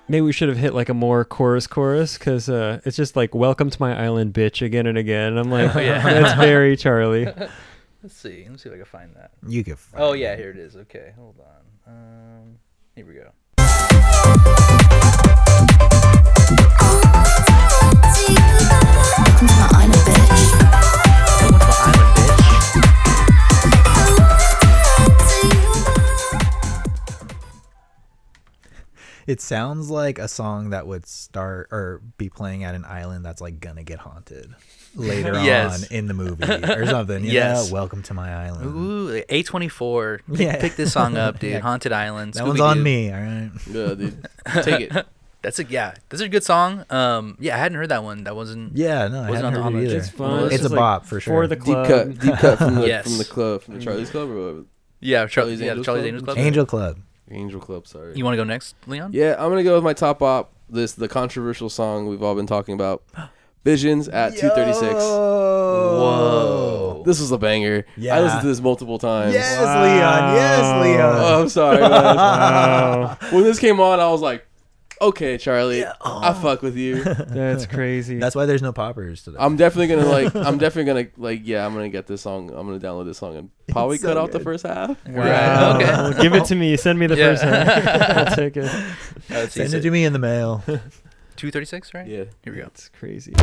Speaker 5: Maybe we should have hit like a more chorus chorus because uh, it's just like "Welcome to my island, bitch" again and again. And I'm like,
Speaker 2: yeah.
Speaker 5: that's very Charlie. [laughs]
Speaker 2: Let's see. Let's see if I can find that.
Speaker 3: You could.
Speaker 2: Oh yeah, here it is. Okay, hold on. Um, here we go.
Speaker 6: Welcome to my island, bitch.
Speaker 3: It sounds like a song that would start or be playing at an island that's like gonna
Speaker 4: [laughs]
Speaker 3: get haunted later
Speaker 2: Yes.
Speaker 3: on in the movie or something. You
Speaker 2: Yes.
Speaker 3: know? Welcome to my island.
Speaker 2: Ooh, A24. Pick,
Speaker 3: Yeah.
Speaker 2: pick this song
Speaker 3: [laughs]
Speaker 2: up, dude.
Speaker 3: Yeah.
Speaker 2: Haunted Island.
Speaker 3: That one's
Speaker 2: Scooby-Doo.
Speaker 3: on me. All right.
Speaker 4: Yeah, dude. [laughs] Take it.
Speaker 2: That's a yeah. This is a good song. Um, yeah, I hadn't heard that one. That wasn't.
Speaker 3: Yeah. No, I
Speaker 2: Wasn't
Speaker 3: hadn't
Speaker 2: on
Speaker 3: heard
Speaker 2: the
Speaker 3: it
Speaker 2: honorary.
Speaker 3: either.
Speaker 5: It's fun.
Speaker 2: It's
Speaker 5: just,
Speaker 3: a
Speaker 5: like,
Speaker 3: bop for sure.
Speaker 5: For the
Speaker 4: Deep
Speaker 5: club.
Speaker 4: cut. Deep cut from the
Speaker 2: Yes.
Speaker 4: from the club from the Charlie's Club or whatever.
Speaker 2: Yeah, Char-
Speaker 4: Charlie's
Speaker 2: yeah,
Speaker 4: Angels
Speaker 2: Charlie's
Speaker 4: Club?
Speaker 2: Angels Club.
Speaker 3: Angel Club.
Speaker 4: Angel Club. Sorry.
Speaker 2: You want to go next, Leon?
Speaker 4: Yeah, I'm gonna go with my top op. This the controversial song we've all been talking about.
Speaker 2: [gasps]
Speaker 4: Visions at 2:36.
Speaker 2: Whoa.
Speaker 4: This was a banger.
Speaker 3: Yeah.
Speaker 4: I listened to this multiple times.
Speaker 3: Yes, Leon. Yes, Leon.
Speaker 4: Oh, I'm sorry.
Speaker 3: [laughs]
Speaker 4: guys.
Speaker 5: Wow,
Speaker 4: when this came on, I was like, "Okay, Charlie, I fuck with you.
Speaker 5: that's
Speaker 3: [laughs]
Speaker 5: crazy.
Speaker 3: That's why there's no poppers today.
Speaker 4: I'm definitely gonna like. I'm definitely gonna like. Yeah, I'm gonna get this song. I'm gonna download this
Speaker 3: [laughs]
Speaker 4: song and probably
Speaker 3: so
Speaker 4: cut out the
Speaker 3: good.
Speaker 4: first half.
Speaker 2: Right. uh, [laughs]
Speaker 5: [laughs]
Speaker 2: Okay.
Speaker 3: [laughs]
Speaker 5: Wow. Give it to me. Send me the
Speaker 2: Yeah.
Speaker 5: first one. I'll take it.
Speaker 2: Oh, it's
Speaker 3: Send it to me in
Speaker 4: [laughs]
Speaker 3: the mail.
Speaker 2: 236, right?
Speaker 4: Yeah.
Speaker 2: Here we go.
Speaker 5: It's crazy.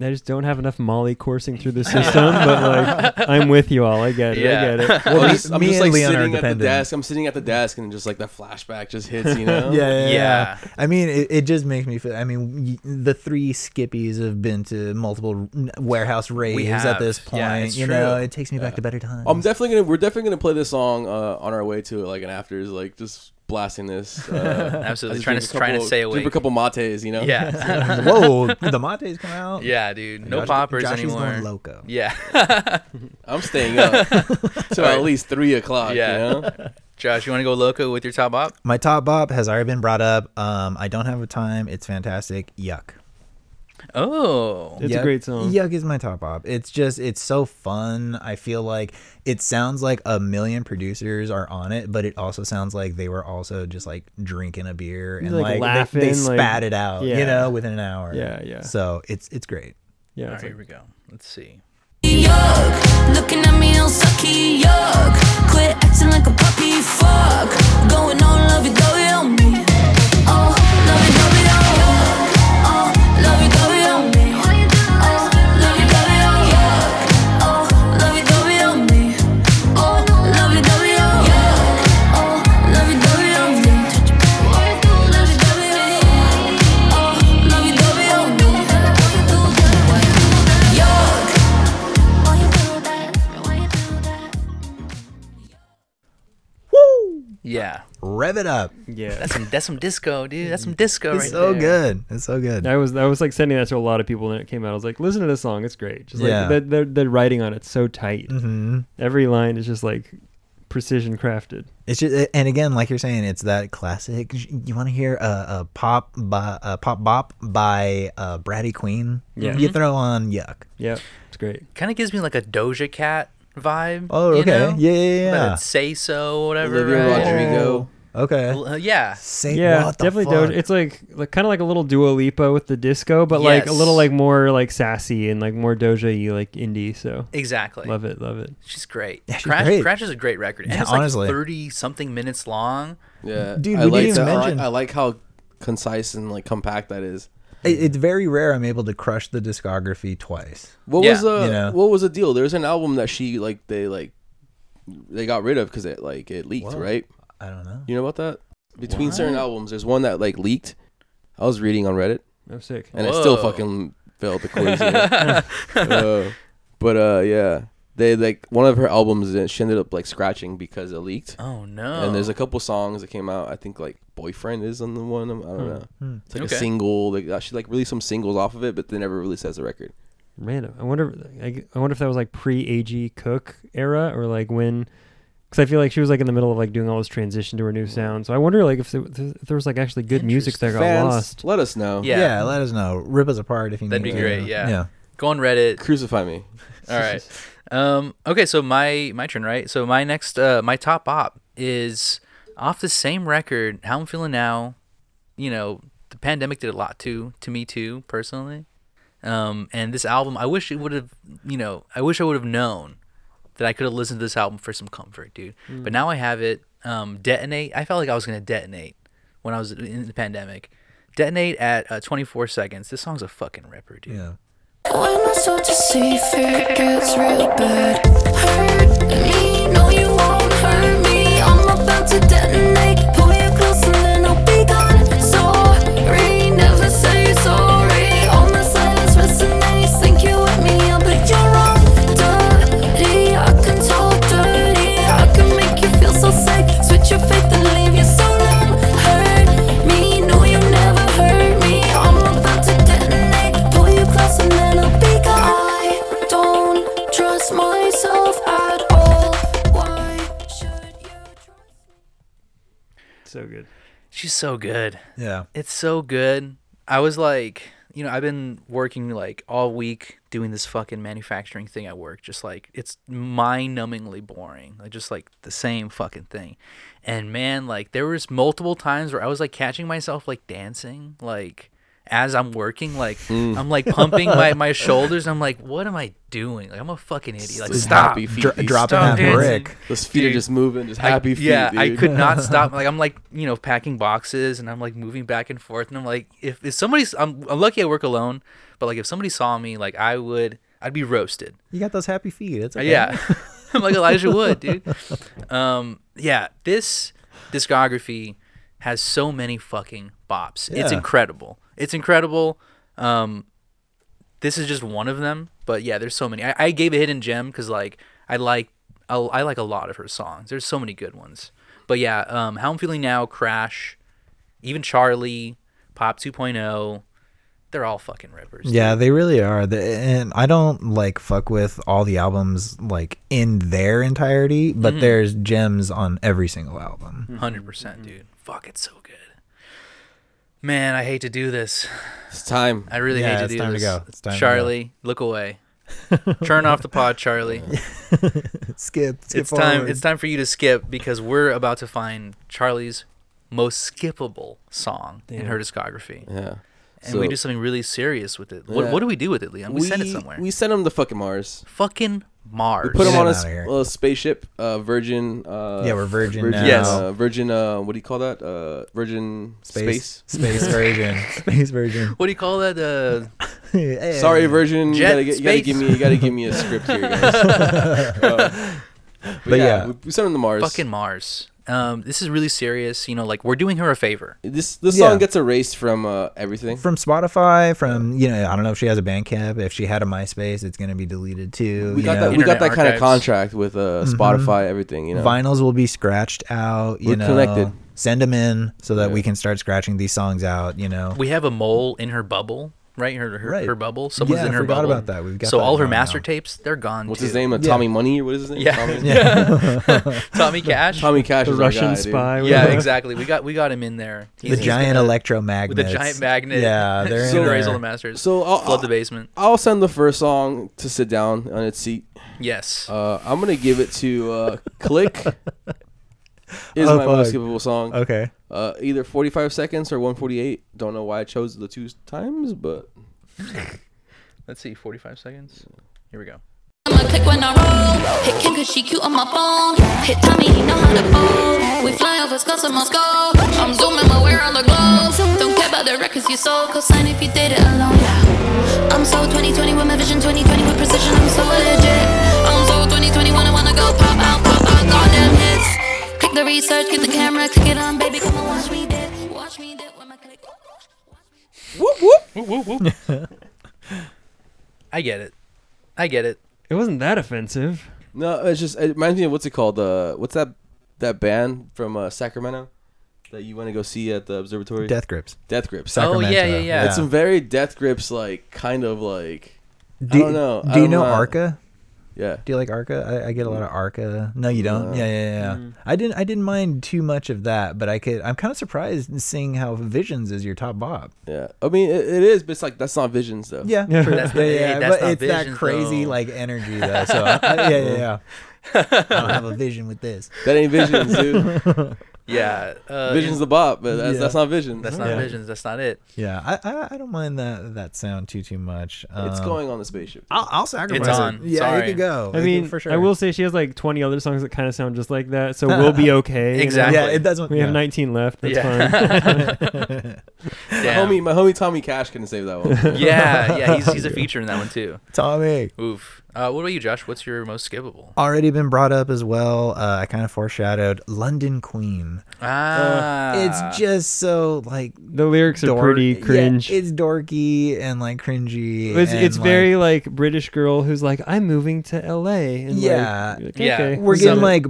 Speaker 5: I just don't have enough Molly coursing through the system, but like I'm with you all. I get it.
Speaker 2: Yeah.
Speaker 5: I get it.
Speaker 4: I'm
Speaker 3: me-
Speaker 4: just, I'm
Speaker 3: me
Speaker 4: just,
Speaker 3: and
Speaker 4: like
Speaker 3: Leon are
Speaker 4: sitting at the
Speaker 3: dependent.
Speaker 4: desk. I'm sitting at the desk and just like the flashback just hits.
Speaker 3: [laughs]
Speaker 4: You know.
Speaker 3: yeah,
Speaker 2: Yeah.
Speaker 3: yeah, yeah. I mean, it, it just makes me feel. I mean, y- the three Skippies have been to multiple n- warehouse raves
Speaker 2: have.
Speaker 3: at this point.
Speaker 2: Yeah, it's
Speaker 3: you know,
Speaker 2: true. Um,
Speaker 3: it takes me back to better times.
Speaker 4: I'm definitely gonna. We're definitely gonna play this song uh, on our way to like an afters. Like just blasting this.
Speaker 3: [laughs]
Speaker 4: Uh,
Speaker 2: Absolutely.
Speaker 4: just
Speaker 2: Trying
Speaker 4: drink
Speaker 2: to
Speaker 4: a
Speaker 2: trying to
Speaker 4: couple-
Speaker 2: stay
Speaker 4: Drink
Speaker 2: [laughs] awake.
Speaker 4: a couple mates. You know.
Speaker 2: Yeah.
Speaker 3: [laughs] Whoa, the Mate's come out.
Speaker 2: yeah, dude. No
Speaker 3: Josh-
Speaker 2: poppers
Speaker 3: Josh is
Speaker 2: anymore.
Speaker 3: Going loco.
Speaker 2: Yeah.
Speaker 4: I'm staying
Speaker 3: [laughs]
Speaker 4: up till at least three o'clock.
Speaker 2: Yeah.
Speaker 4: You know?
Speaker 2: Josh, you want to go loco with your top op?
Speaker 3: My top bop has already been brought up. Um, I don't have a time. It's fantastic. Yuck.
Speaker 2: Oh.
Speaker 5: It's a
Speaker 3: Yuck-
Speaker 5: great song.
Speaker 3: Yuck is my top op. It's just it's so fun. I feel like it sounds like a million producers are on it, but it also sounds like they were also just like drinking a beer and
Speaker 5: Like,
Speaker 3: like, they-
Speaker 5: laughing,
Speaker 3: they,
Speaker 5: like-
Speaker 3: spat it out,
Speaker 5: yeah.
Speaker 3: you know, within an hour.
Speaker 5: Yeah, yeah.
Speaker 3: So it's it's great.
Speaker 5: Yeah.
Speaker 2: All
Speaker 5: it's
Speaker 2: right, here
Speaker 5: like-
Speaker 2: we go. Let's see.
Speaker 6: Yuck, looking at me all sucky, yuck. Quit acting like a puppy, fuck. Going on, love you, go on me. Oh, love you, love you, yuck. Oh, love you, love you, on me. Oh, love you, love you, yuck. Oh, love you, love you, on me. Oh, love you, love you, yuck. Oh, love you, Oh,
Speaker 3: rev it up.
Speaker 5: Yeah.
Speaker 2: That's some that's some disco, dude. That's
Speaker 3: [laughs]
Speaker 2: some disco
Speaker 3: It's
Speaker 2: right
Speaker 3: so
Speaker 2: there.
Speaker 3: good. It's so good.
Speaker 5: I was I was like sending that to a lot of people when it came out. I was like, listen to this song, it's great. Just like
Speaker 3: Yeah.
Speaker 5: the, the the writing on it's so tight.
Speaker 3: hmm
Speaker 5: Every line is just like precision crafted.
Speaker 3: It's just, and again, like you're saying, it's that classic. You want to hear a, a pop, by, a pop bop by uh, Braddy Queen?
Speaker 5: Yeah.
Speaker 3: You throw on Yuck.
Speaker 5: Yeah, it's great.
Speaker 2: Kind of gives me like a Doja Cat vibe.
Speaker 3: Oh,
Speaker 2: you
Speaker 3: okay.
Speaker 2: know?
Speaker 3: Yeah, yeah,
Speaker 2: But
Speaker 3: yeah.
Speaker 2: it's say so, whatever.
Speaker 4: Olivia
Speaker 2: right?
Speaker 4: Rodrigo.
Speaker 3: Okay.
Speaker 2: Well, uh, yeah.
Speaker 3: Say
Speaker 5: yeah,
Speaker 3: what the
Speaker 5: definitely
Speaker 3: fuck?
Speaker 5: Doja. It's like like kind of like a little Dua Lipa with the disco, but like a
Speaker 2: Yes.
Speaker 5: little like more like sassy and like more Doja y like indie. So
Speaker 2: Exactly.
Speaker 5: love it, love it.
Speaker 2: She's great.
Speaker 3: Yeah, she's
Speaker 2: Crash,
Speaker 3: great.
Speaker 2: Crash is a great record. And
Speaker 3: Yeah,
Speaker 2: it's
Speaker 3: honestly.
Speaker 2: like 30 something minutes long.
Speaker 4: Yeah,
Speaker 3: Dude,
Speaker 4: I
Speaker 3: we didn't
Speaker 4: like
Speaker 3: even
Speaker 4: that. I like-
Speaker 3: mention-
Speaker 4: I like how concise and like compact that is.
Speaker 3: It- it's very rare I'm able to crush the discography twice.
Speaker 4: What
Speaker 2: Yeah.
Speaker 4: was uh
Speaker 3: You know?
Speaker 4: what was the deal? There was an album that she like they like they got rid of because it like it leaked,
Speaker 3: Whoa.
Speaker 4: right?
Speaker 3: I don't know.
Speaker 4: You know about that? Between certain albums, there's one that like leaked. I was reading on Reddit
Speaker 5: I'm sick.
Speaker 4: and I still
Speaker 2: Whoa.
Speaker 4: fucking failed the quiz. yeah. Uh, but uh, yeah, they like one of her albums that she ended up like scratching because it leaked.
Speaker 2: [laughs] Oh, no.
Speaker 4: And there's a couple songs that came out. I think like "Boyfriend" is on the one. I
Speaker 3: Hmm.
Speaker 4: don't know. It's like
Speaker 2: Okay.
Speaker 4: a single. Like uh, she like released some singles off of it, but they never released it as a record.
Speaker 5: Random. I wonder. I, I wonder if that was like pre AG Cook era or like when, because I feel like she was like in the middle of like doing all this transition to her
Speaker 3: Mm.
Speaker 5: new sound. So I wonder like if there, if there was like actually good music that got
Speaker 4: Fans,
Speaker 5: lost.
Speaker 4: let us know.
Speaker 2: Yeah.
Speaker 3: Yeah. let us know. Rip us apart if you
Speaker 2: That'd
Speaker 3: need
Speaker 2: be
Speaker 3: to.
Speaker 2: great, yeah.
Speaker 3: Yeah.
Speaker 2: Go on Reddit.
Speaker 4: crucify me.
Speaker 2: All right.
Speaker 3: [laughs]
Speaker 2: Um, okay, so my my turn, right? So my next uh, my top op is off the same record. How I'm feeling now. You know, the pandemic did a lot to to me too personally. Um, and this album, I wish it would have. You know, I wish I would have known that I could have listened to this album for some comfort, dude. But now I have it. Um, detonate. I felt like I was gonna detonate when I was in the pandemic. Detonate at uh, 24 seconds. This song's a fucking ripper, dude.
Speaker 3: Yeah.
Speaker 6: Why am I so deceived? It gets real bad. Hurt me, no, you won't hurt me. I'm about to detonate. Pull you close and then I'll be gone. Sorry, never say you're sorry. All my silence resonates. Think you with me, yeah, but you're wrong. Dirty, I can talk dirty. I can make you feel so sick. Switch your faith and leave you so numb. Hurt me, no, you never hurt me. I'm about to detonate. Pull you close and then I'll be gone. I don't trust myself at all. Why should you trust me?
Speaker 5: So good.
Speaker 2: She's so good.
Speaker 3: Yeah.
Speaker 2: It's so good. I was like, you know, I've been working like all week doing this fucking manufacturing thing at work. Just like it's mind-numbingly boring. Like just like the same fucking thing. And man, like there was multiple times where I was like catching myself like dancing, like as I'm working, like I'm like pumping my,
Speaker 4: [laughs]
Speaker 2: my shoulders. I'm like, what am I doing? Like I'm a fucking idiot. Like
Speaker 4: Those
Speaker 2: stop.
Speaker 4: happy feet,
Speaker 3: Dro-
Speaker 4: dude.
Speaker 3: dropping
Speaker 2: stop
Speaker 3: that
Speaker 2: dancing.
Speaker 3: brick.
Speaker 4: Those feet are
Speaker 2: Dude.
Speaker 4: just moving, just
Speaker 2: I-
Speaker 4: happy feet.
Speaker 2: Yeah, I
Speaker 4: dude.
Speaker 2: could not stop.
Speaker 4: [laughs]
Speaker 2: Like I'm like you know packing boxes and I'm like moving back and forth and I'm like if, if somebody's I'm, I'm lucky I work alone, but like if somebody saw me like I would I'd be roasted.
Speaker 3: You got those happy feet. It's okay.
Speaker 2: Yeah,
Speaker 3: [laughs]
Speaker 2: [laughs] I'm like Elijah Wood, dude. Um, yeah, this discography has so many fucking bops. It's
Speaker 3: Yeah.
Speaker 2: incredible. It's incredible. Um, this is just one of them, but yeah, there's so many. I, I gave a hidden gem because like I like I, I like a lot of her songs. There's so many good ones. But yeah, um, how I'm feeling now, Crash, even Charlie, Pop 2.0, they're all fucking rippers. dude.
Speaker 3: Yeah, they really are. The- And I don't like fuck with all the albums like in their entirety,
Speaker 2: Mm-hmm.
Speaker 3: but there's gems on every single album.
Speaker 2: Hundred
Speaker 3: Mm-hmm.
Speaker 2: percent, dude. Fuck, it's so good. Man, I hate to do this.
Speaker 4: It's time.
Speaker 2: I really
Speaker 3: Yeah,
Speaker 2: hate to
Speaker 3: it's
Speaker 2: do
Speaker 3: time to
Speaker 2: this.
Speaker 3: go. It's time to go.
Speaker 2: Charlie, look away. Turn off the pod,
Speaker 3: [laughs]
Speaker 2: Charlie.
Speaker 3: Skip. skip
Speaker 2: it's time.
Speaker 3: forward.
Speaker 2: It's time for you to skip because we're about to find Charlie's most skippable song in her discography,
Speaker 4: Yeah.
Speaker 2: and we do something really serious with it. What,
Speaker 4: Yeah.
Speaker 2: what do we do with it, Liam? We, send it somewhere.
Speaker 4: We sent him to fucking Mars.
Speaker 2: Fucking Mars.
Speaker 4: Put him
Speaker 3: Get
Speaker 4: on a,
Speaker 3: him
Speaker 4: s-
Speaker 3: outta here.
Speaker 4: little spaceship. Uh, Virgin. Uh,
Speaker 3: Yeah, we're Virgin now.
Speaker 2: Yes.
Speaker 4: Uh, Virgin. Uh, what do you call that? Uh, Virgin Space.
Speaker 3: Space.
Speaker 2: [laughs]
Speaker 3: Space Virgin. Space Virgin.
Speaker 2: What do you call that? Uh,
Speaker 3: [laughs] Hey.
Speaker 4: Sorry, Virgin. you,
Speaker 2: Jet
Speaker 4: gotta, get- you gotta
Speaker 2: space.
Speaker 4: give me. You gotta give me a script here,
Speaker 2: [laughs]
Speaker 4: guys. Uh, but, yeah,
Speaker 3: yeah.
Speaker 4: we, we sent him to Mars.
Speaker 2: fucking Mars. Um, this is really serious. You know, like we're doing her a favor.
Speaker 4: this this
Speaker 3: Yeah.
Speaker 4: song gets erased from uh, everything.
Speaker 3: From Spotify, from you know, I don't know if she has a Bandcamp. If she had a MySpace, it's gonna be deleted too.
Speaker 4: we
Speaker 3: you
Speaker 4: got
Speaker 3: know?
Speaker 4: that. We got
Speaker 2: Internet
Speaker 4: that kind of contract
Speaker 2: archives.
Speaker 3: Mm-hmm.
Speaker 4: with uh, Spotify. Everything. You know.
Speaker 3: Vinyls will be scratched out. You
Speaker 4: We're
Speaker 3: know,
Speaker 4: connected.
Speaker 3: Send them in so that we
Speaker 4: Yeah.
Speaker 3: can start scratching these songs out. You know,
Speaker 2: We have a mole in her bubble, right? Her her,
Speaker 3: Right.
Speaker 2: her bubble. Someone's
Speaker 3: Yeah, I
Speaker 2: in her
Speaker 3: forgot
Speaker 2: bubble.
Speaker 3: about that. We've got
Speaker 2: so
Speaker 3: that
Speaker 2: all her
Speaker 3: going now.
Speaker 2: master tapes, they're gone.
Speaker 4: What's
Speaker 2: too.
Speaker 4: his name? Uh,
Speaker 3: Yeah.
Speaker 4: Tommy Money? What is his name?
Speaker 2: [laughs] Yeah.
Speaker 3: [laughs]
Speaker 4: Tommy,
Speaker 2: [laughs] Tommy Cash.
Speaker 4: Tommy Cash.
Speaker 5: the
Speaker 4: is our
Speaker 5: Russian
Speaker 4: guy, dude.
Speaker 5: spy.
Speaker 2: yeah,
Speaker 5: whatever.
Speaker 2: exactly. We got we got him in there.
Speaker 3: the giant electromagnet.
Speaker 2: with the giant magnet. [laughs]
Speaker 3: Yeah, they're in
Speaker 2: so raise all the
Speaker 3: there.
Speaker 2: masters.
Speaker 4: So uh, I'll,
Speaker 2: flood the
Speaker 4: I'll,
Speaker 2: basement.
Speaker 4: I'll send the first song to sit down on its seat.
Speaker 2: Yes.
Speaker 4: Uh, I'm gonna give it to uh, Click.
Speaker 3: [laughs]
Speaker 4: Is
Speaker 3: Oh,
Speaker 4: my most
Speaker 3: fuck.
Speaker 4: skippable song.
Speaker 3: Okay.
Speaker 4: Uh, either 45 seconds or 148. Don't know why I chose the two times, but
Speaker 2: Let's see, forty-five seconds. Here we go.
Speaker 6: I'ma click when I roll. Hit Kim cause she cute on my phone. Hit Tommy, he know how to fold. We fly over Scotts and Moscow. I'm zooming, but we're on the globe. Don't care about the records you sold. Cosign if you did it alone. I'm so 2020 with my vision, 2020 with precision. I'm so legit. I'm so 2021. I wanna go pop out, pop out, goddamn hits. Click the research, get the camera, click it on, baby. Come on, watch me dip. Watch me dip when my click.
Speaker 2: I get it. I get it.
Speaker 5: It wasn't that offensive.
Speaker 4: no, it's just it reminds me of what's it called? Uh, what's that that band from uh, Sacramento that you want to go see at the observatory?
Speaker 3: Death grips.
Speaker 4: Death Grips.
Speaker 2: Oh, yeah,
Speaker 3: Sacramento.
Speaker 2: yeah, yeah.
Speaker 4: It's some very Death Grips like kind of like
Speaker 3: do,
Speaker 4: don't know.
Speaker 3: Do
Speaker 4: I
Speaker 3: you
Speaker 4: don't
Speaker 3: know
Speaker 4: know.
Speaker 3: Arca?
Speaker 4: yeah.
Speaker 3: Do you like Arca? I, I get a lot of Arca. No, you don't.
Speaker 4: No.
Speaker 3: yeah, yeah, yeah.
Speaker 2: Mm.
Speaker 3: I didn't. I didn't mind too much of that, but I could. I'm kind of surprised in seeing how Visions is your top bob.
Speaker 4: Yeah, I mean it, it is, but it's like that's not Visions though.
Speaker 3: Yeah,
Speaker 5: Yeah.
Speaker 2: [laughs]
Speaker 3: true.
Speaker 2: That's-
Speaker 3: yeah,
Speaker 2: hey,
Speaker 3: yeah.
Speaker 2: that's
Speaker 3: but
Speaker 2: not
Speaker 3: it's that
Speaker 2: Visions,
Speaker 3: crazy
Speaker 2: though.
Speaker 3: like
Speaker 2: [laughs]
Speaker 3: energy though. So I, I- yeah, yeah, yeah. I don't have a vision with this.
Speaker 4: that ain't
Speaker 3: [laughs]
Speaker 4: Visions, dude.
Speaker 2: Yeah. Uh,
Speaker 4: Visions the bop, but that's,
Speaker 3: Yeah.
Speaker 4: that's not Visions.
Speaker 2: that's not
Speaker 3: Yeah.
Speaker 2: visions. That's not it.
Speaker 3: Yeah, I, I, I don't mind that that sound too too much.
Speaker 4: It's
Speaker 3: Um,
Speaker 4: going on the spaceship.
Speaker 2: Oh,
Speaker 3: I'll, I'll sacrifice
Speaker 2: on.
Speaker 3: it. Yeah, it
Speaker 2: Sorry.
Speaker 3: could go. It
Speaker 5: I
Speaker 3: could
Speaker 5: mean,
Speaker 3: for sure.
Speaker 5: I will say she has like 20 other songs that kind of sound just like that, so we'll be okay. you know?
Speaker 2: Exactly.
Speaker 3: Yeah, it doesn't.
Speaker 5: We have
Speaker 3: yeah.
Speaker 5: 19 left.
Speaker 2: [laughs]
Speaker 5: That's fine.
Speaker 2: yeah.
Speaker 4: My
Speaker 2: [laughs]
Speaker 3: [laughs]
Speaker 2: Damn.
Speaker 4: homie, my homie Tommy Cash couldn't save that
Speaker 2: [laughs]
Speaker 4: one.
Speaker 2: Yeah, yeah. He's he's a feature in that one too.
Speaker 3: Tommy.
Speaker 2: Oof. Uh, what about you, Josh? What's your most skippable?
Speaker 3: already been brought up as well. Uh, I kind of foreshadowed London Queen.
Speaker 2: Ah,
Speaker 3: Uh, it's just so like
Speaker 5: The lyrics are
Speaker 3: dork-
Speaker 5: pretty
Speaker 3: yeah,
Speaker 5: cringe.
Speaker 3: it's dorky and like cringy.
Speaker 5: it's
Speaker 3: and,
Speaker 5: it's
Speaker 3: like,
Speaker 5: very like British girl who's like, I'm moving to LA. And
Speaker 3: Yeah.
Speaker 5: Like, you're like,
Speaker 2: Yeah.
Speaker 5: okay.
Speaker 3: We're
Speaker 5: so-
Speaker 3: getting like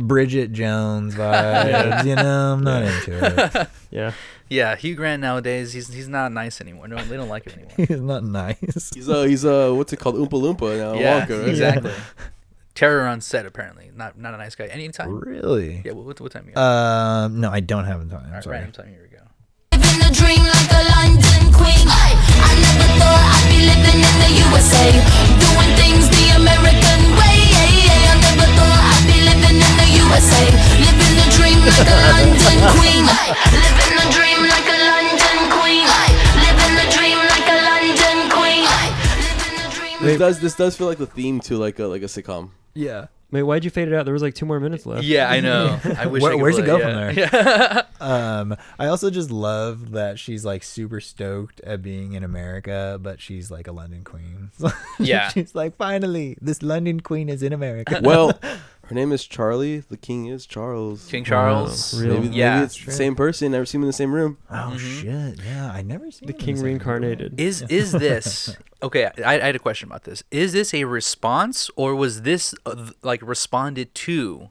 Speaker 2: [laughs]
Speaker 3: Bridget Jones vibes, you know. I'm not into it.
Speaker 5: Yeah.
Speaker 2: yeah. Hugh Grant nowadays, he's he's not nice anymore. No, they don't like him [laughs]
Speaker 3: [laughs]
Speaker 2: anymore.
Speaker 3: It's not nice.
Speaker 4: He's uh he's uh what's it called Oompa Loompa now
Speaker 2: yeah,
Speaker 4: Wonka right?
Speaker 2: exactly. Terror on set, apparently. Not not a nice guy. Anytime.
Speaker 3: Really?
Speaker 2: Yeah. What, what, what time you got?
Speaker 3: Um, no, I don't have a time. I'm
Speaker 2: All right,
Speaker 3: sorry.
Speaker 2: random time. Here we go.
Speaker 6: Living the dream like a London queen. I never thought I'd be living in the USA, doing things the American way. I never thought I'd be living in the USA, living the dream like a London queen. Living the dream like a London queen. Living the dream like a London queen. Living the dream.
Speaker 4: This does this does feel like the theme to like a like a sitcom.
Speaker 3: Yeah.
Speaker 5: Wait, why'd you fade it out? There was like two more minutes left.
Speaker 2: Yeah, I
Speaker 3: [laughs]
Speaker 2: know. I wish.
Speaker 3: Where-
Speaker 2: I could
Speaker 3: where's it
Speaker 2: play,
Speaker 3: go
Speaker 2: yeah.
Speaker 3: from
Speaker 2: Yeah.
Speaker 3: Um, I also just love that she's like super stoked at being in America, but she's like a London queen. [laughs]
Speaker 2: Yeah.
Speaker 3: she's like, finally, this London queen is in America.
Speaker 4: Well, her name is Charlie. The king is Charles.
Speaker 2: [laughs] King Charles.
Speaker 5: Really?
Speaker 4: Maybe,
Speaker 2: Yeah.
Speaker 4: maybe it's the same person. Never seen him in the same room.
Speaker 3: oh shit! Yeah, I never seen
Speaker 5: Mm-hmm. The
Speaker 3: him in
Speaker 5: king
Speaker 3: this
Speaker 5: reincarnated.
Speaker 2: Is
Speaker 3: [laughs]
Speaker 2: is this okay? I, I had a question about this. Is this a response, or was this uh, th- like responded to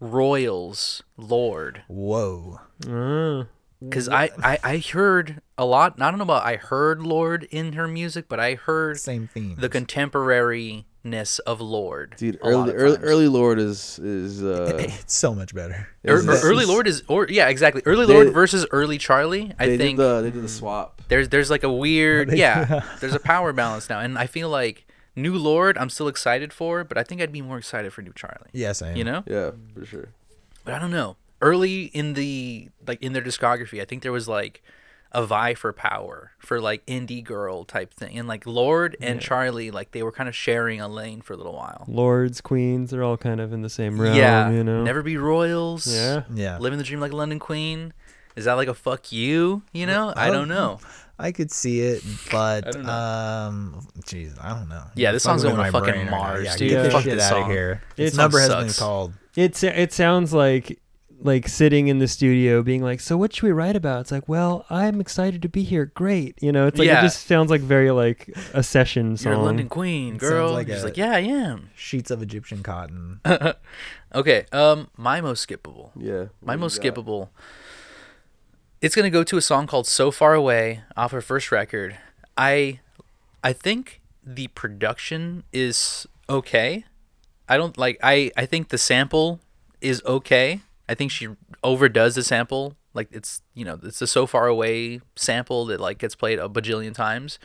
Speaker 2: Royals Lord?
Speaker 3: movie. Whoa!
Speaker 5: Ah.
Speaker 2: Because I, I I heard a lot. I don't know about I heard Lord in her music, but I heard
Speaker 3: Same theme.
Speaker 2: the contemporariness of Lord.
Speaker 4: Dude,
Speaker 2: a lot
Speaker 4: early
Speaker 2: of
Speaker 4: early,
Speaker 2: times.
Speaker 4: early Lord is is uh
Speaker 3: [laughs] it's so much better.
Speaker 2: Ear-
Speaker 4: is-
Speaker 2: ear- Er, early Lord is or yeah exactly early
Speaker 4: They-
Speaker 2: Lord versus early Charlie. [laughs] I
Speaker 4: they
Speaker 2: think
Speaker 4: did the they did the swap.
Speaker 2: there's there's like a weird yeah there's a power balance now and i feel like new lord i'm still excited for but i think i'd be more excited for new charlie
Speaker 3: Yes, I am.
Speaker 2: you know
Speaker 4: Yeah, for sure.
Speaker 2: but i don't know early in the like in their discography i think there was like a vie for power for like indie girl type thing and like lord and charlie like they were kind of sharing a lane for a little while
Speaker 5: Lords, queens, they're all kind of in the same realm,
Speaker 2: yeah
Speaker 5: you know?
Speaker 2: never be royals
Speaker 5: Yeah.
Speaker 3: Yeah,
Speaker 2: living the dream like a london queen is that like a fuck you you know i don't know
Speaker 3: I could see it, but
Speaker 2: don't know.
Speaker 3: um, jeez, I don't know.
Speaker 2: Yeah,
Speaker 3: You're
Speaker 2: this song's
Speaker 3: fucking
Speaker 2: going
Speaker 3: with
Speaker 2: to
Speaker 3: my
Speaker 2: fucking
Speaker 3: brain right now.
Speaker 2: Mars,
Speaker 3: yeah,
Speaker 2: dude.
Speaker 3: Get this
Speaker 2: Fuck
Speaker 3: shit
Speaker 2: this
Speaker 3: out
Speaker 2: song.
Speaker 3: of here.
Speaker 5: This
Speaker 3: Its number
Speaker 2: song
Speaker 3: hasn't been
Speaker 2: sucks.
Speaker 3: called.
Speaker 5: It's it sounds like like sitting in the studio being like, so what should we write about? It's like, well, I'm excited to be here. Great. You know, it's like,
Speaker 2: Yeah.
Speaker 5: it just sounds like very like a session
Speaker 2: You're a
Speaker 5: song.
Speaker 2: London Queen,
Speaker 3: sounds
Speaker 2: girl.
Speaker 3: like
Speaker 2: She's
Speaker 3: a-
Speaker 2: like, yeah, I am.
Speaker 3: Sheets of
Speaker 2: [laughs]
Speaker 3: Egyptian cotton.
Speaker 2: Okay, um, my most skippable.
Speaker 4: Yeah.
Speaker 2: My
Speaker 4: what
Speaker 2: most
Speaker 4: do you got?
Speaker 2: skippable. It's gonna go to a song called "So Far Away" off her first record. I, I think the production is okay. I don't like. I I think the sample is okay. I think she overdoes the sample. Like it's you know it's the "So Far Away" sample that like gets played a bajillion times,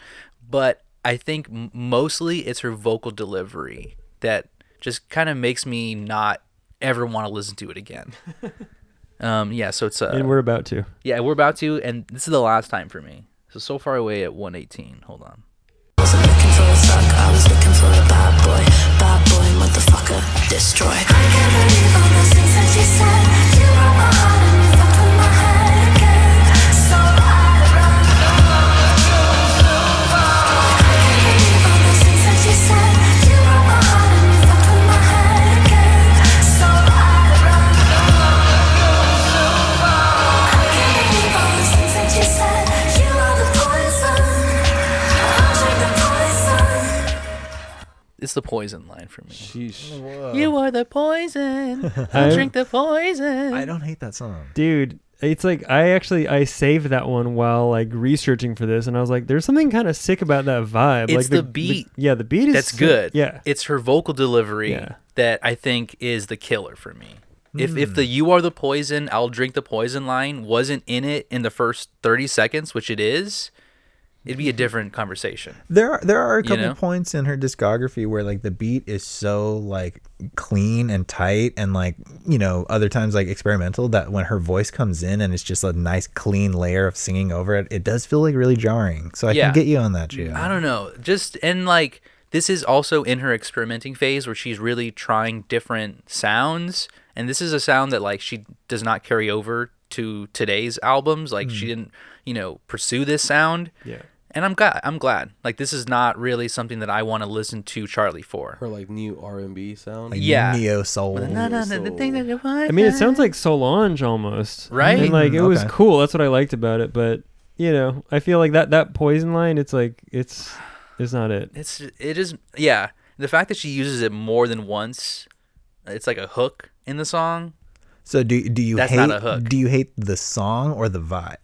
Speaker 2: but I think m- mostly it's her vocal delivery that just kind of makes me not ever want to listen to it
Speaker 5: [laughs]
Speaker 2: again. Um, yeah, so it's uh,
Speaker 5: and we're about to.
Speaker 2: yeah, we're about to, and this is the last time for me. So so far away at 118. Hold on.
Speaker 7: wasn't looking for a fuck, I was looking for a bad boy. Bad boy, motherfucker, destroy. I can't believe all those things that you said. You were my heart and you fucked with my head again. So I run. I can't believe all those things that you said. You were my heart and you fucked with my head again. So I run. I can't believe all those things that you said. You are the poison. I drink the poison.
Speaker 2: It's the poison line for me.
Speaker 4: Sheesh.
Speaker 2: You are the poison. I
Speaker 5: I'm-
Speaker 2: drink the poison.
Speaker 3: I don't hate that song.
Speaker 5: dude it's like i actually i saved that one while like researching for this and i was like there's something kind of sick about that vibe
Speaker 2: It's
Speaker 5: like
Speaker 2: the beat
Speaker 5: yeah the beat is
Speaker 2: That's
Speaker 5: sick.
Speaker 2: good.
Speaker 5: yeah
Speaker 2: It's her vocal delivery
Speaker 5: Yeah. Hmm.
Speaker 2: that I think is the killer for me. If if the you are the poison, I'll drink the poison line wasn't in it in the first 30 seconds, which it is, it'd be a different conversation.
Speaker 3: There are there are a couple
Speaker 2: know?
Speaker 3: points in her discography where like the beat is so like clean and tight and like you know other times like experimental that when her voice comes in and it's just a nice clean layer of singing over it, it does feel like really jarring. So I
Speaker 2: Yeah.
Speaker 3: can get you on that, Gio.
Speaker 2: I don't know. Just and like this is also in her experimenting phase where she's really trying different sounds, and this is a sound that like she does not carry over to today's albums. Like she didn't, you know, pursue this sound.
Speaker 5: Hmm. Yeah.
Speaker 2: And I'm glad. I'm glad. Like this is not really something that I want to listen to Charlie for.
Speaker 4: Her like new R and B sound.
Speaker 3: Like
Speaker 2: yeah.
Speaker 3: neo soul.
Speaker 2: No, no, no, the thing that you want.
Speaker 5: i mean it sounds like solange almost
Speaker 2: Right?
Speaker 5: and like it
Speaker 3: Mm,
Speaker 5: was
Speaker 3: okay.
Speaker 5: cool that's what i liked about it but you know i feel like that that poison line it's like it's it's not it
Speaker 2: it's it is yeah. The fact that she uses it more than once, it's like a hook in the song.
Speaker 3: So do do you
Speaker 2: That's
Speaker 3: hate
Speaker 2: not a hook.
Speaker 3: do you hate the song or the vibe?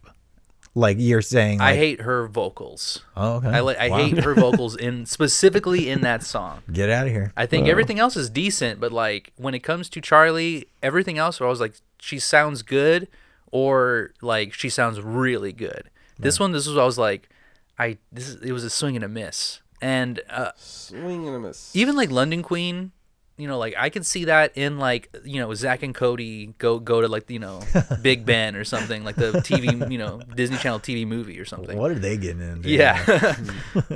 Speaker 3: Like you're saying, like,
Speaker 2: I hate her vocals.
Speaker 3: Oh, okay.
Speaker 2: I, li- I
Speaker 3: Wow.
Speaker 2: hate her vocals in specifically in that song.
Speaker 3: Get out of here.
Speaker 2: I think everything else is decent, but like when it comes to Charlie, everything else, where I was like, she sounds good, or like she sounds really good. This one, this was I was like, I this is, it was a swing and a miss, and uh,
Speaker 4: Swing and a miss.
Speaker 2: even like London Queen, you know, like I could see that in like you know Zach and Cody go go to like you
Speaker 3: [laughs]
Speaker 2: know Big Ben or something like the TV you know Disney Channel TV movie or something.
Speaker 3: What are they getting into?
Speaker 2: Yeah,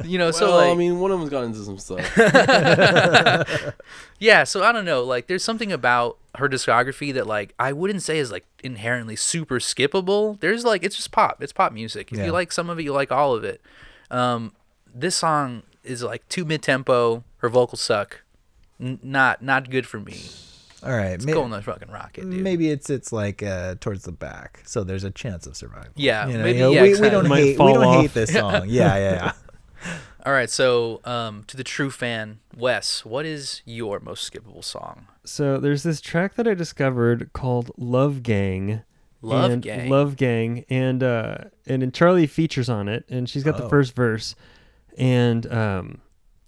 Speaker 2: [laughs] you know, so
Speaker 4: well,
Speaker 2: like,
Speaker 4: I mean, one of them's got into some
Speaker 2: [laughs]
Speaker 4: stuff.
Speaker 2: Yeah, so I don't know. Like, there's something about her discography that, like, I wouldn't say is like inherently super skippable. There's like, it's just pop. It's pop music. If
Speaker 3: Yeah.
Speaker 2: you like some of it, you like all of it. Um, this song is like too mid tempo. Her vocals suck. N- not not good for me.
Speaker 3: All right. may-
Speaker 2: Go on the fucking rocket, dude.
Speaker 3: maybe it's it's like uh towards the back, so there's a chance of survival.
Speaker 2: Yeah,
Speaker 3: You know,
Speaker 2: maybe-
Speaker 3: you know,
Speaker 2: yeah,
Speaker 3: we, we
Speaker 2: exactly.
Speaker 3: don't
Speaker 5: It might
Speaker 3: hate we
Speaker 5: fall
Speaker 3: don't
Speaker 5: off.
Speaker 3: hate this
Speaker 5: [laughs]
Speaker 3: song. Yeah, yeah, yeah.
Speaker 2: All right, so um, to the true fan, Wes, what is your most skippable song?
Speaker 5: so there's this track that i discovered called love gang
Speaker 2: Love
Speaker 5: and
Speaker 2: Gang.
Speaker 5: Love Gang, and uh, and then Charlie features on it, and she's got the
Speaker 3: Oh.
Speaker 5: first verse, and um,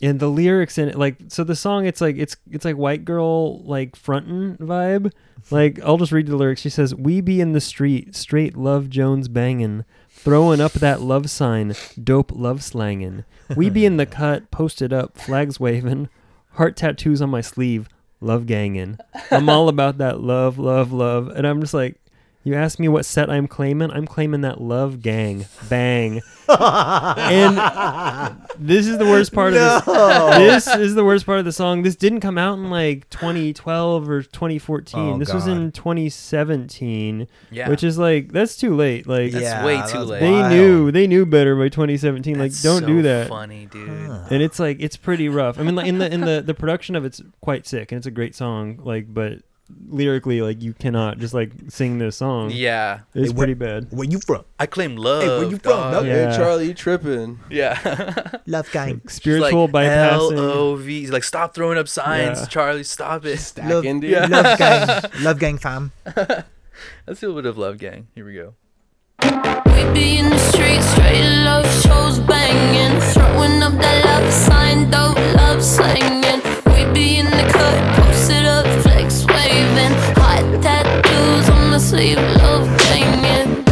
Speaker 5: and the lyrics in it, like so the song, it's like it's it's like white girl like frontin
Speaker 2: [laughs]
Speaker 5: vibe. Like I'll just read you the lyrics. She says, "We be in the street, straight love Jones bangin', throwing up that love sign, dope love slangin'. We
Speaker 2: [laughs]
Speaker 5: be in the cut, posted up, flags wavin', heart tattoos on my sleeve." Love gangin'. I'm all about that love, love, love. And I'm just like, you asked me what set I'm claiming. I'm claiming that Love Gang. Bang. and this is the worst part of this. This is the worst part of the song. This didn't come out in like 2012 or 2014.
Speaker 3: Oh,
Speaker 5: this was
Speaker 3: God.
Speaker 5: in 2017,
Speaker 2: Yeah.
Speaker 5: which is like that's too late. Like
Speaker 2: That's
Speaker 3: Yeah,
Speaker 2: way
Speaker 3: that
Speaker 2: too
Speaker 3: was
Speaker 2: late.
Speaker 5: they
Speaker 3: wild.
Speaker 5: knew they knew better by 2017.
Speaker 2: That's
Speaker 5: like don't
Speaker 2: so
Speaker 5: do that.
Speaker 2: Funny, dude.
Speaker 5: And it's like it's pretty rough. I mean, like in the in the the production of it's quite sick, and it's a great song. Like, but lyrically like you cannot just like sing this song.
Speaker 2: Yeah.
Speaker 5: It's
Speaker 3: Hey, where-
Speaker 5: pretty bad.
Speaker 3: Where you from?
Speaker 2: I claim love.
Speaker 3: where you from?
Speaker 2: dog.
Speaker 3: Nope.
Speaker 4: Hey,
Speaker 5: Yeah.
Speaker 4: Charlie, you tripping?
Speaker 2: [laughs] Yeah.
Speaker 3: Love gang.
Speaker 5: Spiritual bypassing.
Speaker 2: L O V. He's like, stop throwing up signs,
Speaker 5: Yeah.
Speaker 2: Charlie. Stop [laughs] it.
Speaker 4: Back
Speaker 3: Love,
Speaker 4: in, dude.
Speaker 3: love
Speaker 2: [laughs]
Speaker 3: gang. Love gang fam.
Speaker 2: Let's do a bit of love, gang. Here we go.
Speaker 6: We be in the streets, straight love shows banging. Throwing up that love sign, dope love slanging. We be in the cut, posted up, flex waving. Hot tattoos on the sleeve, love ganging.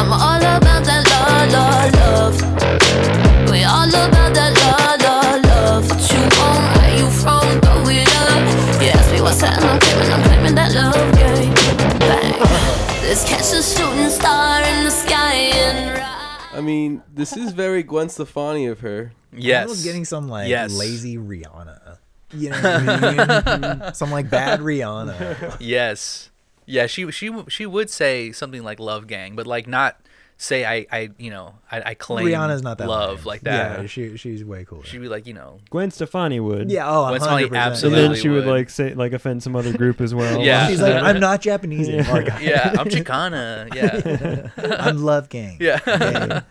Speaker 6: I'm all about that love, love, love. We all about that love, love, love. What you want, where you from, throw it up. You ask me what's that, and I'm claiming, I'm claiming that love gang. Bang. Let's catch a shooting star in the sky and ride.
Speaker 4: I mean, this is very Gwen Stefani of her.
Speaker 2: Yes.
Speaker 3: I was getting some like
Speaker 2: Yes.
Speaker 3: lazy Rihanna. You know what I
Speaker 2: [laughs]
Speaker 3: mean? some like bad Rihanna.
Speaker 2: Yes. Yeah, she she w- she would say something like love gang, but like not say I I you know I, I claim
Speaker 3: Rihanna's not that
Speaker 2: love
Speaker 3: lame.
Speaker 2: like that.
Speaker 3: Yeah, she she's way cooler.
Speaker 2: She'd be like you know
Speaker 5: Gwen Stefani would.
Speaker 3: yeah, oh,
Speaker 2: Gwen
Speaker 3: I'm
Speaker 2: Stefani
Speaker 3: hundred
Speaker 5: And
Speaker 2: absolutely-
Speaker 3: percent.
Speaker 5: then she would
Speaker 2: would.
Speaker 5: like say like offend some other group as well.
Speaker 2: Yeah.
Speaker 3: She's like, I'm not
Speaker 5: [laughs]
Speaker 3: Japanese anymore. guys.
Speaker 2: yeah
Speaker 3: [laughs]
Speaker 2: I'm Chicana yeah
Speaker 3: I'm love gang.
Speaker 2: Yeah.
Speaker 3: Yeah.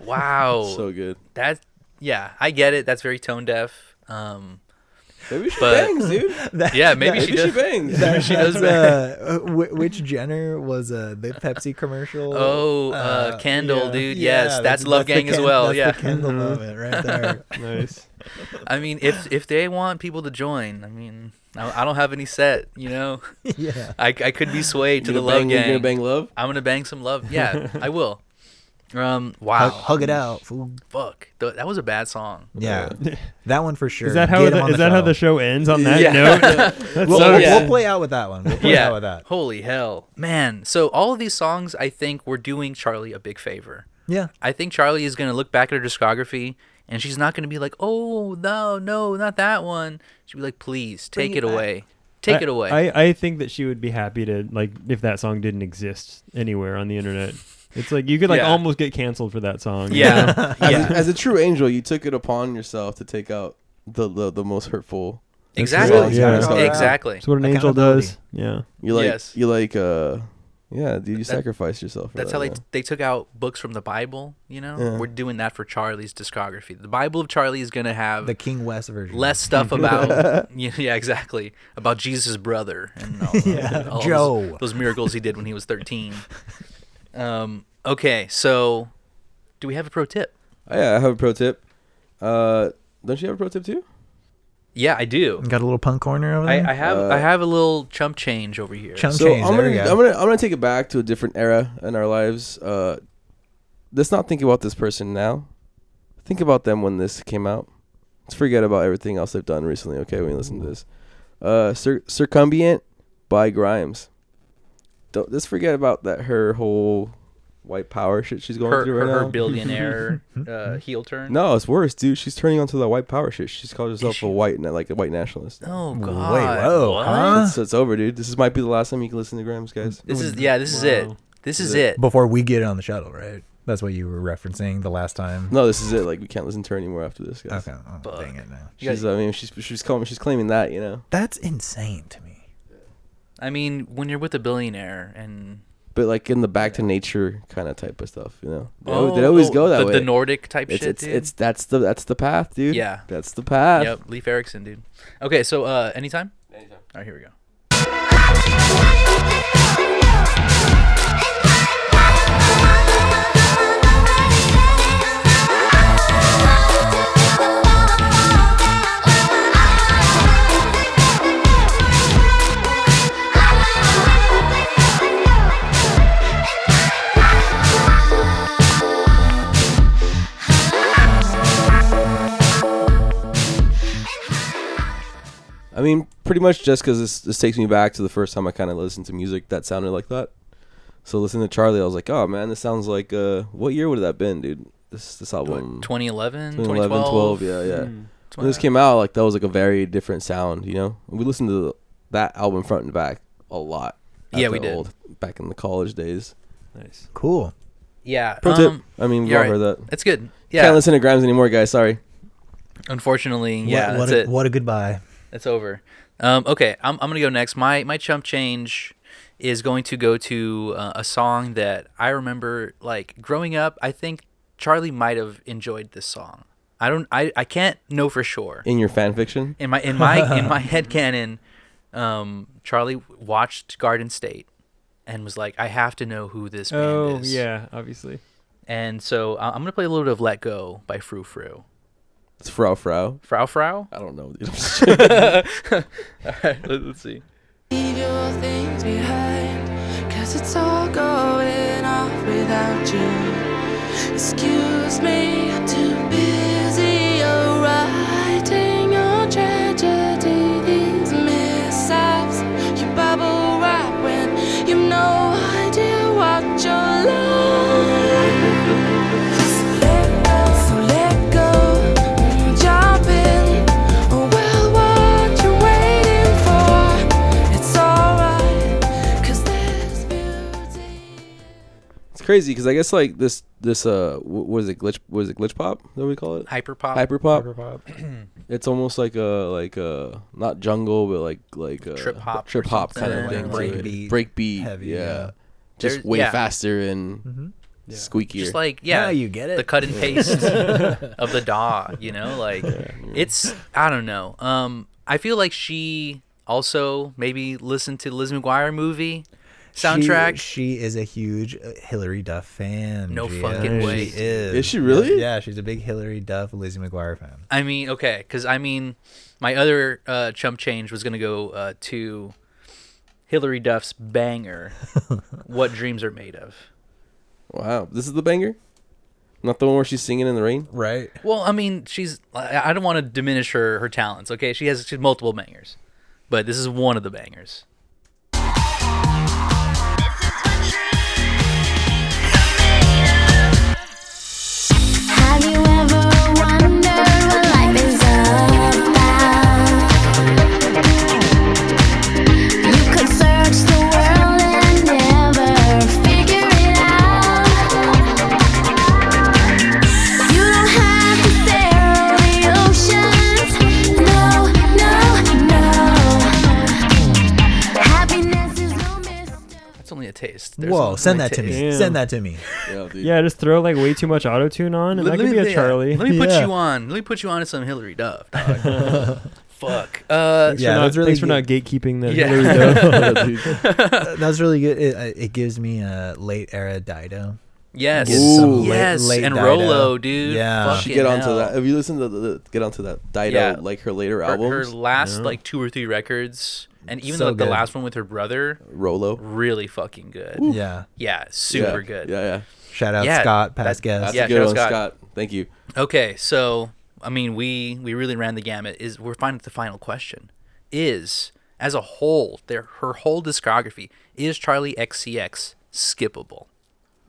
Speaker 2: wow
Speaker 4: So good.
Speaker 2: that yeah I get it that's very tone deaf um
Speaker 4: Maybe she
Speaker 2: But-
Speaker 4: bangs,
Speaker 2: [laughs]
Speaker 4: dude.
Speaker 3: That-
Speaker 2: yeah maybe
Speaker 4: Maybe
Speaker 2: she
Speaker 4: she,
Speaker 2: does
Speaker 4: bangs.
Speaker 2: maybe [laughs] she does
Speaker 3: That's,
Speaker 2: that.
Speaker 3: uh, wh- which Jenner was uh, the Pepsi commercial?
Speaker 2: Oh, uh, Kendall,
Speaker 5: yeah.
Speaker 2: dude.
Speaker 3: Yeah,
Speaker 2: yes, that's, Love
Speaker 3: the
Speaker 2: Gang as
Speaker 3: Ken-
Speaker 2: well.
Speaker 3: that's
Speaker 2: yeah.
Speaker 3: the Kendall moment right [laughs] there.
Speaker 5: nice.
Speaker 2: I mean, if if they want people to join, I mean, I, I don't have any set. You know, [laughs]
Speaker 3: yeah,
Speaker 2: I, I could be swayed to
Speaker 4: You
Speaker 2: the
Speaker 4: gonna
Speaker 2: Love
Speaker 4: bang, You
Speaker 2: Gang.
Speaker 4: gonna bang love?
Speaker 2: [laughs] I'm gonna bang some love.
Speaker 3: [laughs]
Speaker 2: Yeah, I will. Um, wow,
Speaker 3: hug, hug it out, fool.
Speaker 2: fuck, Th- that was a bad song.
Speaker 3: Yeah, that one for sure.
Speaker 5: Is that how
Speaker 3: Get
Speaker 5: the,
Speaker 3: him on
Speaker 5: is that how
Speaker 3: show.
Speaker 5: the show ends on that
Speaker 2: Yeah.
Speaker 5: note? That
Speaker 3: We'll,
Speaker 5: sucks.
Speaker 3: we'll-
Speaker 2: Yeah.
Speaker 3: we'll play out with that one. We'll play out with that.
Speaker 2: holy hell, man. So all of these songs, I think, were doing Charlie a big favor.
Speaker 3: [laughs] Yeah,
Speaker 2: I think Charlie is gonna look back at her discography. And she's not going to be like, oh, no, no, not that one. She'll be like, please, take it away. [laughs] Take
Speaker 5: I-
Speaker 2: it away.
Speaker 5: I, I think that she would be happy to like if that song didn't exist anywhere on the internet. It's like you could like
Speaker 2: Yeah.
Speaker 5: almost get canceled for that song. you
Speaker 3: [laughs]
Speaker 5: know?
Speaker 2: Yeah.
Speaker 4: As,
Speaker 2: yeah.
Speaker 4: a, as a true angel, you took it upon yourself to take out the the, the most hurtful.
Speaker 2: Exactly.
Speaker 5: Yeah.
Speaker 4: Yeah.
Speaker 2: Exactly.
Speaker 5: That's what an angel
Speaker 3: Accountability.
Speaker 5: does. Yeah.
Speaker 4: You like
Speaker 2: Yes.
Speaker 4: you like uh yeah, dude, you sacrificed yourself. For
Speaker 2: That's
Speaker 4: that,
Speaker 2: how they,
Speaker 4: yeah.
Speaker 2: they took out books from the Bible, you know?
Speaker 4: uh, Yeah.
Speaker 2: We're doing that for Charlie's discography. The Bible of Charlie is going to have
Speaker 3: the King West version.
Speaker 2: less
Speaker 3: [laughs]
Speaker 2: stuff about, [laughs] yeah, yeah, exactly, about Jesus' brother and
Speaker 3: [laughs]
Speaker 2: all, yeah. all those-
Speaker 3: Joe.
Speaker 2: Those, miracles he did when he was 13. um, okay, so do we have a pro tip?
Speaker 4: Oh, yeah, I have a pro tip. Uh, don't you have a pro tip too?
Speaker 2: Yeah, I do.
Speaker 3: Got a little punk corner over
Speaker 2: I,
Speaker 3: there.
Speaker 2: I have I have a little chump change over here.
Speaker 3: Chump
Speaker 4: so
Speaker 3: change.
Speaker 4: I'm
Speaker 3: there
Speaker 4: gonna,
Speaker 3: we go.
Speaker 4: I'm gonna I'm gonna take it back to a different era in our lives. Uh, let's not think about this person now. Think about them when this came out. Let's forget about everything else they've done recently. Okay, when you listen to this, uh, Cir- "Circumambient" by Grimes. Don't let's forget about that her whole white power shit she's going
Speaker 2: her,
Speaker 4: through right
Speaker 2: her, her
Speaker 4: now.
Speaker 2: billionaire uh, heel
Speaker 4: [laughs]
Speaker 2: turn.
Speaker 4: no, it's worse, dude. She's turning onto that white power shit. She's called herself
Speaker 2: she?
Speaker 4: a white na- like a white nationalist.
Speaker 2: Oh
Speaker 3: Wait,
Speaker 2: God!
Speaker 3: whoa,
Speaker 2: what?
Speaker 3: huh?
Speaker 4: So it's over, dude. This is, might be the last time you can listen to Grimes, guys.
Speaker 2: This is yeah. This is it.
Speaker 5: Wow.
Speaker 2: This is it.
Speaker 3: Before we get it on the shuttle, right? That's what you were referencing the last time.
Speaker 4: No, this is it. Like we can't listen to her anymore after this, guys.
Speaker 3: Okay. Oh, dang it now.
Speaker 2: You
Speaker 4: She's, uh, I mean, she's she's claiming she's claiming that, you know.
Speaker 3: That's insane to me.
Speaker 2: I mean, when you're with a billionaire and
Speaker 4: But like in the back to nature kind of type of stuff, you know. They, al- they always go that
Speaker 2: Oh, the,
Speaker 4: way.
Speaker 2: The Nordic type
Speaker 4: it's
Speaker 2: shit,
Speaker 4: it's,
Speaker 2: dude.
Speaker 4: it's that's the that's the path, dude.
Speaker 2: Yeah.
Speaker 4: That's the path.
Speaker 2: yep, Leif Erikson, dude. Okay, so uh, anytime. Anytime. All right, here we go.
Speaker 4: I mean, pretty much just because this this takes me back to the first time I kind of listened to music that sounded like that. So listening to Charlie, I was like, oh man, this sounds like uh, what year would that have been, dude? This this album.
Speaker 2: 2011,
Speaker 4: 2011,
Speaker 2: 2012.
Speaker 4: 12, yeah, yeah.
Speaker 2: Hmm.
Speaker 4: When this came out, like that was like a very different sound, you know. We listened to that album front and back a lot. at
Speaker 2: Yeah, we
Speaker 4: the
Speaker 2: did.
Speaker 4: back in the college days.
Speaker 5: Nice.
Speaker 3: Cool.
Speaker 2: Yeah.
Speaker 4: Pro
Speaker 2: um,
Speaker 4: tip. I mean, we
Speaker 2: you're
Speaker 4: all
Speaker 2: right.
Speaker 4: heard that.
Speaker 2: That's good.
Speaker 4: Can't
Speaker 2: Yeah.
Speaker 4: listen to Grimes anymore, guys. Sorry.
Speaker 2: Unfortunately, yeah, that's
Speaker 3: what, what a,
Speaker 2: it.
Speaker 3: What a goodbye.
Speaker 2: It's over. Um, okay, I'm, I'm gonna go next. My my chump change is going to go to uh, a song that I remember like growing up. I think Charlie might have enjoyed this song. I don't. I, I can't know for sure.
Speaker 4: in your fan fiction.
Speaker 2: In my in my in my
Speaker 3: [laughs]
Speaker 2: head canon, um, Charlie watched Garden State, and was like, I have to know who this band
Speaker 5: Oh
Speaker 2: is.
Speaker 5: yeah, obviously.
Speaker 2: And so I- I'm gonna play a little bit of Let Go by Frou Frou.
Speaker 4: It's Frau Frau.
Speaker 2: Frau Frau.
Speaker 4: I don't know. dude. [laughs] I'm just joking.
Speaker 2: Let's see.
Speaker 7: Leave your things behind, cause it's all going off without you. Excuse me, I'm too busy oh, writing your tragedy. These mishaps, you bubble wrap when you've no idea what your life. Let go, so let go, jump in. Oh well, what you waiting for? It's alright, 'cause there's beauty.
Speaker 4: it's crazy because I guess like this this uh wh- what is it glitch what is it glitch pop that we call it
Speaker 2: Hyper pop.
Speaker 4: hyper pop.
Speaker 3: pop.
Speaker 2: [clears throat]
Speaker 4: It's almost like a like a not jungle but like like a
Speaker 2: Trip hop
Speaker 4: trip
Speaker 2: or
Speaker 4: hop kind of
Speaker 2: something,
Speaker 4: thing.
Speaker 2: like
Speaker 4: to it.
Speaker 3: breakbeat,
Speaker 4: break beat,
Speaker 3: heavy,
Speaker 4: yeah.
Speaker 3: yeah.
Speaker 4: Just
Speaker 2: There's-
Speaker 4: way
Speaker 2: yeah.
Speaker 4: faster and squeakier.
Speaker 2: just like yeah,
Speaker 3: Now you get it.
Speaker 2: The cut and
Speaker 3: [laughs]
Speaker 2: paste of the DAW, you know, like it's I don't know. Um, I feel like she also maybe listened to Liz McGuire movie soundtrack.
Speaker 3: She, she is a huge uh, Hillary Duff fan.
Speaker 2: No
Speaker 3: Gia.
Speaker 2: fucking way.
Speaker 3: She is.
Speaker 4: Is she really?
Speaker 3: Yeah, she's a big Hillary Duff, Lizzie McGuire fan.
Speaker 2: I mean, okay, because I mean, my other uh, chump change was gonna go uh, to Hillary Duff's
Speaker 3: [laughs]
Speaker 2: banger, "What Dreams Are Made Of."
Speaker 4: wow, this is the banger. Not the one where she's singing in the
Speaker 2: [laughs]
Speaker 4: rain.
Speaker 3: Right.
Speaker 2: Well, I mean, she's I I don't want to diminish her her talents. Okay, she has she's multiple bangers, but this is one of the bangers.
Speaker 10: Have you ever wondered what life is about? You could search the world and never figure it out. You don't have to sail the oceans. No, no, no. Happiness is no mystery.
Speaker 2: That's only a taste. There's
Speaker 3: Whoa,
Speaker 2: only
Speaker 3: send
Speaker 2: a
Speaker 3: that to
Speaker 2: taste.
Speaker 3: me.
Speaker 5: Damn.
Speaker 3: Send that to me.
Speaker 4: Yeah, dude.
Speaker 5: Yeah, just throw like way too much auto tune on, and that could be a
Speaker 2: yeah,
Speaker 5: Charlie.
Speaker 2: Let me put
Speaker 3: Yeah.
Speaker 2: you on. Let me put you on to some Hillary Duff. dog.
Speaker 3: [laughs]
Speaker 2: Fuck. Uh,
Speaker 5: [laughs] yeah,
Speaker 3: Yeah,
Speaker 5: not,
Speaker 3: that's really
Speaker 5: thanks for
Speaker 3: good.
Speaker 5: not gatekeeping that.
Speaker 2: Yeah.
Speaker 5: [laughs] Hillary Duff.
Speaker 4: Yeah, dude.
Speaker 3: That's really good. It, uh, it gives me a late era Dido.
Speaker 2: [laughs] yes.
Speaker 3: Get some late-
Speaker 2: yes.
Speaker 3: late
Speaker 2: and
Speaker 3: Dido.
Speaker 2: Rolo, dude.
Speaker 3: Yeah.
Speaker 2: Fucking
Speaker 4: She get onto
Speaker 2: hell.
Speaker 4: that. If you listen to the, the get onto that Dido
Speaker 2: Yeah.
Speaker 4: like her later
Speaker 2: Her, her
Speaker 4: albums,
Speaker 2: last like two or three records, and even
Speaker 3: So
Speaker 2: like the
Speaker 3: good.
Speaker 2: last one with her brother,
Speaker 4: Rolo.
Speaker 2: really fucking good.
Speaker 3: Yeah.
Speaker 2: Yeah, super
Speaker 4: yeah.
Speaker 2: good.
Speaker 4: Yeah, yeah.
Speaker 3: Shout out
Speaker 2: Yeah,
Speaker 3: Scott,
Speaker 2: that-
Speaker 3: past
Speaker 4: That's
Speaker 3: guest.
Speaker 2: Yeah,
Speaker 4: a good
Speaker 2: shout out
Speaker 4: one,
Speaker 2: Scott.
Speaker 4: Scott. Thank you.
Speaker 2: Okay, so I mean, we we really ran the gamut. Is we're finding the final question is as a whole, their her whole discography is Charlie XCX skippable?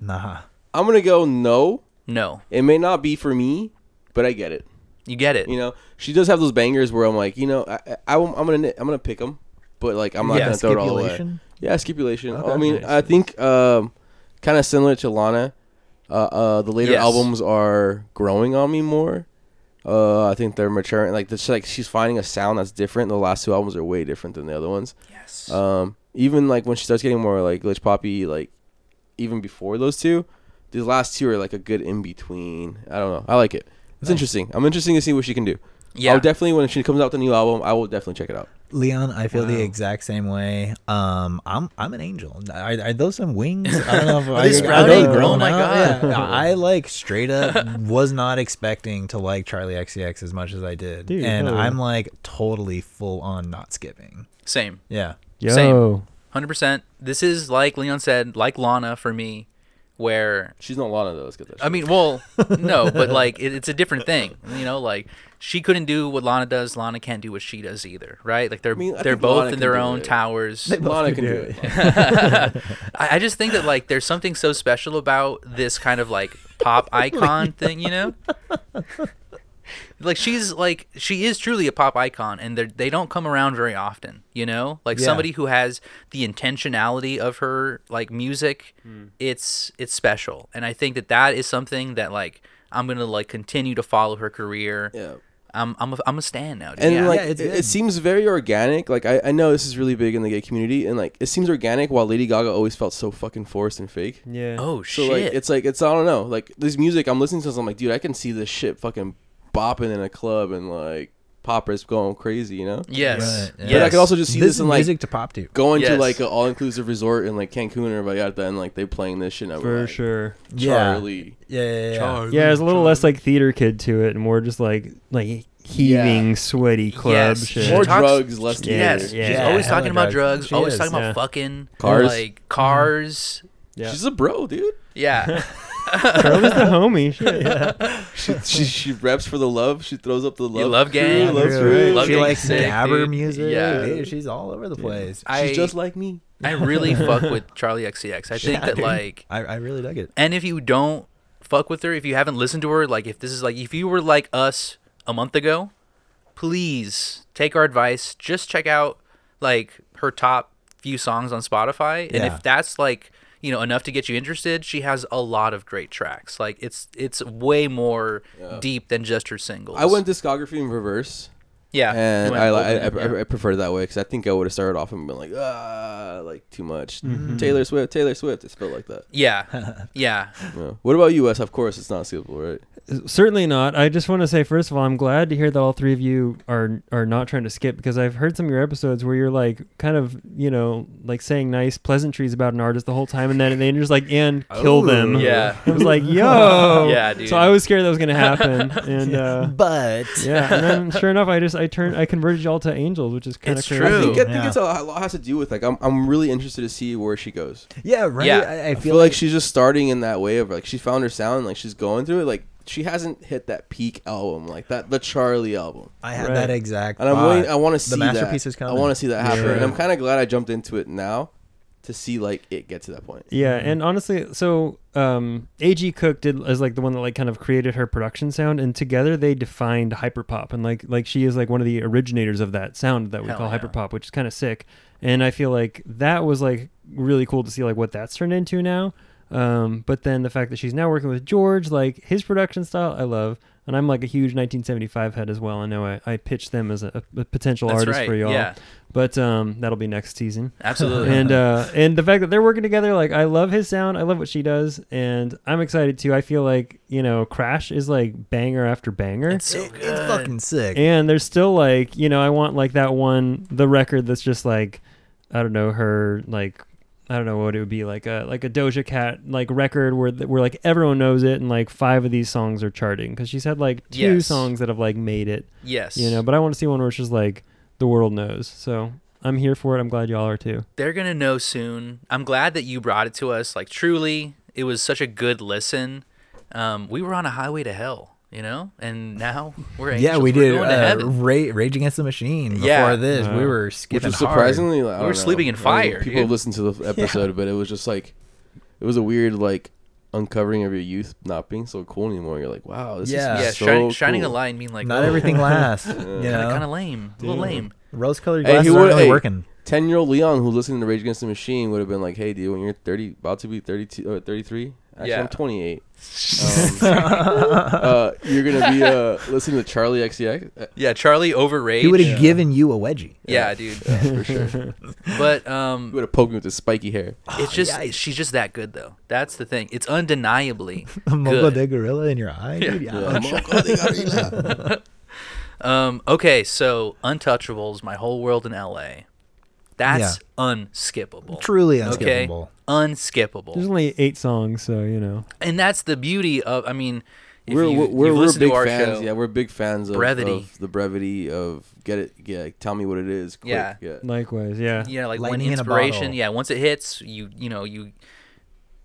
Speaker 3: Nah.
Speaker 4: I'm gonna go no.
Speaker 2: No,
Speaker 4: It may not be for me, but I get it.
Speaker 2: you get it.
Speaker 4: You know, she does have those bangers where I'm like, you know, I, I, I won't- I'm gonna I'm gonna pick them, but like I'm not
Speaker 2: Yeah,
Speaker 4: gonna throw it all away.
Speaker 3: Skipulation?
Speaker 4: Yeah, stipulation.
Speaker 3: Okay.
Speaker 4: I mean,
Speaker 3: Nice.
Speaker 4: I think um, kind of similar to Lana. Uh, uh, the later
Speaker 2: Yes.
Speaker 4: albums are growing on me more. Uh, I think they're maturing. Like this, like she's finding a sound that's different. The last two albums are way different than the other ones.
Speaker 2: Yes.
Speaker 4: Um, even like when she starts getting more like glitch poppy, like even before those two, these last two are like a good in between. I don't know. I like it. It's interesting. I'm interested to see what she can do.
Speaker 2: Yeah.
Speaker 4: I'll definitely when she comes out with a new album, I will definitely check it out.
Speaker 3: Leon, I feel the exact same way. Um, I'm I'm an angel. Are, are those some wings? I don't know. If I,
Speaker 2: they
Speaker 3: those
Speaker 2: sprouting? Oh my God.
Speaker 3: Yeah. I like straight up was not expecting to like Charlie XCX as much as I did,
Speaker 5: Dude,
Speaker 3: and
Speaker 5: hell yeah.
Speaker 3: I'm like totally full on not skipping.
Speaker 2: Same.
Speaker 3: Yeah,
Speaker 5: Yo,
Speaker 2: Same. Hundred percent. This is like Leon said, like Lana for me, where
Speaker 4: She's not Lana though. Let's get that.
Speaker 2: I mean, well, no,
Speaker 4: [laughs]
Speaker 2: but like it, it's a different thing, you know. Like she couldn't do what Lana does. Lana can't do what she does either, right? Like they're
Speaker 4: mean, I
Speaker 2: they're
Speaker 4: think
Speaker 2: both
Speaker 4: Lana
Speaker 2: in
Speaker 4: can
Speaker 2: their
Speaker 4: do
Speaker 2: own
Speaker 4: it.
Speaker 2: towers.
Speaker 4: shit. Lana can do it.
Speaker 2: I, I just think that like there's something so special about this kind of like pop icon thing, you know? like she's like she is truly a pop icon and they they don't come around very often, you know? Like
Speaker 3: Yeah.
Speaker 2: somebody who has the intentionality of her like music,
Speaker 4: Hmm.
Speaker 2: it's it's special. And I think that that is something that like I'm going to like continue to follow her career.
Speaker 4: [laughs] Yeah.
Speaker 2: I'm I'm a, I'm a stan now. Dude.
Speaker 4: and
Speaker 2: yeah.
Speaker 4: like
Speaker 3: Yeah,
Speaker 4: it,
Speaker 3: it's
Speaker 4: it
Speaker 3: good.
Speaker 4: seems very organic like I, I know this is really big in the gay community and like it seems organic while lady gaga always felt so fucking forced and fake
Speaker 5: Yeah.
Speaker 2: oh
Speaker 4: so
Speaker 2: shit.
Speaker 4: like it's like it's i don't know like this music i'm listening to this, i'm like dude i can see this shit fucking bopping in a club and like poppers going crazy you know
Speaker 2: yes.
Speaker 3: Right, yeah.
Speaker 2: yes.
Speaker 4: but i could also just see
Speaker 3: This
Speaker 4: this,
Speaker 3: is
Speaker 4: in like
Speaker 3: music to pop to.
Speaker 4: going to
Speaker 2: Yes.
Speaker 4: like an all-inclusive resort in like cancun or Vallarta and like they playing this shit and I'm
Speaker 5: for
Speaker 4: like,
Speaker 5: sure.
Speaker 3: Yeah.
Speaker 4: charlie
Speaker 3: Yeah, yeah, yeah.
Speaker 5: Yeah, it's a little less like theater kid to it, and more just like like heaving, sweaty club
Speaker 2: Yes.
Speaker 5: shit.
Speaker 2: She
Speaker 4: more
Speaker 2: talks-
Speaker 4: drugs less theater.
Speaker 2: Yes,
Speaker 5: Yeah.
Speaker 2: she's
Speaker 5: Yeah,
Speaker 2: always
Speaker 3: hella
Speaker 2: talking about
Speaker 3: drugs.
Speaker 2: drugs.
Speaker 3: She
Speaker 2: always
Speaker 3: is,
Speaker 2: talking
Speaker 5: yeah.
Speaker 2: about fucking
Speaker 4: Cars.
Speaker 2: like cars.
Speaker 5: yeah.
Speaker 4: she's a bro dude
Speaker 2: Yeah,
Speaker 5: Charlie's
Speaker 2: [laughs]
Speaker 5: the homie. Shit.
Speaker 4: she, she she raps for the love she throws up the love
Speaker 2: you love gang.
Speaker 4: Ooh, love
Speaker 3: True.
Speaker 4: true.
Speaker 2: Love
Speaker 3: she
Speaker 2: getting
Speaker 3: likes
Speaker 2: sick,
Speaker 3: dabber
Speaker 2: dude.
Speaker 3: music.
Speaker 2: Yeah.
Speaker 3: dude, she's all over the place.
Speaker 2: I
Speaker 4: she's just like me
Speaker 2: I really fuck with Charlie XCX. I think
Speaker 3: Yeah,
Speaker 2: that
Speaker 3: dude.
Speaker 2: like,
Speaker 3: I, I really dug it.
Speaker 2: and if you don't fuck with her, if you haven't listened to her, like if this is like if you were like us a month ago, please take our advice. Just check out like her top few songs on Spotify, and
Speaker 3: Yeah.
Speaker 2: if that's like you know enough to get you interested, she has a lot of great tracks. Like it's it's way more deep than just her singles.
Speaker 4: i went discography in reverse
Speaker 2: yeah, you
Speaker 4: and
Speaker 2: went
Speaker 4: I,
Speaker 2: old
Speaker 4: I,
Speaker 2: and-
Speaker 4: I,
Speaker 2: yeah.
Speaker 4: I, I prefer it that way because I think I would have started off and been like, ah, like too much. Taylor Swift, Taylor Swift. It's felt like that.
Speaker 2: yeah, yeah,
Speaker 4: Yeah. What about you, Wes? Of course, it's not suitable, right?
Speaker 5: Certainly not. I just want to say first of all, I'm glad to hear that all three of you are are not trying to skip because I've heard some of your episodes where you're like kind of you know like saying nice pleasantries about an artist the whole time, and then and then you're just like and kill them.
Speaker 2: Oh, yeah.
Speaker 5: [laughs] It was like
Speaker 2: [laughs]
Speaker 5: yo.
Speaker 2: Yeah, dude.
Speaker 5: So I was scared that was gonna happen,
Speaker 2: [laughs]
Speaker 5: and uh,
Speaker 3: But
Speaker 5: yeah, and then sure enough, I just I turned I converted y'all to angels, which is kind of
Speaker 2: It's
Speaker 5: crazy.
Speaker 2: true.
Speaker 4: I think, I think
Speaker 3: Yeah.
Speaker 4: it's a lot, a lot has to do with like I'm, I'm really interested to see where she goes.
Speaker 3: yeah, right.
Speaker 2: Yeah.
Speaker 3: I, I
Speaker 4: I feel like she's just starting in that way of like she found her sound, like she's going through it. Like she hasn't hit that peak album, like that the Charlie album.
Speaker 3: I had
Speaker 5: Right.
Speaker 3: that exact.
Speaker 4: And I'm
Speaker 3: thought.
Speaker 4: waiting. I want to see
Speaker 3: the masterpiece
Speaker 4: that.
Speaker 3: is coming.
Speaker 4: I want to see that happen,
Speaker 5: Yeah.
Speaker 4: and I'm kind of glad I jumped into it now to see like it get to that point.
Speaker 5: Yeah, and honestly, so um, A.G. Cook did is like the one that like kind of created her production sound, and together they defined hyperpop, and like like she is like one of the originators of that sound that we
Speaker 2: Hell
Speaker 5: call
Speaker 2: yeah.
Speaker 5: hyperpop, which is kind of sick. And I feel like that was like really cool to see like what that's turned into now. Um, but then the fact that she's now working with George, like his production style, I love. And I'm like a huge 1975 head as well. I know I, I pitched them as a, a potential
Speaker 2: That's
Speaker 5: artist
Speaker 2: right,
Speaker 5: for y'all.
Speaker 2: yeah.
Speaker 5: But um, that'll be next season
Speaker 2: absolutely.
Speaker 5: and uh, and the fact that they're working together, like I love his sound, I love what she does, and I'm excited too. I feel like you know, Crash is like banger after banger,
Speaker 2: it's so
Speaker 3: It-
Speaker 2: good.
Speaker 3: it's fucking sick.
Speaker 5: and there's still like you know, I want like that one, the record that's just like, I don't know, her like. I don't know what it would be like a like a Doja Cat like record where th- where like everyone knows it and like five of these songs are charting because she's had like two
Speaker 2: Yes.
Speaker 5: songs that have like made it
Speaker 2: yes,
Speaker 5: you know but I want to see one where it's just like the world knows so I'm here for it I'm glad y'all are too
Speaker 2: they're gonna know soon. I'm glad that you brought it to us. Like truly, it was such a good listen. Um, we were on a highway to hell, you know, and now we're
Speaker 3: yeah,
Speaker 2: angels.
Speaker 3: we
Speaker 2: We're
Speaker 3: did.
Speaker 2: going to
Speaker 3: Uh,
Speaker 2: heaven. Uh,
Speaker 3: Ra- Rage Against the Machine. Before
Speaker 2: Yeah.
Speaker 3: this, we
Speaker 5: Wow.
Speaker 3: were
Speaker 4: which
Speaker 3: skipping.
Speaker 4: was surprisingly like, I
Speaker 2: We were
Speaker 4: don't know.
Speaker 2: sleeping in
Speaker 4: I mean,
Speaker 2: fire,
Speaker 4: people
Speaker 2: dude.
Speaker 4: have listened to
Speaker 2: [laughs]
Speaker 4: the episode, but it was just like it was a weird like uncovering of your youth not being so cool anymore. You're like, wow, this
Speaker 3: Yeah.
Speaker 2: Yeah,
Speaker 4: is so
Speaker 2: shi- shining a
Speaker 4: cool.
Speaker 2: light and being like,
Speaker 3: hard. Not
Speaker 2: [laughs]
Speaker 3: everything lasts. you
Speaker 2: kind of
Speaker 3: know,
Speaker 2: lame, a little lame.
Speaker 3: rose-colored
Speaker 4: Hey, he
Speaker 3: glasses
Speaker 4: would-
Speaker 3: aren't really
Speaker 4: hey.
Speaker 2: [laughs]
Speaker 3: working. [laughs]
Speaker 4: Ten year old Leon who listened to Rage Against the Machine would have been like, hey, dude, when you're thirty, about to be thirty two or thirty three. Actually,
Speaker 2: Yeah.
Speaker 4: I'm
Speaker 2: [laughs]
Speaker 4: 28. Um, uh, you're gonna be uh, listening to Charlie XCX. Uh,
Speaker 2: Yeah, Charlie overraged.
Speaker 3: He would have given you a wedgie.
Speaker 2: yeah, dude.
Speaker 4: for sure.
Speaker 3: [laughs]
Speaker 2: But
Speaker 4: You
Speaker 2: um,
Speaker 4: would have poked me with his spiky
Speaker 2: [laughs]
Speaker 4: hair.
Speaker 2: it's just she's just that good though. That's the thing. It's
Speaker 3: [laughs]
Speaker 2: undeniably
Speaker 3: A [laughs] mocha
Speaker 2: good.
Speaker 3: de gorilla in your eye. dude?
Speaker 2: Oh,
Speaker 3: Yeah.
Speaker 2: Um, okay, so Untouchables, My Whole World in L.A. That's unskippable.
Speaker 3: Truly
Speaker 2: Okay,
Speaker 3: unskippable.
Speaker 2: unskippable.
Speaker 5: There's only eight songs, so you know.
Speaker 2: and that's the beauty of i mean if
Speaker 4: we're
Speaker 2: you,
Speaker 4: we're, we're,
Speaker 2: you've
Speaker 4: we're
Speaker 2: listened
Speaker 4: big
Speaker 2: to our
Speaker 4: fans.
Speaker 2: show
Speaker 4: Yeah, we're big fans of,
Speaker 2: Brevity.
Speaker 4: of the brevity of get it. Yeah, tell me what it is. Quick.
Speaker 2: Yeah.
Speaker 4: yeah.
Speaker 5: Likewise, yeah.
Speaker 2: yeah like when
Speaker 3: Lightning in a
Speaker 2: inspiration
Speaker 3: bottle.
Speaker 2: yeah once it hits you you know you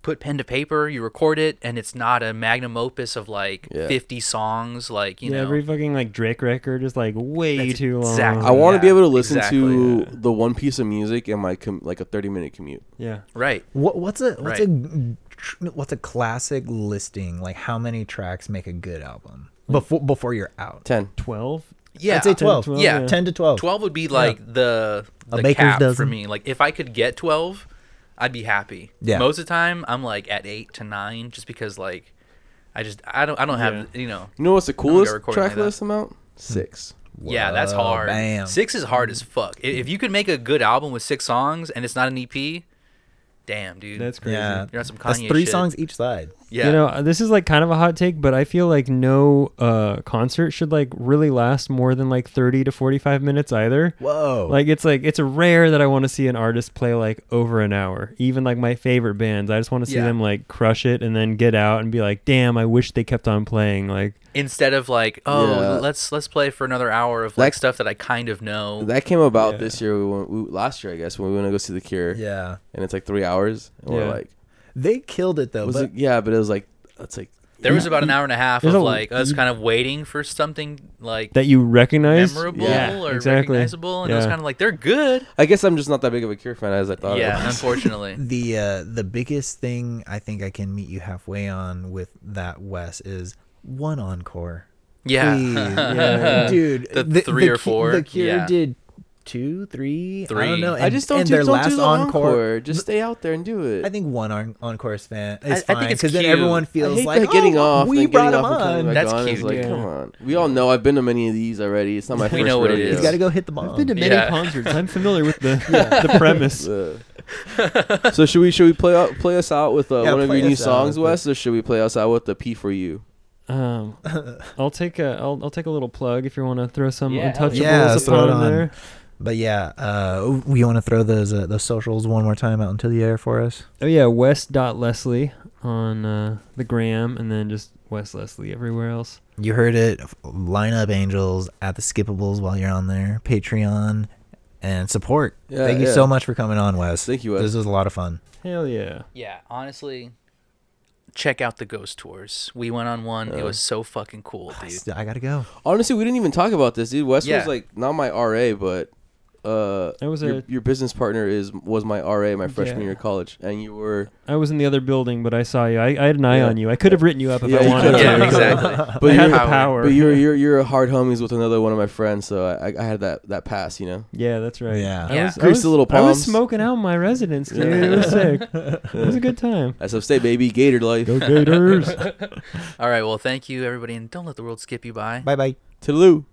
Speaker 2: put pen to paper you record it and it's not a magnum opus of like
Speaker 4: Yeah.
Speaker 2: 50 songs like you
Speaker 5: Yeah,
Speaker 2: know
Speaker 5: every fucking like Drake record is like way
Speaker 2: That's
Speaker 5: too long.
Speaker 2: exactly-
Speaker 4: I want to be
Speaker 2: Yeah,
Speaker 4: able to listen
Speaker 2: exactly.
Speaker 4: to the one piece of music in my com- like a thirty minute commute.
Speaker 5: yeah.
Speaker 2: right
Speaker 3: What, what's a what's a tr- what's a classic listing? Like how many tracks make a good album before before you're out?
Speaker 4: Ten.
Speaker 5: Twelve.
Speaker 2: Mm. yeah uh,
Speaker 3: I'd say
Speaker 5: 12,
Speaker 3: twelve.
Speaker 2: yeah.
Speaker 3: ten to twelve.
Speaker 2: 12 would be like the
Speaker 3: Oh. A
Speaker 2: the
Speaker 3: baker's
Speaker 2: cap for
Speaker 3: dozen.
Speaker 2: me like if i could get 12 i'd be happy
Speaker 3: Yeah.
Speaker 2: most of the time i'm like at 8 to 9 just because like i just i don't i don't have you know
Speaker 4: You know what's the coolest
Speaker 2: recording
Speaker 4: track
Speaker 2: like that.
Speaker 4: list amount? Hmm. six.
Speaker 2: Yeah, that's
Speaker 3: Whoa,
Speaker 2: hard.
Speaker 3: bam.
Speaker 2: Six is hard as fuck. I- If you could make a good album with six songs and it's not an EP, damn, dude.
Speaker 5: That's crazy.
Speaker 3: Yeah,
Speaker 2: You're on some
Speaker 3: that's
Speaker 2: Kanye
Speaker 3: three
Speaker 2: shit.
Speaker 3: songs each side.
Speaker 2: yeah.
Speaker 5: You know, this is like kind of a hot take, but I feel like no uh, concert should like really last more than like 30 to 45 minutes either.
Speaker 3: Whoa,
Speaker 5: Like it's like it's rare that I want to see an artist play like over an hour. Even like my favorite bands, I just want to see
Speaker 2: Yeah.
Speaker 5: them like crush it and then get out and be like, "Damn, I wish they kept on playing." Like
Speaker 2: Instead of like, oh,
Speaker 4: Yeah.
Speaker 2: let's let's play for another hour of like
Speaker 4: That-
Speaker 2: stuff that I kind of know.
Speaker 4: That came about this year. We went we, last year, I guess, when we went to go see the Cure.
Speaker 3: yeah,
Speaker 4: And it's like three hours, and
Speaker 5: Yeah.
Speaker 4: we're like,
Speaker 3: they killed it though.
Speaker 4: was
Speaker 3: but-
Speaker 4: it? Yeah, but it was like that's like
Speaker 2: there was about an hour and a half of
Speaker 5: There's a-
Speaker 2: like us kind of waiting for something like
Speaker 5: that you recognize.
Speaker 2: memorable
Speaker 5: Yeah,
Speaker 2: or
Speaker 5: exactly.
Speaker 2: recognizable, and it was
Speaker 5: Yeah.
Speaker 2: kind of like they're good. [laughs]
Speaker 4: I guess I'm just not that big of a Cure fan as I thought.
Speaker 2: yeah,
Speaker 4: I
Speaker 2: [laughs]
Speaker 4: was.
Speaker 2: unfortunately.
Speaker 5: [laughs]
Speaker 3: the uh, the biggest thing I think I can meet you halfway on with that Wes is one encore.
Speaker 2: Yeah. [laughs]
Speaker 3: Please. dude.
Speaker 2: The three or
Speaker 3: Cu-
Speaker 2: four,
Speaker 3: The Cure
Speaker 2: yeah.
Speaker 3: did two, three. I
Speaker 2: Three.
Speaker 3: don't know.
Speaker 4: I just don't.
Speaker 3: And
Speaker 4: do-
Speaker 3: their
Speaker 4: don't
Speaker 3: last
Speaker 4: do the
Speaker 3: encore.
Speaker 4: Just stay out there and do it.
Speaker 3: I think one on- encore is fan.
Speaker 2: I
Speaker 3: Is
Speaker 2: think it's
Speaker 3: because then
Speaker 2: cute.
Speaker 3: everyone
Speaker 4: I
Speaker 3: feels
Speaker 4: hate
Speaker 3: like
Speaker 4: that getting
Speaker 3: oh,
Speaker 4: off.
Speaker 3: We
Speaker 4: then
Speaker 3: brought
Speaker 4: getting
Speaker 3: him
Speaker 4: off and coming back
Speaker 3: on.
Speaker 2: That's
Speaker 4: on. It's
Speaker 2: cute.
Speaker 4: Like,
Speaker 5: Yeah.
Speaker 4: come on. We all know. I've been to many of these already. It's not my
Speaker 2: [laughs] We
Speaker 4: first.
Speaker 2: know what it
Speaker 4: rodeo.
Speaker 2: is.
Speaker 3: You [laughs] gotta go hit the
Speaker 5: I've
Speaker 3: ball.
Speaker 5: been to many
Speaker 2: Yeah.
Speaker 5: concerts. I'm familiar with the the premise.
Speaker 2: [laughs]
Speaker 4: Uh, so should we should we play out, play us out with uh,
Speaker 3: Yeah,
Speaker 4: one of
Speaker 3: play
Speaker 4: your new
Speaker 3: us out
Speaker 4: songs,
Speaker 3: with
Speaker 4: Wes, or should we play us out with the P for you?
Speaker 5: Um, I'll take a I'll, I'll take a little plug if you want to throw some
Speaker 2: Yeah, hell
Speaker 5: untouchables
Speaker 2: yeah.
Speaker 3: Yeah, let's throw it
Speaker 5: upon
Speaker 3: on.
Speaker 5: there.
Speaker 3: But yeah, uh, we want to throw those uh, those socials one more time out into the air for us.
Speaker 5: Oh yeah, West dot Leslie on uh, the gram, and then just West Leslie everywhere else.
Speaker 3: You heard it. F- Line up angels at the skippables while you're on there. Patreon and support.
Speaker 4: Yeah,
Speaker 3: Thank you
Speaker 4: yeah.
Speaker 3: so much for coming on, Wes.
Speaker 4: Thank you, Wes.
Speaker 3: This was a lot of fun.
Speaker 5: Hell yeah.
Speaker 2: [laughs] Yeah, honestly, check out the ghost tours. We went on one. it was so fucking cool, [laughs]
Speaker 3: I,
Speaker 2: dude.
Speaker 3: st- I gotta go.
Speaker 4: Honestly, we didn't even talk about this, dude. Wes
Speaker 2: Yeah.
Speaker 4: was like not my RA, but uh,
Speaker 5: I was
Speaker 4: your,
Speaker 5: a-
Speaker 4: your business partner is was my RA my freshman
Speaker 5: Yeah.
Speaker 4: year of college, and you
Speaker 2: [laughs]
Speaker 4: were.
Speaker 5: I was in the other building, but I saw you. I, I had an eye
Speaker 4: Yeah.
Speaker 5: on you. I could have written you up if
Speaker 4: Yeah,
Speaker 5: I
Speaker 4: you
Speaker 5: wanted.
Speaker 4: could've.
Speaker 5: to.
Speaker 2: yeah,
Speaker 4: Yeah.
Speaker 5: [laughs]
Speaker 2: exactly.
Speaker 5: I
Speaker 4: But you're,
Speaker 5: had the
Speaker 2: Power.
Speaker 5: power.
Speaker 4: but you're you're you're hard homies with another one of my friends, so I, I had that that pass, you know.
Speaker 5: yeah, that's
Speaker 4: Oh,
Speaker 5: right.
Speaker 3: Yeah.
Speaker 5: I
Speaker 2: Yeah.
Speaker 5: was, I
Speaker 4: Grease
Speaker 5: was,
Speaker 4: the little
Speaker 5: I was
Speaker 4: palms.
Speaker 5: smoking out in my residence, dude. It was sick. It was a good time.
Speaker 4: That's upstate, baby. Gator life.
Speaker 5: Gators.
Speaker 2: All right, well, thank you, everybody, and don't let the world skip you by.
Speaker 3: Bye bye.
Speaker 4: Toodaloo.